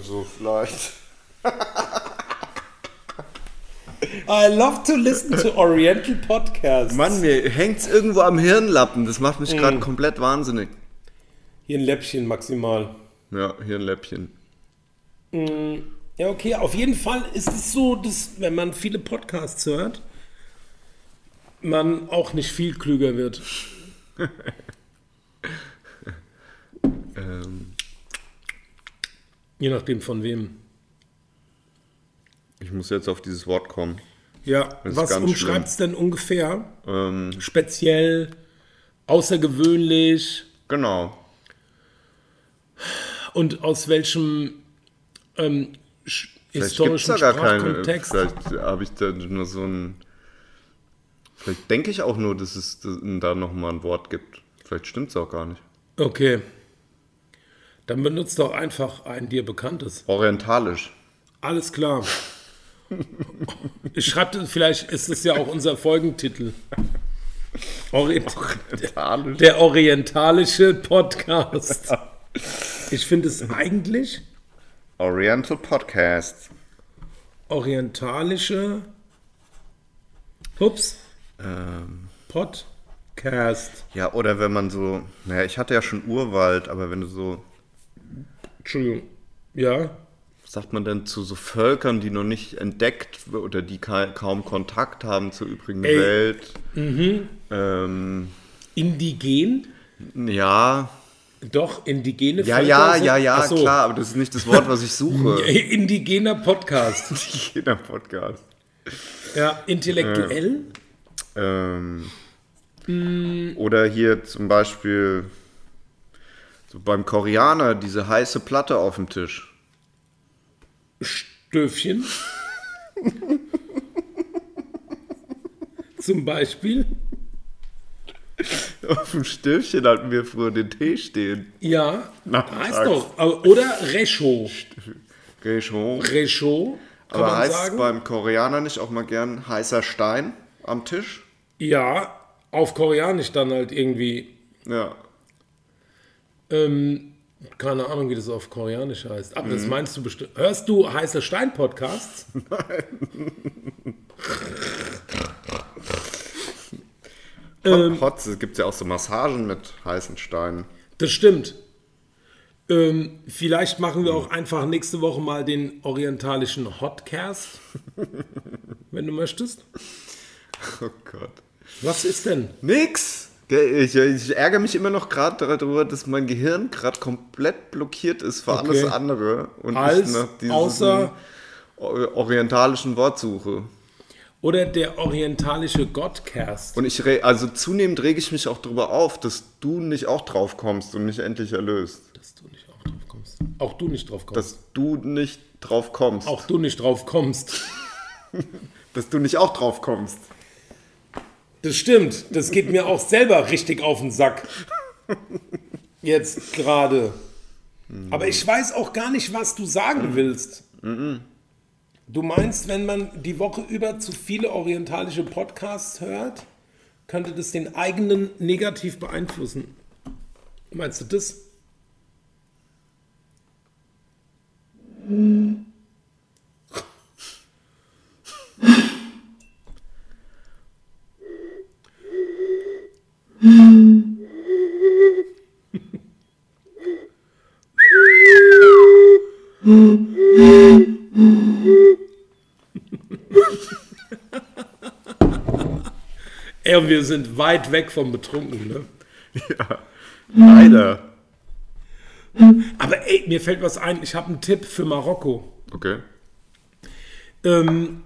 Speaker 4: so vielleicht.
Speaker 2: I love to listen to Oriental Podcasts.
Speaker 4: Mann, mir hängt's irgendwo am Hirnlappen. Das macht mich gerade komplett wahnsinnig.
Speaker 2: Hier ein Läppchen maximal.
Speaker 4: Ja, Hirnläppchen.
Speaker 2: Ja, okay, auf jeden Fall ist es so, dass wenn man viele Podcasts hört, man auch nicht viel klüger wird.
Speaker 4: Ähm,
Speaker 2: Je nachdem von wem.
Speaker 4: ich muss jetzt auf dieses Wort kommen.
Speaker 2: Ja,
Speaker 4: ist
Speaker 2: was
Speaker 4: ganz Ähm.
Speaker 2: umschreibt es denn ungefähr? Speziell, außergewöhnlich
Speaker 4: Genau.
Speaker 2: und aus welchem ähm, sch-
Speaker 4: Vielleicht gibt's
Speaker 2: historischen
Speaker 4: da gar keine.
Speaker 2: Sprachkontext?
Speaker 4: Vielleicht habe ich da nur so ein. Vielleicht denke ich auch nur, dass es da nochmal ein Wort gibt. Vielleicht stimmt's auch gar nicht.
Speaker 2: okay. Dann benutzt doch einfach ein dir bekanntes.
Speaker 4: Orientalisch.
Speaker 2: Alles klar. Schreibt, vielleicht ist es ja auch unser Folgentitel. Ori
Speaker 4: Orientalisch?
Speaker 2: Der orientalische Podcast. Ich finde es eigentlich
Speaker 4: Oriental Podcast.
Speaker 2: orientalische. Ups.
Speaker 4: Ähm,
Speaker 2: Podcast.
Speaker 4: Ja, oder wenn man so, naja, ich hatte ja schon Urwald, aber wenn du so,
Speaker 2: Entschuldigung. Ja.
Speaker 4: was sagt man denn zu so Völkern, die noch nicht entdeckt oder die ka kaum Kontakt haben zur übrigen
Speaker 2: Ey. Mhm.
Speaker 4: Welt. Ähm,
Speaker 2: Indigen?
Speaker 4: ja,
Speaker 2: Doch, indigene
Speaker 4: ja,
Speaker 2: Völker
Speaker 4: ja,
Speaker 2: sind-
Speaker 4: ja, ja,
Speaker 2: Ach so.
Speaker 4: klar, aber das ist nicht das Wort, was ich suche.
Speaker 2: Indigener Podcast.
Speaker 4: Jeder Podcast.
Speaker 2: ja, intellektuell?
Speaker 4: Ähm,
Speaker 2: Hm.
Speaker 4: Oder hier zum Beispiel so beim Koreaner diese heiße Platte auf dem Tisch.
Speaker 2: Stöfchen. Zum Beispiel.
Speaker 4: Auf dem Stöfchen hatten wir früher den Tee stehen.
Speaker 2: Ja,
Speaker 4: Nachmittags.
Speaker 2: heißt doch. aber- Oder Resho.
Speaker 4: Gehschon.
Speaker 2: Resho, kann
Speaker 4: Aber
Speaker 2: man
Speaker 4: heißt es
Speaker 2: sagen.
Speaker 4: beim Koreaner nicht auch mal gern heißer Stein am Tisch?
Speaker 2: Ja, auf Koreanisch dann halt irgendwie.
Speaker 4: Ja.
Speaker 2: Ähm, keine Ahnung, wie das auf Koreanisch heißt. Aber
Speaker 4: Mhm.
Speaker 2: das meinst du bestimmt. Hörst du heiße Stein-Podcasts?
Speaker 4: Ähm, Hotz, es gibt ja auch so Massagen mit heißen Steinen.
Speaker 2: Das stimmt. Ähm, vielleicht machen wir auch einfach nächste Woche mal den orientalischen Hotcast. wenn du möchtest.
Speaker 4: Oh Gott.
Speaker 2: Was ist denn?
Speaker 4: Nix! Gell, Ich, ich ärgere mich immer noch gerade darüber, dass mein Gehirn gerade komplett blockiert ist für
Speaker 2: Okay.
Speaker 4: alles andere und
Speaker 2: Als,
Speaker 4: ich nach diesem
Speaker 2: außer-
Speaker 4: or- orientalischen Wort suche.
Speaker 2: Oder der orientalische Gottcast.
Speaker 4: Und ich re also zunehmend rege ich mich auch darüber auf, dass du nicht auch drauf kommst und mich endlich erlöst.
Speaker 2: Dass du nicht auch drauf kommst. Auch du nicht drauf kommst.
Speaker 4: Dass du nicht drauf kommst.
Speaker 2: auch du nicht drauf kommst.
Speaker 4: Dass du nicht auch drauf kommst.
Speaker 2: Das stimmt. Das geht mir auch selber richtig auf den Sack. Jetzt gerade. Aber ich weiß auch gar nicht, was du sagen willst. Du meinst, wenn man die Woche über zu viele orientalische Podcasts hört, könnte das den eigenen negativ beeinflussen. Meinst du das? Ey, und wir sind weit weg vom Betrunken, ne?
Speaker 4: Leider.
Speaker 2: Aber ey, mir fällt was ein. Ich habe einen Tipp für Marokko.
Speaker 4: Okay.
Speaker 2: Ähm,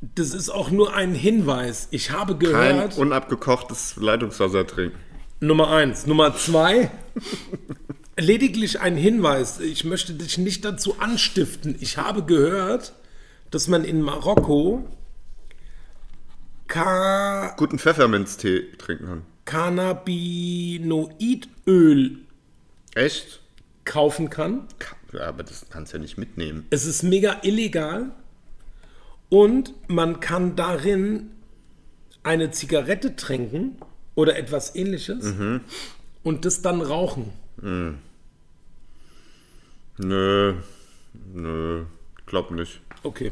Speaker 2: das ist auch nur ein Hinweis. Ich habe
Speaker 4: Kein
Speaker 2: gehört.
Speaker 4: unabgekochtes Leitungswasser trinken.
Speaker 2: Nummer eins. Nummer zwei. lediglich ein Hinweis. Ich möchte dich nicht dazu anstiften. Ich habe gehört, dass man in Marokko Ka
Speaker 4: Guten Pfefferminztee trinken kann.
Speaker 2: Cannabinoidöl
Speaker 4: Echt?
Speaker 2: kaufen kann.
Speaker 4: Ka- Ja, aber das kannst du ja nicht mitnehmen.
Speaker 2: Es ist mega illegal und man kann darin eine Zigarette trinken oder etwas ähnliches und das dann rauchen.
Speaker 4: Nö. Nö. Glaub nicht.
Speaker 2: Okay.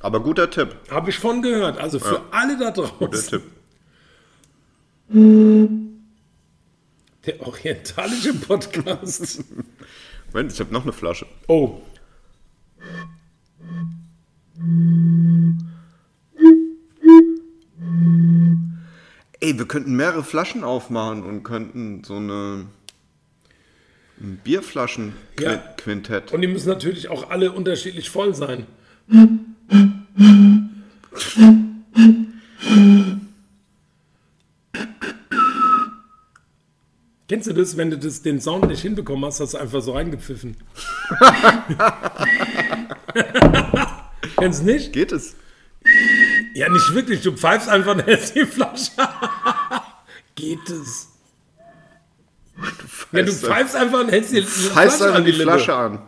Speaker 4: Aber guter Tipp.
Speaker 2: Habe ich von gehört. Also für alle da
Speaker 4: Guter
Speaker 2: draußen.
Speaker 4: Tipp.
Speaker 2: Der orientalische Podcast.
Speaker 4: Moment, ich habe noch eine Flasche.
Speaker 2: oh.
Speaker 4: Ey, wir könnten mehrere Flaschen aufmachen und könnten so eine ein
Speaker 2: Ja.
Speaker 4: Bierflaschen-Quintett.
Speaker 2: Und die müssen natürlich auch alle unterschiedlich voll sein. Kennst du das, wenn du das, den Sound nicht hinbekommen hast, hast du einfach so reingepfiffen? Kennst du nicht?
Speaker 4: Geht es?
Speaker 2: Ja, nicht wirklich. Du pfeifst einfach und hältst die Flasche. Geht es? Ja, du pfeifst einfach und hältst die
Speaker 4: Heißt
Speaker 2: Flasche
Speaker 4: einfach
Speaker 2: an die
Speaker 4: die
Speaker 2: Lippe.
Speaker 4: Flasche an.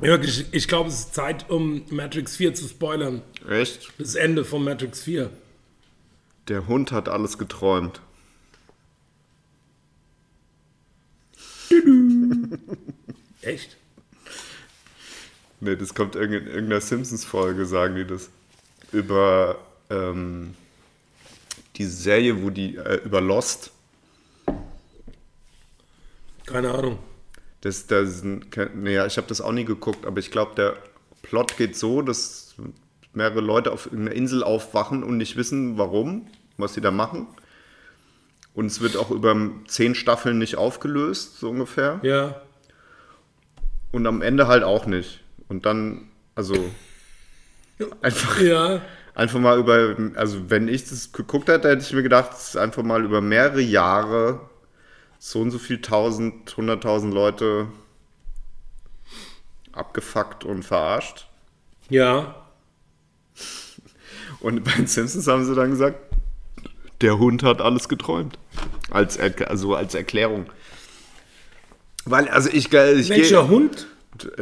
Speaker 2: Wirklich, ich glaube, es ist Zeit, um Matrix 4 zu spoilern.
Speaker 4: Echt?
Speaker 2: Das Ende von Matrix 4.
Speaker 4: Der Hund hat alles geträumt.
Speaker 2: Echt?
Speaker 4: Nee, das kommt irg- in irgendeiner Simpsons-Folge, sagen die das. Über ähm, die Serie, wo die, äh, über Lost.
Speaker 2: Keine Ahnung.
Speaker 4: Das, das, nee, ja, ich habe das auch nie geguckt, aber ich glaube, der Plot geht so, dass mehrere Leute auf irgendeiner Insel aufwachen und nicht wissen, warum, was sie da machen. Und es wird auch über zehn Staffeln nicht aufgelöst, so ungefähr.
Speaker 2: Ja.
Speaker 4: Und am Ende halt auch nicht. Und dann, also, einfach,
Speaker 2: Ja.
Speaker 4: einfach mal über, also wenn ich das geguckt hätte, hätte ich mir gedacht, es ist einfach mal über mehrere Jahre so und so viel tausend, hunderttausend Leute abgefuckt und verarscht.
Speaker 2: Ja.
Speaker 4: Und bei den Simpsons haben sie dann gesagt, der Hund hat alles geträumt. Als, Er- also als Erklärung. Weil, also ich, ich
Speaker 2: Welcher
Speaker 4: gehe.
Speaker 2: Hund?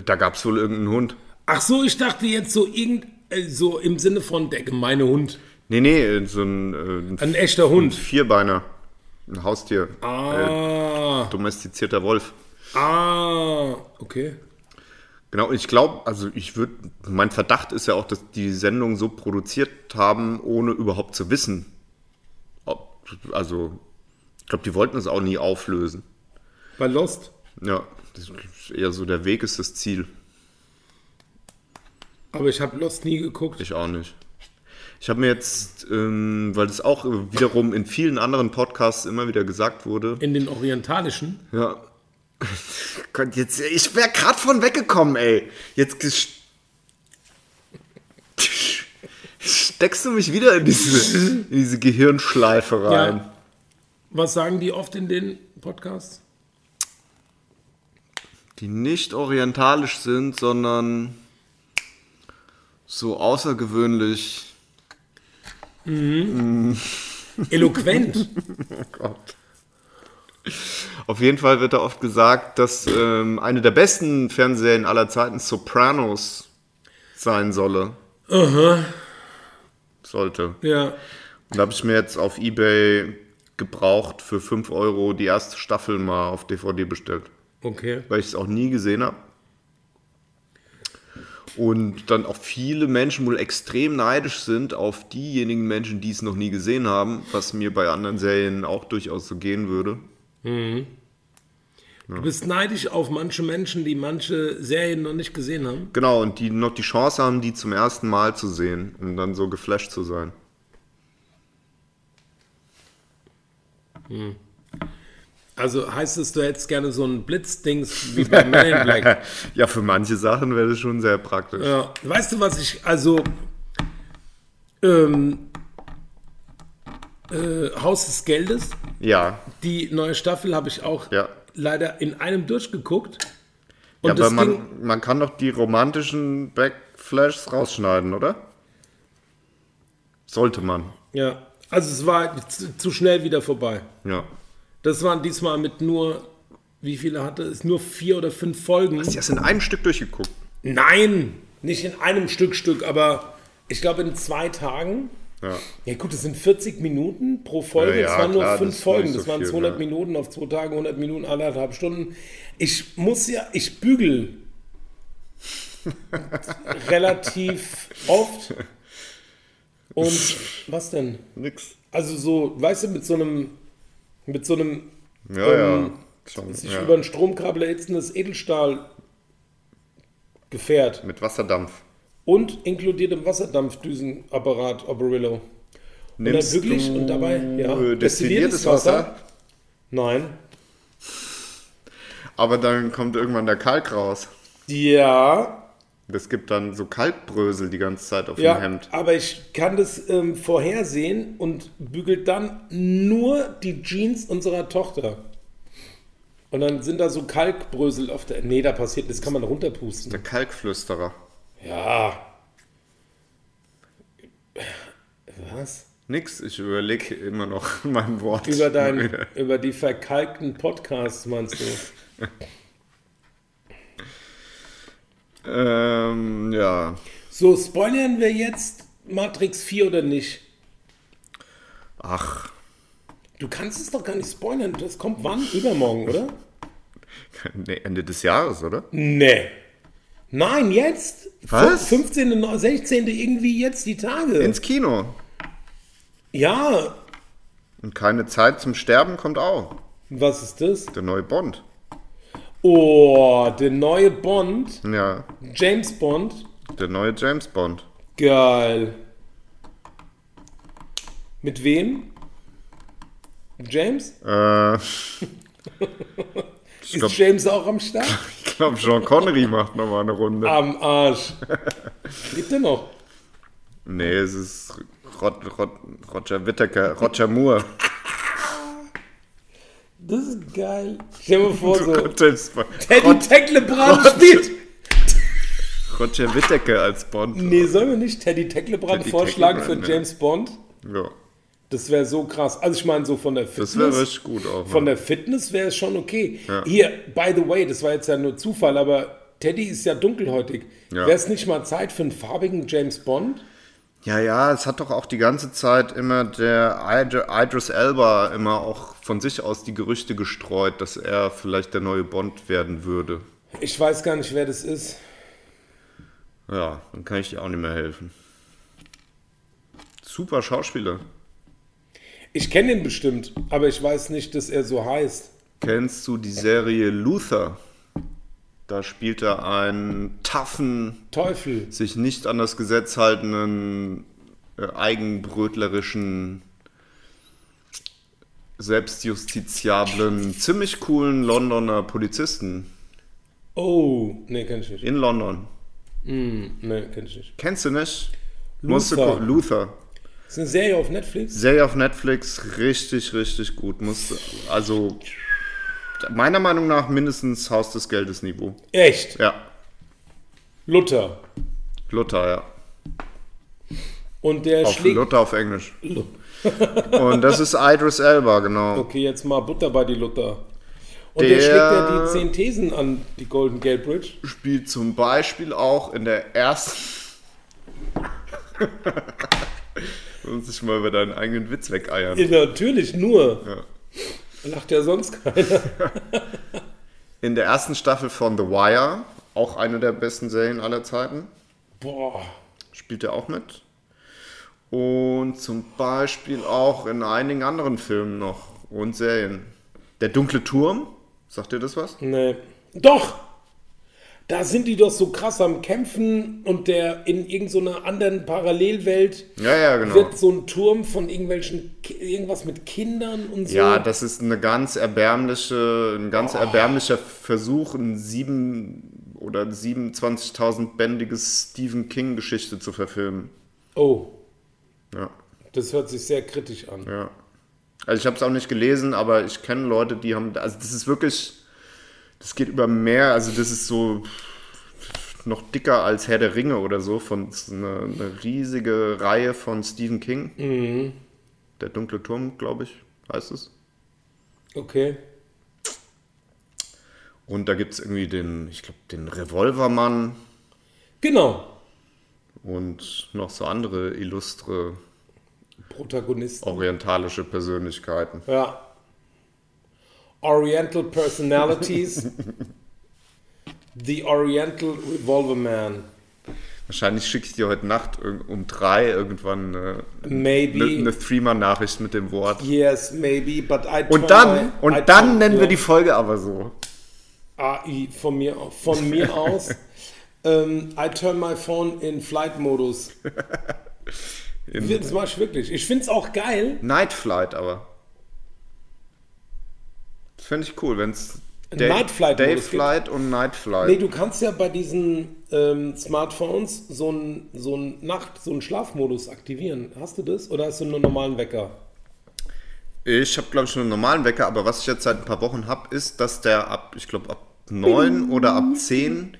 Speaker 4: Da gab es wohl irgendeinen Hund.
Speaker 2: Ach so, ich dachte jetzt so irgend äh, so im Sinne von der gemeine Hund,
Speaker 4: Nee, nee, so ein, äh, ein
Speaker 2: ein echter Hund.
Speaker 4: Vierbeiner. Ein Haustier. Äh,
Speaker 2: Ah,
Speaker 4: Domestizierter Wolf.
Speaker 2: ah, okay.
Speaker 4: Genau, und ich glaube, also ich würde, mein Verdacht ist ja auch, dass die Sendung so produziert haben, ohne überhaupt zu wissen. Ob, also, ich glaube, die wollten es auch nie auflösen.
Speaker 2: Bei Lost.
Speaker 4: Ja, das ist eher so der Weg ist das Ziel.
Speaker 2: Aber ich habe Lost nie geguckt.
Speaker 4: Ich auch nicht. Ich habe mir jetzt, ähm, weil das auch wiederum in vielen anderen Podcasts immer wieder gesagt wurde,
Speaker 2: In den orientalischen.
Speaker 4: ja. Gott, Jetzt, ich wäre gerade von weggekommen, ey. Jetzt ges- steckst du mich wieder in diese, in diese Gehirnschleife rein.
Speaker 2: Ja. Was sagen die oft in den Podcasts?
Speaker 4: die nicht orientalisch sind, sondern so außergewöhnlich.
Speaker 2: Eloquent.
Speaker 4: Gott. Auf jeden Fall wird da oft gesagt, dass ähm, eine der besten Fernsehserien aller Zeiten Sopranos sein solle. Sollte.
Speaker 2: ja.
Speaker 4: Und da habe ich mir jetzt auf Ebay gebraucht für 5 Euro die erste Staffel mal auf DVD bestellt,
Speaker 2: Okay.
Speaker 4: weil ich es auch nie gesehen habe. Und dann auch viele Menschen wohl extrem neidisch sind auf diejenigen Menschen, die es noch nie gesehen haben, was mir bei anderen Serien auch durchaus so gehen würde.
Speaker 2: Du bist neidisch auf manche Menschen, die manche Serien noch nicht gesehen haben.
Speaker 4: Genau, und die noch die Chance haben, die zum ersten Mal zu sehen, um dann so geflasht zu sein.
Speaker 2: Also heißt es, du hättest gerne so ein Blitzdings wie bei Men in Black.
Speaker 4: Ja, für manche Sachen wäre das schon sehr praktisch.
Speaker 2: Ja, weißt du, was ich, also, ähm, äh, Haus des Geldes,
Speaker 4: Ja,
Speaker 2: die neue Staffel habe ich auch
Speaker 4: Ja.
Speaker 2: leider in einem durchgeguckt. Und
Speaker 4: ja aber
Speaker 2: das ging,
Speaker 4: man, man kann doch die romantischen Backflashes rausschneiden, oder? Sollte man.
Speaker 2: ja, also es war zu, zu schnell wieder vorbei.
Speaker 4: Ja.
Speaker 2: Das waren diesmal mit nur, wie viele hatte es? Nur vier oder fünf Folgen.
Speaker 4: Die hast du in einem Stück durchgeguckt.
Speaker 2: Nein, nicht in einem Stück Stück, aber ich glaube in zwei Tagen.
Speaker 4: Ja.
Speaker 2: Ja gut, das sind 40 Minuten pro Folge.
Speaker 4: Ja,
Speaker 2: Es
Speaker 4: ja,
Speaker 2: waren nur
Speaker 4: klar,
Speaker 2: fünf
Speaker 4: das ist
Speaker 2: Folgen.
Speaker 4: nicht so
Speaker 2: das waren
Speaker 4: viel,
Speaker 2: 200
Speaker 4: ne?
Speaker 2: Minuten auf zwei Tage, 100 Minuten, anderthalb Stunden. Ich muss ja, ich bügel relativ oft. Und was denn?
Speaker 4: Nix.
Speaker 2: Also so, weißt du, mit so einem, mit so einem
Speaker 4: Ja,
Speaker 2: Ähm,
Speaker 4: ja. Schon,
Speaker 2: sich
Speaker 4: ja.
Speaker 2: über einen Stromkabel erhitzendes Edelstahl Gefährt
Speaker 4: Mit Wasserdampf.
Speaker 2: und inkludiert im Wasserdampfdüsenapparat Oberillo. Und dann
Speaker 4: Nimmst
Speaker 2: wirklich
Speaker 4: du
Speaker 2: und dabei ja,
Speaker 4: äh, destilliertes Wasser,
Speaker 2: Nein.
Speaker 4: aber dann kommt irgendwann der Kalk raus.
Speaker 2: Ja,
Speaker 4: Das gibt dann so Kalkbrösel die ganze Zeit auf dem
Speaker 2: ja
Speaker 4: Hemd.
Speaker 2: aber ich kann das ähm, vorhersehen und bügelt dann nur die Jeans unserer Tochter. Und dann sind da so Kalkbrösel auf der. Nee, da passiert, das kann man runterpusten.
Speaker 4: Der Kalkflüsterer.
Speaker 2: Ja. Was?
Speaker 4: Nix, ich überlege immer noch mein Wort.
Speaker 2: Über, dein, über die verkalkten Podcasts meinst du?
Speaker 4: Ähm, ja.
Speaker 2: So, spoilern wir jetzt Matrix 4 oder nicht?
Speaker 4: Ach,
Speaker 2: Du kannst es doch gar nicht spoilern. Das kommt wann? Übermorgen, oder?
Speaker 4: Nee, Ende des Jahres, oder?
Speaker 2: Nee. Nein, jetzt.
Speaker 4: Was?
Speaker 2: 15., 16. irgendwie jetzt die Tage.
Speaker 4: Ins Kino.
Speaker 2: ja,
Speaker 4: Und keine Zeit zum Sterben kommt auch.
Speaker 2: was ist das?
Speaker 4: Der neue Bond.
Speaker 2: Oh, der neue Bond,
Speaker 4: Ja,
Speaker 2: James Bond.
Speaker 4: der neue James Bond.
Speaker 2: Geil. Mit wem? James?
Speaker 4: Äh,
Speaker 2: ist
Speaker 4: glaub-
Speaker 2: James auch am Start?
Speaker 4: ich glaube, Sean Connery macht nochmal eine Runde.
Speaker 2: Am Arsch. Lebt er noch?
Speaker 4: Nee, es ist Rod, Rod, Roger Whittaker, Roger Moore.
Speaker 2: Das ist geil. Stell dir mal vor, so.
Speaker 4: James Bond.
Speaker 2: Teddy
Speaker 4: Rod,
Speaker 2: Tecklebrand
Speaker 4: Gott.
Speaker 2: spielt.
Speaker 4: Roger Whittaker als Bond.
Speaker 2: Nee, sollen wir nicht Teddy Tecklebrand
Speaker 4: Teddy
Speaker 2: vorschlagen
Speaker 4: Tecklebrand,
Speaker 2: für
Speaker 4: ja.
Speaker 2: James Bond?
Speaker 4: Ja,
Speaker 2: Das wäre so krass. Also ich meine, so von der Fitness.
Speaker 4: das wäre richtig gut auch.
Speaker 2: Von
Speaker 4: ja.
Speaker 2: der Fitness wäre es schon okay.
Speaker 4: Ja.
Speaker 2: Hier, by the way, das war jetzt ja nur Zufall, aber Teddy ist ja dunkelhäutig.
Speaker 4: Ja.
Speaker 2: Wäre es nicht mal Zeit für einen farbigen James Bond?
Speaker 4: Ja, ja, es hat doch auch die ganze Zeit immer der Id- Idris Elba immer auch von sich aus die Gerüchte gestreut, dass er vielleicht der neue Bond werden würde.
Speaker 2: Ich weiß gar nicht, wer das ist.
Speaker 4: Ja, dann kann ich dir auch nicht mehr helfen. Super Schauspieler.
Speaker 2: Ich kenne ihn bestimmt, aber ich weiß nicht, dass er so heißt.
Speaker 4: Kennst du die Serie Luther? Da spielt er einen taffen,
Speaker 2: Teufel.
Speaker 4: sich nicht an das Gesetz haltenden, äh, eigenbrötlerischen, selbstjustiziablen, ziemlich coolen Londoner Polizisten
Speaker 2: Oh, nee, kenn ich nicht.
Speaker 4: in London.
Speaker 2: Nee, kenn ich nicht.
Speaker 4: Kennst du nicht? Musst du
Speaker 2: Luther.
Speaker 4: gu- Luther.
Speaker 2: Ist eine Serie auf Netflix?
Speaker 4: Serie auf Netflix, richtig, richtig gut. Musst, du- also meiner Meinung nach mindestens Haus des Geldes Niveau.
Speaker 2: Echt?
Speaker 4: Ja,
Speaker 2: Luther.
Speaker 4: Luther, ja.
Speaker 2: Und der
Speaker 4: Auf
Speaker 2: schlägt.
Speaker 4: Luther auf Englisch. Und das ist Idris Elba, genau.
Speaker 2: Okay, jetzt mal Butter bei die Luther. Und der,
Speaker 4: Der-
Speaker 2: schlägt ja die zehn Thesen an die Golden Gate Bridge.
Speaker 4: Spielt zum Beispiel auch in der ersten. Muss ich mal über deinen eigenen Witz wegeiern.
Speaker 2: Ja, natürlich, nur.
Speaker 4: Ja.
Speaker 2: Lacht ja sonst keiner.
Speaker 4: In der ersten Staffel von The Wire, auch eine der besten Serien aller Zeiten.
Speaker 2: Boah.
Speaker 4: spielt er auch mit. Und zum Beispiel auch in einigen anderen Filmen noch und Serien. Der dunkle Turm, sagt dir das was?
Speaker 2: Nee. Doch! Da sind die doch so krass am Kämpfen und der in irgendeiner anderen Parallelwelt
Speaker 4: Ja, ja, genau.
Speaker 2: wird so ein Turm von irgendwelchen, Ki- irgendwas mit Kindern und so.
Speaker 4: Ja, das ist eine ganz erbärmliche, ein ganz erbärmlicher Versuch, ein sieben oder 27.000 bändiges Stephen King Geschichte zu verfilmen.
Speaker 2: oh,
Speaker 4: Ja,
Speaker 2: das hört sich sehr kritisch an.
Speaker 4: ja. Also ich habe es auch nicht gelesen, aber ich kenne Leute, die haben, also das ist wirklich, das geht über mehr, also das ist so noch dicker als Herr der Ringe oder so, von das ist eine, eine riesige Reihe von Stephen King. Der dunkle Turm, glaube ich, heißt es.
Speaker 2: Okay.
Speaker 4: Und da gibt es irgendwie den, ich glaube, den Revolvermann
Speaker 2: Genau.
Speaker 4: und noch so andere illustre
Speaker 2: Protagonisten.
Speaker 4: orientalische Persönlichkeiten.
Speaker 2: Ja. Oriental Personalities. The Oriental Revolver Man.
Speaker 4: Wahrscheinlich schicke ich dir heute Nacht irg- um drei irgendwann äh, eine,
Speaker 2: Maybe.
Speaker 4: eine, eine Threema-Nachricht mit dem Wort.
Speaker 2: Yes, maybe, but I try,
Speaker 4: Und dann,
Speaker 2: I
Speaker 4: und dann
Speaker 2: try-
Speaker 4: nennen wir
Speaker 2: ja.
Speaker 4: die Folge aber so.
Speaker 2: AI von mir, von mir aus. ähm, I turn my phone in Flight-Modus.
Speaker 4: In
Speaker 2: Das mach ich wirklich. Ich find's auch geil.
Speaker 4: Night Flight aber. Das fände ich cool, wenn es Day,
Speaker 2: Night Flight
Speaker 4: Day
Speaker 2: Modus gibt.
Speaker 4: Flight und Night Flight.
Speaker 2: Nee, du kannst ja bei diesen ähm, Smartphones so einen so einen Nacht-, so einen Schlafmodus aktivieren. Hast du das? Oder hast du nur einen normalen Wecker?
Speaker 4: Ich habe, glaube ich, nur einen normalen Wecker, aber was ich jetzt seit ein paar Wochen habe, ist, dass der ab, ich glaube, ab 9 oder ab 10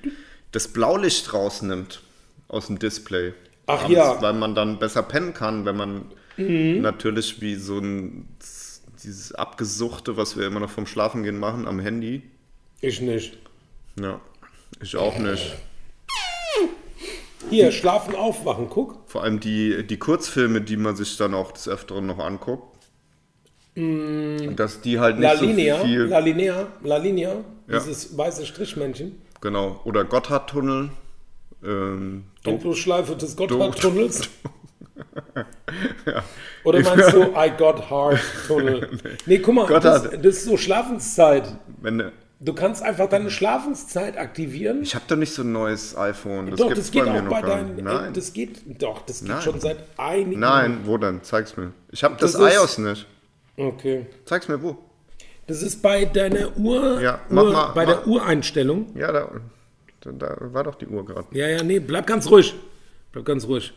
Speaker 4: das Blaulicht rausnimmt aus dem Display.
Speaker 2: Ach ja. Mhm.
Speaker 4: Weil man dann besser pennen kann, wenn man natürlich wie so ein, dieses Abgesuchte, was wir immer noch vom Schlafengehen machen, am Handy.
Speaker 2: Ich nicht.
Speaker 4: Ja, ich auch nicht. Hm.
Speaker 2: Hier, schlafen, aufwachen, guck.
Speaker 4: Vor allem die, die Kurzfilme, die man sich dann auch des Öfteren noch anguckt. Dass die halt nicht
Speaker 2: Mm. La
Speaker 4: so
Speaker 2: Linea,
Speaker 4: viel.
Speaker 2: La Linea, La Linea,
Speaker 4: Ja.
Speaker 2: dieses weiße Strichmännchen.
Speaker 4: Genau. Oder Gotthardtunnel. Ähm,
Speaker 2: Endlosschleife des
Speaker 4: Do-
Speaker 2: Gotthardtunnels. Oder meinst du I got hard Tunnel? Nee, guck mal, das,
Speaker 4: Gotthard.
Speaker 2: das ist so Schlafenszeit.
Speaker 4: wenn,
Speaker 2: Du kannst einfach deine Schlafenszeit aktivieren.
Speaker 4: ich habe doch nicht so ein neues iPhone. Das
Speaker 2: doch,
Speaker 4: gibt's
Speaker 2: das geht
Speaker 4: bei mir
Speaker 2: auch
Speaker 4: noch
Speaker 2: bei
Speaker 4: gar nicht.
Speaker 2: deinen. äh,
Speaker 4: Nein.
Speaker 2: Das geht doch, das geht
Speaker 4: Nein.
Speaker 2: schon seit einigen
Speaker 4: Nein, wo dann? Zeig's mir. Ich habe das,
Speaker 2: Das ist-
Speaker 4: iOS nicht.
Speaker 2: Okay.
Speaker 4: Zeig's mir wo.
Speaker 2: Das ist bei deiner Uhr,
Speaker 4: Ja, mach
Speaker 2: Uhr
Speaker 4: mal,
Speaker 2: bei
Speaker 4: mach.
Speaker 2: der Ureinstellung.
Speaker 4: Ja, da, da, da war doch die Uhr gerade.
Speaker 2: Ja, ja, nee, bleib ganz ruhig. Bleib ganz ruhig.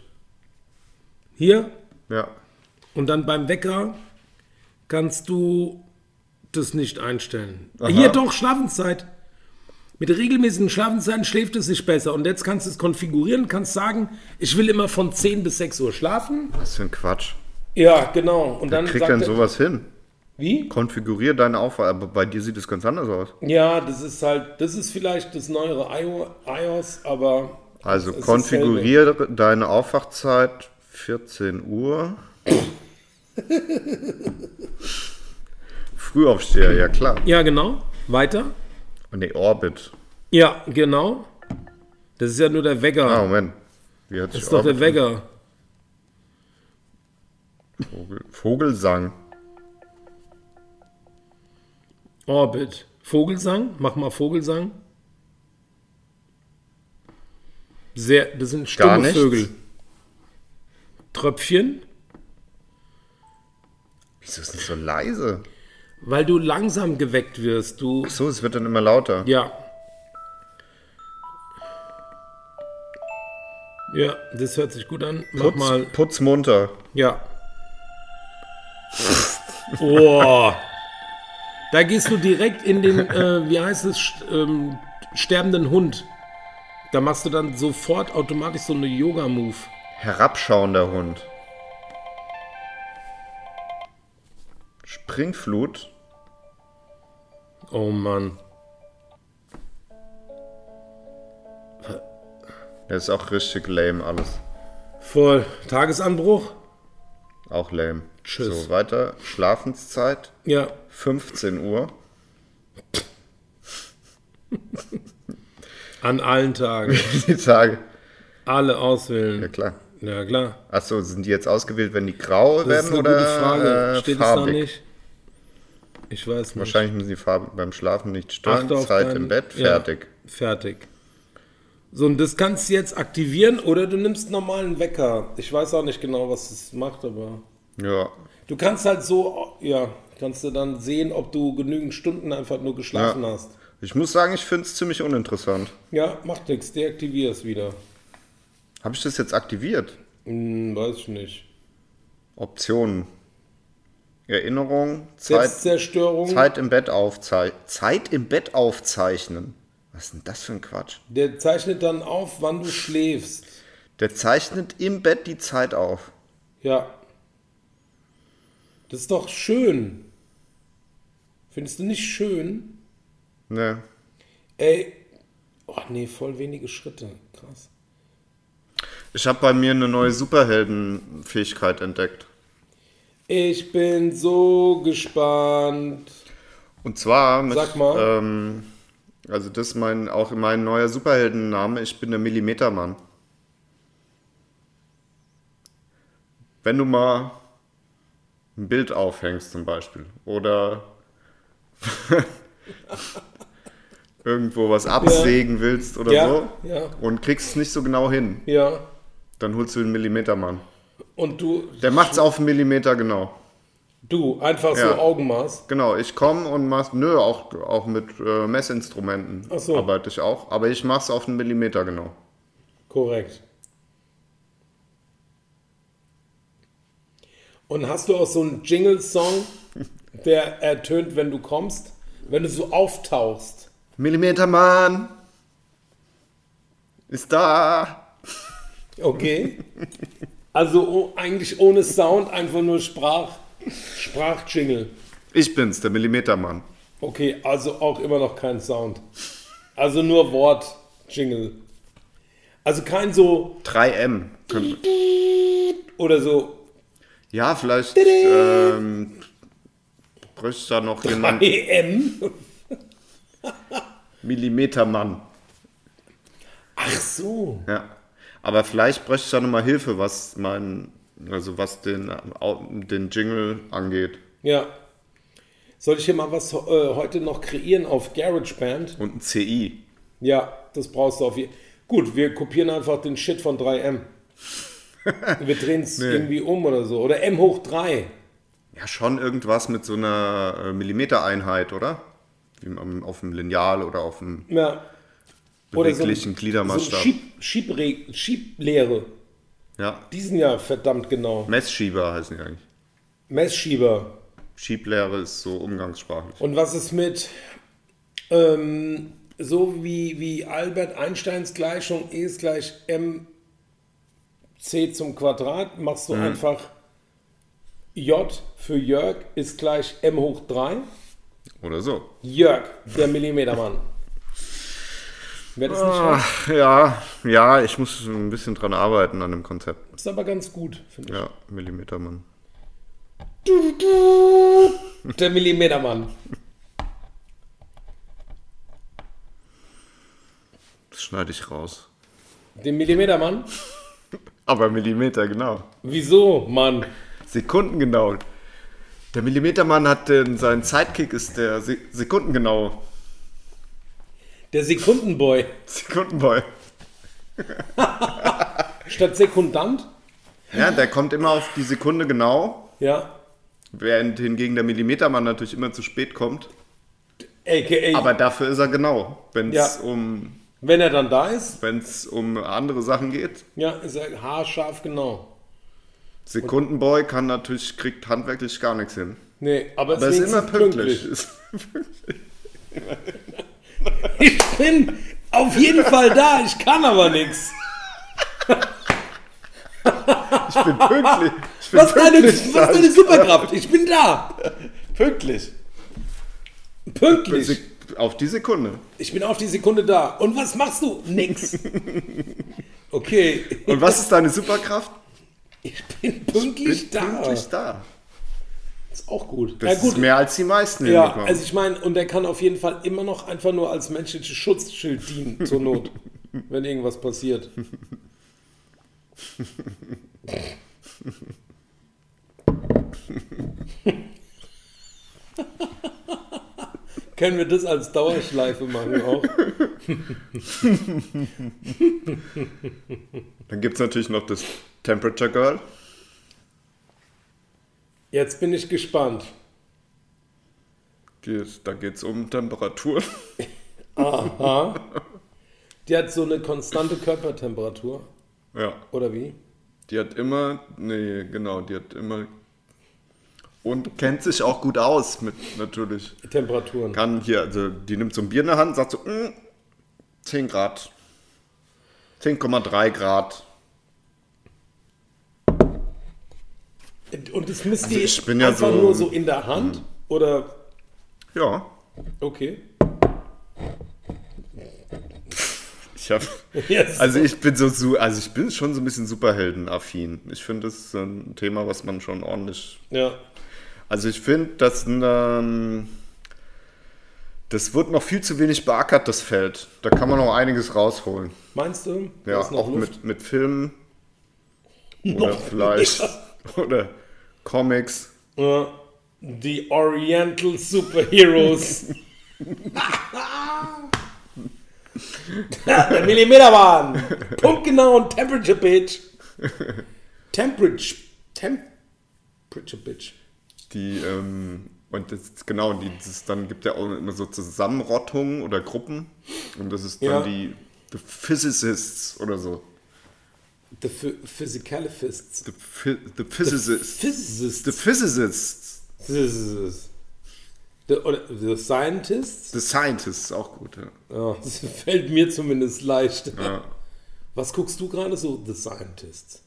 Speaker 2: Hier
Speaker 4: Ja.
Speaker 2: und dann beim Wecker kannst du das nicht einstellen. Hier doch, Schlafenszeit. Mit regelmäßigen Schlafenszeiten schläft es sich besser. Und jetzt kannst du es konfigurieren, kannst sagen, ich will immer von 10 bis 6 Uhr schlafen.
Speaker 4: Was für ein Quatsch.
Speaker 2: Ja, genau. Und dann
Speaker 4: Kriegt denn
Speaker 2: er-
Speaker 4: sowas hin?
Speaker 2: Wie?
Speaker 4: Konfigurier deine Aufwahl, aber bei dir sieht es ganz anders aus.
Speaker 2: Ja, das ist halt, das ist vielleicht das neuere iO- iOS, aber.
Speaker 4: Also
Speaker 2: es ist
Speaker 4: konfiguriere deine Aufwachzeit 14 Uhr. Frühaufsteher, ja klar.
Speaker 2: dasselbe. Ja, genau. Weiter.
Speaker 4: Ne, Orbit.
Speaker 2: Ja, genau. Das ist ja nur der Wecker.
Speaker 4: Ah, Moment. Wie hat
Speaker 2: das
Speaker 4: sich
Speaker 2: ist doch der
Speaker 4: Orbit
Speaker 2: Wecker.
Speaker 4: Vogel, Vogelsang.
Speaker 2: Orbit. Vogelsang? Mach mal Vogelsang. Sehr, das sind
Speaker 4: Gar
Speaker 2: stumme
Speaker 4: nichts.
Speaker 2: Vögel. Tröpfchen,
Speaker 4: Wieso ist das so leise?
Speaker 2: weil du langsam geweckt wirst. Du.
Speaker 4: So, es wird dann immer lauter.
Speaker 2: Ja. Ja, das hört sich gut an. Mach
Speaker 4: Putz,
Speaker 2: mal.
Speaker 4: Putzmunter.
Speaker 2: Ja. Oh. Da gehst du direkt in den, äh, wie heißt es, st ähm, sterbenden Hund. Da machst du dann sofort automatisch so eine Yoga-Move.
Speaker 4: Herabschauender Hund. Springflut.
Speaker 2: Oh Mann.
Speaker 4: Das ist auch richtig lame alles.
Speaker 2: Voll. Tagesanbruch?
Speaker 4: Auch lame.
Speaker 2: Tschüss.
Speaker 4: So, weiter. Schlafenszeit.
Speaker 2: Ja.
Speaker 4: 15 Uhr.
Speaker 2: An allen Tagen.
Speaker 4: Die Tage.
Speaker 2: Alle
Speaker 4: Ja,
Speaker 2: auswählen.
Speaker 4: klar.
Speaker 2: Ja, klar.
Speaker 4: Achso, sind die jetzt ausgewählt, wenn die grau werden
Speaker 2: Das ist eine
Speaker 4: oder
Speaker 2: gute Frage.
Speaker 4: äh,
Speaker 2: Steht
Speaker 4: farbig?
Speaker 2: es da nicht? Ich weiß nicht.
Speaker 4: Wahrscheinlich müssen die Farbe beim Schlafen nicht stören.
Speaker 2: Achte auf
Speaker 4: Zeit
Speaker 2: deinen-
Speaker 4: im Bett,
Speaker 2: ja,
Speaker 4: fertig.
Speaker 2: fertig. So, und das kannst du jetzt aktivieren oder du nimmst einen normalen Wecker. Ich weiß auch nicht genau, was es macht, aber.
Speaker 4: Ja.
Speaker 2: Du kannst halt so, ja, kannst du dann sehen, ob du genügend Stunden einfach nur geschlafen
Speaker 4: Ja.
Speaker 2: hast.
Speaker 4: Ich muss sagen, ich finde es ziemlich uninteressant.
Speaker 2: Ja, macht nichts, deaktivier es wieder.
Speaker 4: Habe ich das jetzt aktiviert?
Speaker 2: Hm, weiß ich nicht.
Speaker 4: Optionen. Erinnerung, Zeit,
Speaker 2: Selbstzerstörung,
Speaker 4: Zeit im Bett aufzeichnen. Zeit im Bett aufzeichnen. Was ist denn das für ein Quatsch?
Speaker 2: der zeichnet dann auf, wann du schläfst.
Speaker 4: Der zeichnet im Bett die Zeit auf.
Speaker 2: Ja. Das ist doch schön. Findest du nicht schön?
Speaker 4: Ne.
Speaker 2: Ey. Oh nee, voll wenige Schritte. Krass.
Speaker 4: Ich habe bei mir eine neue Superheldenfähigkeit entdeckt.
Speaker 2: Ich bin so gespannt.
Speaker 4: Und zwar mit,
Speaker 2: Sag mal.
Speaker 4: Ähm, also das ist mein, auch mein neuer Superheldenname. Ich bin der Millimetermann. Wenn du mal ein Bild aufhängst zum Beispiel oder irgendwo was absägen willst oder
Speaker 2: Ja,
Speaker 4: so
Speaker 2: ja.
Speaker 4: und kriegst es nicht so genau hin,
Speaker 2: Ja.
Speaker 4: dann holst du den Millimetermann.
Speaker 2: Und du,
Speaker 4: Der macht's auf einen Millimeter genau.
Speaker 2: du, einfach so
Speaker 4: Ja.
Speaker 2: Augenmaß.
Speaker 4: Genau, ich komme und mach's. Nö, auch, auch mit äh, Messinstrumenten
Speaker 2: Ach so.
Speaker 4: arbeite ich auch. Aber ich mach's auf einen Millimeter genau.
Speaker 2: Korrekt. Und hast du auch so einen Jingle-Song, der ertönt, wenn du kommst, wenn du so auftauchst?
Speaker 4: Millimetermann ist da.
Speaker 2: Okay. Also oh, eigentlich ohne Sound, einfach nur Sprach, Sprachjingle.
Speaker 4: Ich bin's, der Millimetermann.
Speaker 2: Okay, also auch immer noch kein Sound. Also nur Wort, Jingle. Also kein so
Speaker 4: 3M. Kön-
Speaker 2: oder so.
Speaker 4: Ja, vielleicht ähm, bräuchte da noch jemand.
Speaker 2: E EM?
Speaker 4: Millimetermann.
Speaker 2: Ach so.
Speaker 4: Ja. Aber vielleicht bräuchte ich da nochmal Hilfe, was mein, also was den, Au- den Jingle angeht.
Speaker 2: Ja. Soll ich hier mal was äh, heute noch kreieren auf GarageBand?
Speaker 4: Und ein CI.
Speaker 2: Ja, das brauchst du auf jeden Gut, wir kopieren einfach den Shit von 3M. Wir drehen es irgendwie um oder so. Oder M hoch 3.
Speaker 4: Ja, schon irgendwas mit so einer äh, Millimetereinheit, oder? Wie man auf dem Lineal oder auf dem
Speaker 2: Ja. Oder so ein-
Speaker 4: beweglichen
Speaker 2: So
Speaker 4: Gliedermaßstab.
Speaker 2: Schieb, Schiebre, Schieblehre.
Speaker 4: ja.
Speaker 2: Die sind ja verdammt genau.
Speaker 4: Messschieber heißen die eigentlich.
Speaker 2: Messschieber.
Speaker 4: Schieblehre ist so umgangssprachlich.
Speaker 2: Und was ist mit, ähm, so wie, wie Albert Einsteins Gleichung E ist gleich mc zum Quadrat, machst du einfach J für Jörg ist gleich m hoch 3.
Speaker 4: Oder so.
Speaker 2: Jörg, der Millimetermann. Wäre
Speaker 4: Ah.
Speaker 2: das nicht was?
Speaker 4: Ach, ja, ja, ich muss ein bisschen dran arbeiten an dem Konzept.
Speaker 2: Ist aber ganz gut, finde
Speaker 4: Ja, Millimetermann.
Speaker 2: ich. Der Millimetermann.
Speaker 4: Das schneide ich raus.
Speaker 2: Den Millimetermann?
Speaker 4: Aber Millimeter, genau.
Speaker 2: Wieso, Mann?
Speaker 4: Sekundengenau. Der Millimetermann hat den, sein Sidekick ist der Se Sekundengenau.
Speaker 2: Der Sekundenboy.
Speaker 4: Sekundenboy.
Speaker 2: Statt Sekundant?
Speaker 4: Ja, der kommt immer auf die Sekunde genau,
Speaker 2: Ja.
Speaker 4: während hingegen der Millimetermann natürlich immer zu spät kommt.
Speaker 2: AKA.
Speaker 4: Aber dafür ist er genau, wenn es
Speaker 2: Ja.
Speaker 4: um,
Speaker 2: wenn er dann da ist,
Speaker 4: wenn's um andere Sachen geht.
Speaker 2: Ja, ist er haarscharf genau.
Speaker 4: Sekundenboy kann natürlich, kriegt handwerklich gar nichts hin.
Speaker 2: Nee, aber,
Speaker 4: Aber ist
Speaker 2: wenigstens
Speaker 4: immer pünktlich. Ist-
Speaker 2: Ich bin auf jeden Fall da, ich kann aber nichts.
Speaker 4: Ich bin pünktlich. Ich bin
Speaker 2: Was ist deine, was
Speaker 4: pünktlich.
Speaker 2: ist deine Superkraft? Ich bin da.
Speaker 4: Pünktlich.
Speaker 2: Pünktlich.
Speaker 4: Auf die Sekunde.
Speaker 2: Ich bin auf die Sekunde da. Und was machst du? Nix. Okay,
Speaker 4: Und was ist deine Superkraft?
Speaker 2: ich bin pünktlich da.
Speaker 4: Pünktlich da.
Speaker 2: Ist auch gut.
Speaker 4: Das
Speaker 2: ja, gut.
Speaker 4: ist mehr als die meisten
Speaker 2: ja,
Speaker 4: hinbekommen.
Speaker 2: also ich meine, und er kann auf jeden Fall immer noch einfach nur als menschliches Schutzschild dienen, zur Not, wenn irgendwas passiert. Können wir das als Dauerschleife machen auch?
Speaker 4: Dann gibt es natürlich noch das Temperature Girl.
Speaker 2: Jetzt bin ich gespannt.
Speaker 4: Die ist- Da geht es um Temperatur.
Speaker 2: Die hat so eine konstante Körpertemperatur,
Speaker 4: Ja.
Speaker 2: oder wie?
Speaker 4: Die hat immer. Nee, genau, die hat immer. Und kennt sich auch gut aus mit natürlich.
Speaker 2: Temperaturen.
Speaker 4: Kann hier, also die nimmt so ein Bier in der Hand und sagt so, mm, 10 Grad. 10,3 Grad.
Speaker 2: Und das misst die
Speaker 4: Also ich bin ja
Speaker 2: einfach
Speaker 4: so-
Speaker 2: nur so in der Hand? Oder
Speaker 4: Ja.
Speaker 2: Okay.
Speaker 4: Ich habe.
Speaker 2: Yes.
Speaker 4: Also ich bin so, su- also ich bin schon so ein bisschen Superheldenaffin. Ich finde, das ist ein Thema, was man schon ordentlich
Speaker 2: ja.
Speaker 4: Also ich finde, dass ähm, das wird noch viel zu wenig beackert, das Feld. Da kann man noch einiges rausholen.
Speaker 2: Meinst du? Da
Speaker 4: Ja,
Speaker 2: ist noch
Speaker 4: auch
Speaker 2: Luft?
Speaker 4: mit, mit Filmen oder vielleicht oder Comics.
Speaker 2: Ja. Die Oriental Superheroes. Der Millimetermann. Punktgenau genau und Temperature Bitch. Temperature. Temperature Bitch.
Speaker 4: Die ähm, und das ist genau, die, das ist, dann gibt ja auch immer so Zusammenrottungen oder Gruppen und das ist dann
Speaker 2: Ja.
Speaker 4: die The Physicists oder so.
Speaker 2: The Ph- Physicalists.
Speaker 4: The, Phy- the Physicists.
Speaker 2: Physicists.
Speaker 4: The Physicists.
Speaker 2: Physicists. The, oder the Scientists.
Speaker 4: The Scientists, auch gut, ja.
Speaker 2: Ja, das fällt mir zumindest leicht.
Speaker 4: ja.
Speaker 2: Was guckst du gerade so? The Scientists.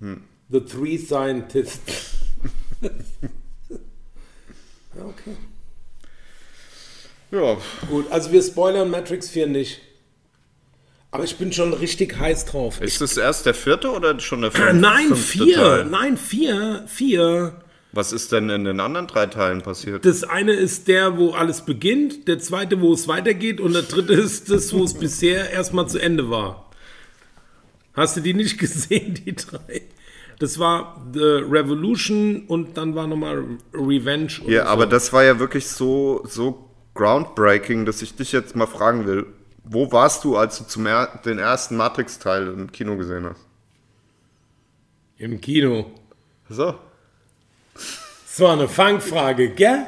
Speaker 2: The Three Scientists. ja, okay.
Speaker 4: Ja,
Speaker 2: Gut, also wir spoilern Matrix 4 nicht. Aber ich bin schon richtig heiß drauf.
Speaker 4: Ist es erst der vierte oder schon der
Speaker 2: Äh,
Speaker 4: fünfte?
Speaker 2: Nein,
Speaker 4: fünfte
Speaker 2: vier.
Speaker 4: Teil?
Speaker 2: Nein, vier. Vier.
Speaker 4: Was ist denn in den anderen drei Teilen passiert?
Speaker 2: Das eine ist der, wo alles beginnt, der zweite, wo es weitergeht und der dritte ist das, wo es bisher erstmal zu Ende war. Hast du die nicht gesehen, die drei? Das war The Revolution und dann war nochmal Revenge. und
Speaker 4: Ja,
Speaker 2: so.
Speaker 4: aber das war ja wirklich so, so groundbreaking, dass ich dich jetzt mal fragen will, wo warst du, als du zum er den ersten Matrix-Teil im Kino gesehen hast?
Speaker 2: Im Kino.
Speaker 4: So.
Speaker 2: Das war eine Fangfrage, gell?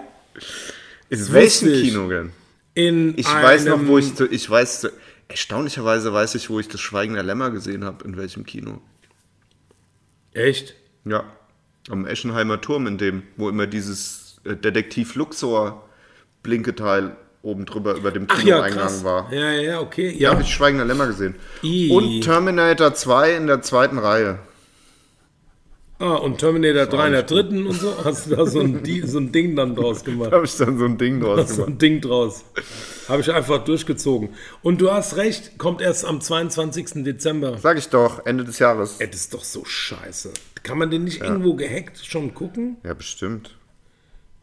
Speaker 4: In welchem
Speaker 2: wusste ich.
Speaker 4: Kino denn?
Speaker 2: In
Speaker 4: Ich weiß noch,
Speaker 2: einem-
Speaker 4: wo ich, zu- ich weiß, zu- erstaunlicherweise weiß ich, wo ich das Schweigen der Lämmer gesehen habe, in welchem Kino.
Speaker 2: Echt?
Speaker 4: Ja, am Eschenheimer Turm in dem, wo immer dieses äh, Detektiv Luxor Blinketeil oben drüber über dem
Speaker 2: Ach ja,
Speaker 4: Kinoeingang
Speaker 2: krass.
Speaker 4: war.
Speaker 2: Ja, ja, okay.
Speaker 4: Da
Speaker 2: Ja.
Speaker 4: habe ich Schweigender Lämmer gesehen.
Speaker 2: Ih.
Speaker 4: Und Terminator 2 in der zweiten Reihe.
Speaker 2: ah, und Terminator 3 in der dritten und so. Hast du da so ein, Di- so ein Ding dann draus gemacht?
Speaker 4: Da habe ich dann so ein Ding draus
Speaker 2: so
Speaker 4: gemacht.
Speaker 2: ein Ding draus. Habe ich einfach durchgezogen. Und du hast recht, kommt erst am 22. Dezember.
Speaker 4: Sag ich doch, Ende des Jahres.
Speaker 2: Ey, Das ist doch so scheiße. Kann man den nicht irgendwo gehackt schon gucken?
Speaker 4: Ja, bestimmt.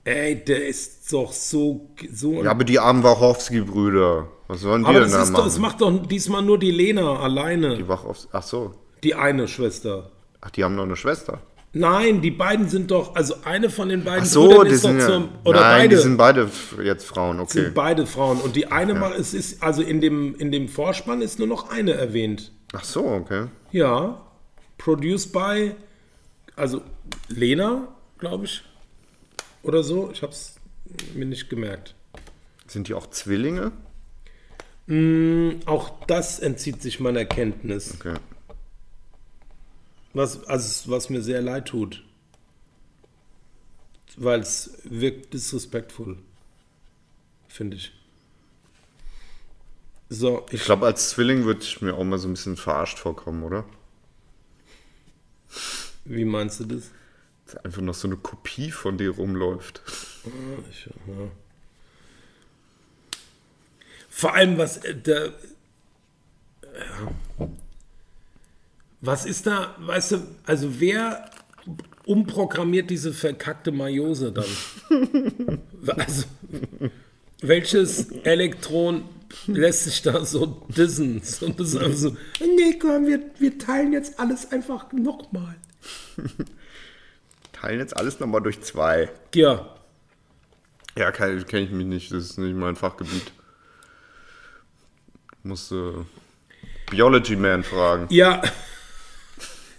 Speaker 2: Ey, der ist doch so. so
Speaker 4: Ja, ne, aber die armen Wachowski-Brüder. Was sollen die
Speaker 2: aber
Speaker 4: denn
Speaker 2: das,
Speaker 4: da
Speaker 2: ist doch, das
Speaker 4: machen?
Speaker 2: macht doch diesmal nur die Lena alleine.
Speaker 4: Die Wachowski. Ach so.
Speaker 2: Die eine Schwester.
Speaker 4: Ach, die haben noch eine Schwester.
Speaker 2: Nein, die beiden sind doch. Also eine von den beiden
Speaker 4: Ach so,
Speaker 2: Brüdern
Speaker 4: die sind ja.
Speaker 2: oder
Speaker 4: nein,
Speaker 2: beide.
Speaker 4: die sind beide f- jetzt Frauen, okay.
Speaker 2: sind beide Frauen. Und die eine mal, es ist, also in dem, in dem Vorspann ist nur noch eine erwähnt.
Speaker 4: Ach so, okay.
Speaker 2: Ja. Produced by, also Lena, glaube ich. Oder so. Ich habe es mir nicht gemerkt.
Speaker 4: Sind die auch Zwillinge?
Speaker 2: Auch das entzieht sich meiner Kenntnis.
Speaker 4: Okay.
Speaker 2: Was, also, was mir sehr leid tut. Weil es wirkt disrespektvoll. Finde ich. So, ich
Speaker 4: Ich glaube, als Zwilling würde ich mir auch mal so ein bisschen verarscht vorkommen, oder?
Speaker 2: Wie meinst du das?
Speaker 4: Dass einfach noch so eine Kopie von dir rumläuft.
Speaker 2: Ich, ja. Vor allem, was äh, da. Ja. Was ist da, weißt du, also wer umprogrammiert diese verkackte Meiose dann? also, welches Elektron lässt sich da so dissen? So, das ist einfach so, nee, komm, wir, wir teilen jetzt alles einfach nochmal.
Speaker 4: Teilen jetzt alles nochmal durch zwei.
Speaker 2: Ja,
Speaker 4: Ja, kenne kenn ich mich nicht. Das ist nicht mein Fachgebiet. Muss äh, Biology Man fragen.
Speaker 2: ja.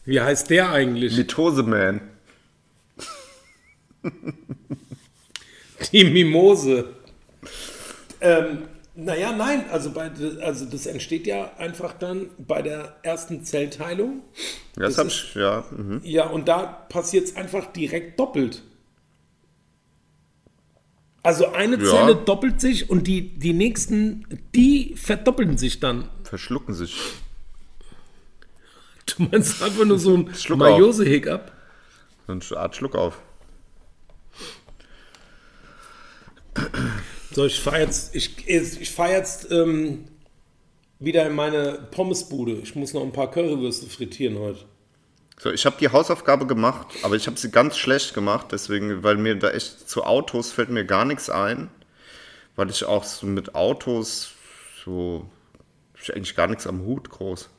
Speaker 2: Wie heißt der eigentlich?
Speaker 4: Mitose Man.
Speaker 2: Die Mimose. Ähm, naja, nein, also, bei, also das entsteht ja einfach dann bei der ersten Zellteilung.
Speaker 4: Ja, das,
Speaker 2: Das
Speaker 4: hab ich, ja. Mhm.
Speaker 2: Ja, und da passiert es einfach direkt doppelt. Also eine
Speaker 4: Ja.
Speaker 2: Zelle doppelt sich und die, die nächsten, die verdoppeln sich dann.
Speaker 4: Verschlucken sich.
Speaker 2: Du meinst einfach nur so ein
Speaker 4: Schluck auf.
Speaker 2: Meiose-Hiccup.
Speaker 4: So eine Art Schluck auf.
Speaker 2: So, ich fahre jetzt, ich, ich fahr jetzt ähm, wieder in meine Pommesbude. Ich muss noch ein paar Currywürste frittieren heute.
Speaker 4: So, ich habe die Hausaufgabe gemacht, aber ich habe sie ganz schlecht gemacht, deswegen, weil mir da echt zu Autos fällt mir gar nichts ein, weil ich auch so mit Autos so hab ich eigentlich gar nichts am Hut groß.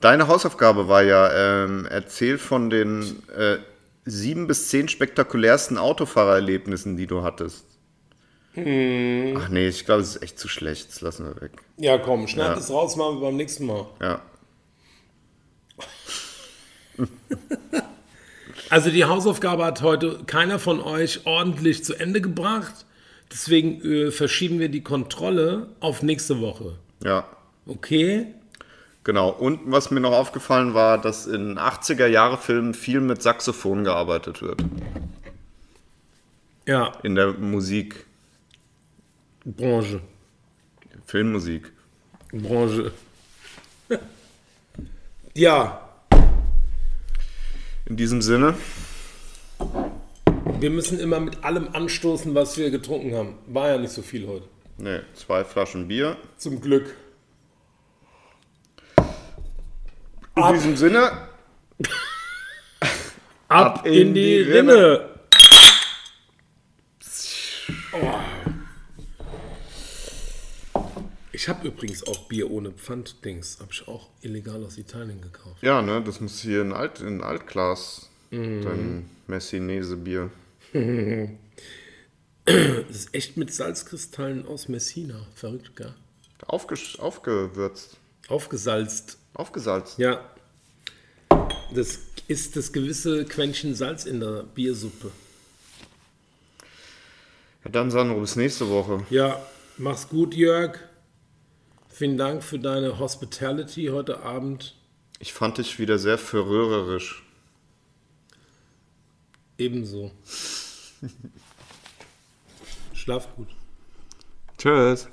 Speaker 4: Deine Hausaufgabe war ja, ähm, erzähl von den äh, sieben bis zehn spektakulärsten Autofahrererlebnissen, die du hattest. Ach nee, ich glaube, es ist echt zu schlecht. Das lassen wir weg.
Speaker 2: Ja, komm, schneid es raus, machen wir beim nächsten Mal.
Speaker 4: Ja.
Speaker 2: Also die Hausaufgabe hat heute keiner von euch ordentlich zu Ende gebracht. Deswegen äh, verschieben wir die Kontrolle auf nächste Woche.
Speaker 4: Ja,
Speaker 2: Okay?
Speaker 4: genau. Und was mir noch aufgefallen war, dass in 80er-Jahre-Filmen viel mit Saxophon gearbeitet wird.
Speaker 2: Ja,
Speaker 4: In der Musik,
Speaker 2: Branche.
Speaker 4: Filmmusik.
Speaker 2: Branche. ja,
Speaker 4: In diesem Sinne,
Speaker 2: wir müssen immer mit allem anstoßen, was wir getrunken haben. War ja nicht so viel heute.
Speaker 4: ne, zwei Flaschen Bier.
Speaker 2: Zum Glück.
Speaker 4: In diesem Sinne,
Speaker 2: Ab, in, die, Rinne. Ich habe übrigens auch Bier ohne Pfanddings. Habe ich auch illegal aus Italien gekauft.
Speaker 4: Ja, ne, das muss hier in, Alt, in Altglas, dein Messinese-Bier.
Speaker 2: Das ist echt mit Salzkristallen aus Messina. Verrückt, gell?
Speaker 4: Aufgesch- aufgewürzt,
Speaker 2: Aufgesalzt.
Speaker 4: aufgesalzt.
Speaker 2: Ja. Das ist das gewisse Quäntchen Salz in der Biersuppe.
Speaker 4: Ja, dann Sandro, bis nächste Woche.
Speaker 2: Ja, mach's gut, Jörg. Vielen Dank für deine Hospitality heute Abend.
Speaker 4: Ich fand dich wieder sehr verrührerisch.
Speaker 2: Ebenso. Schlaf gut.
Speaker 4: Tschüss.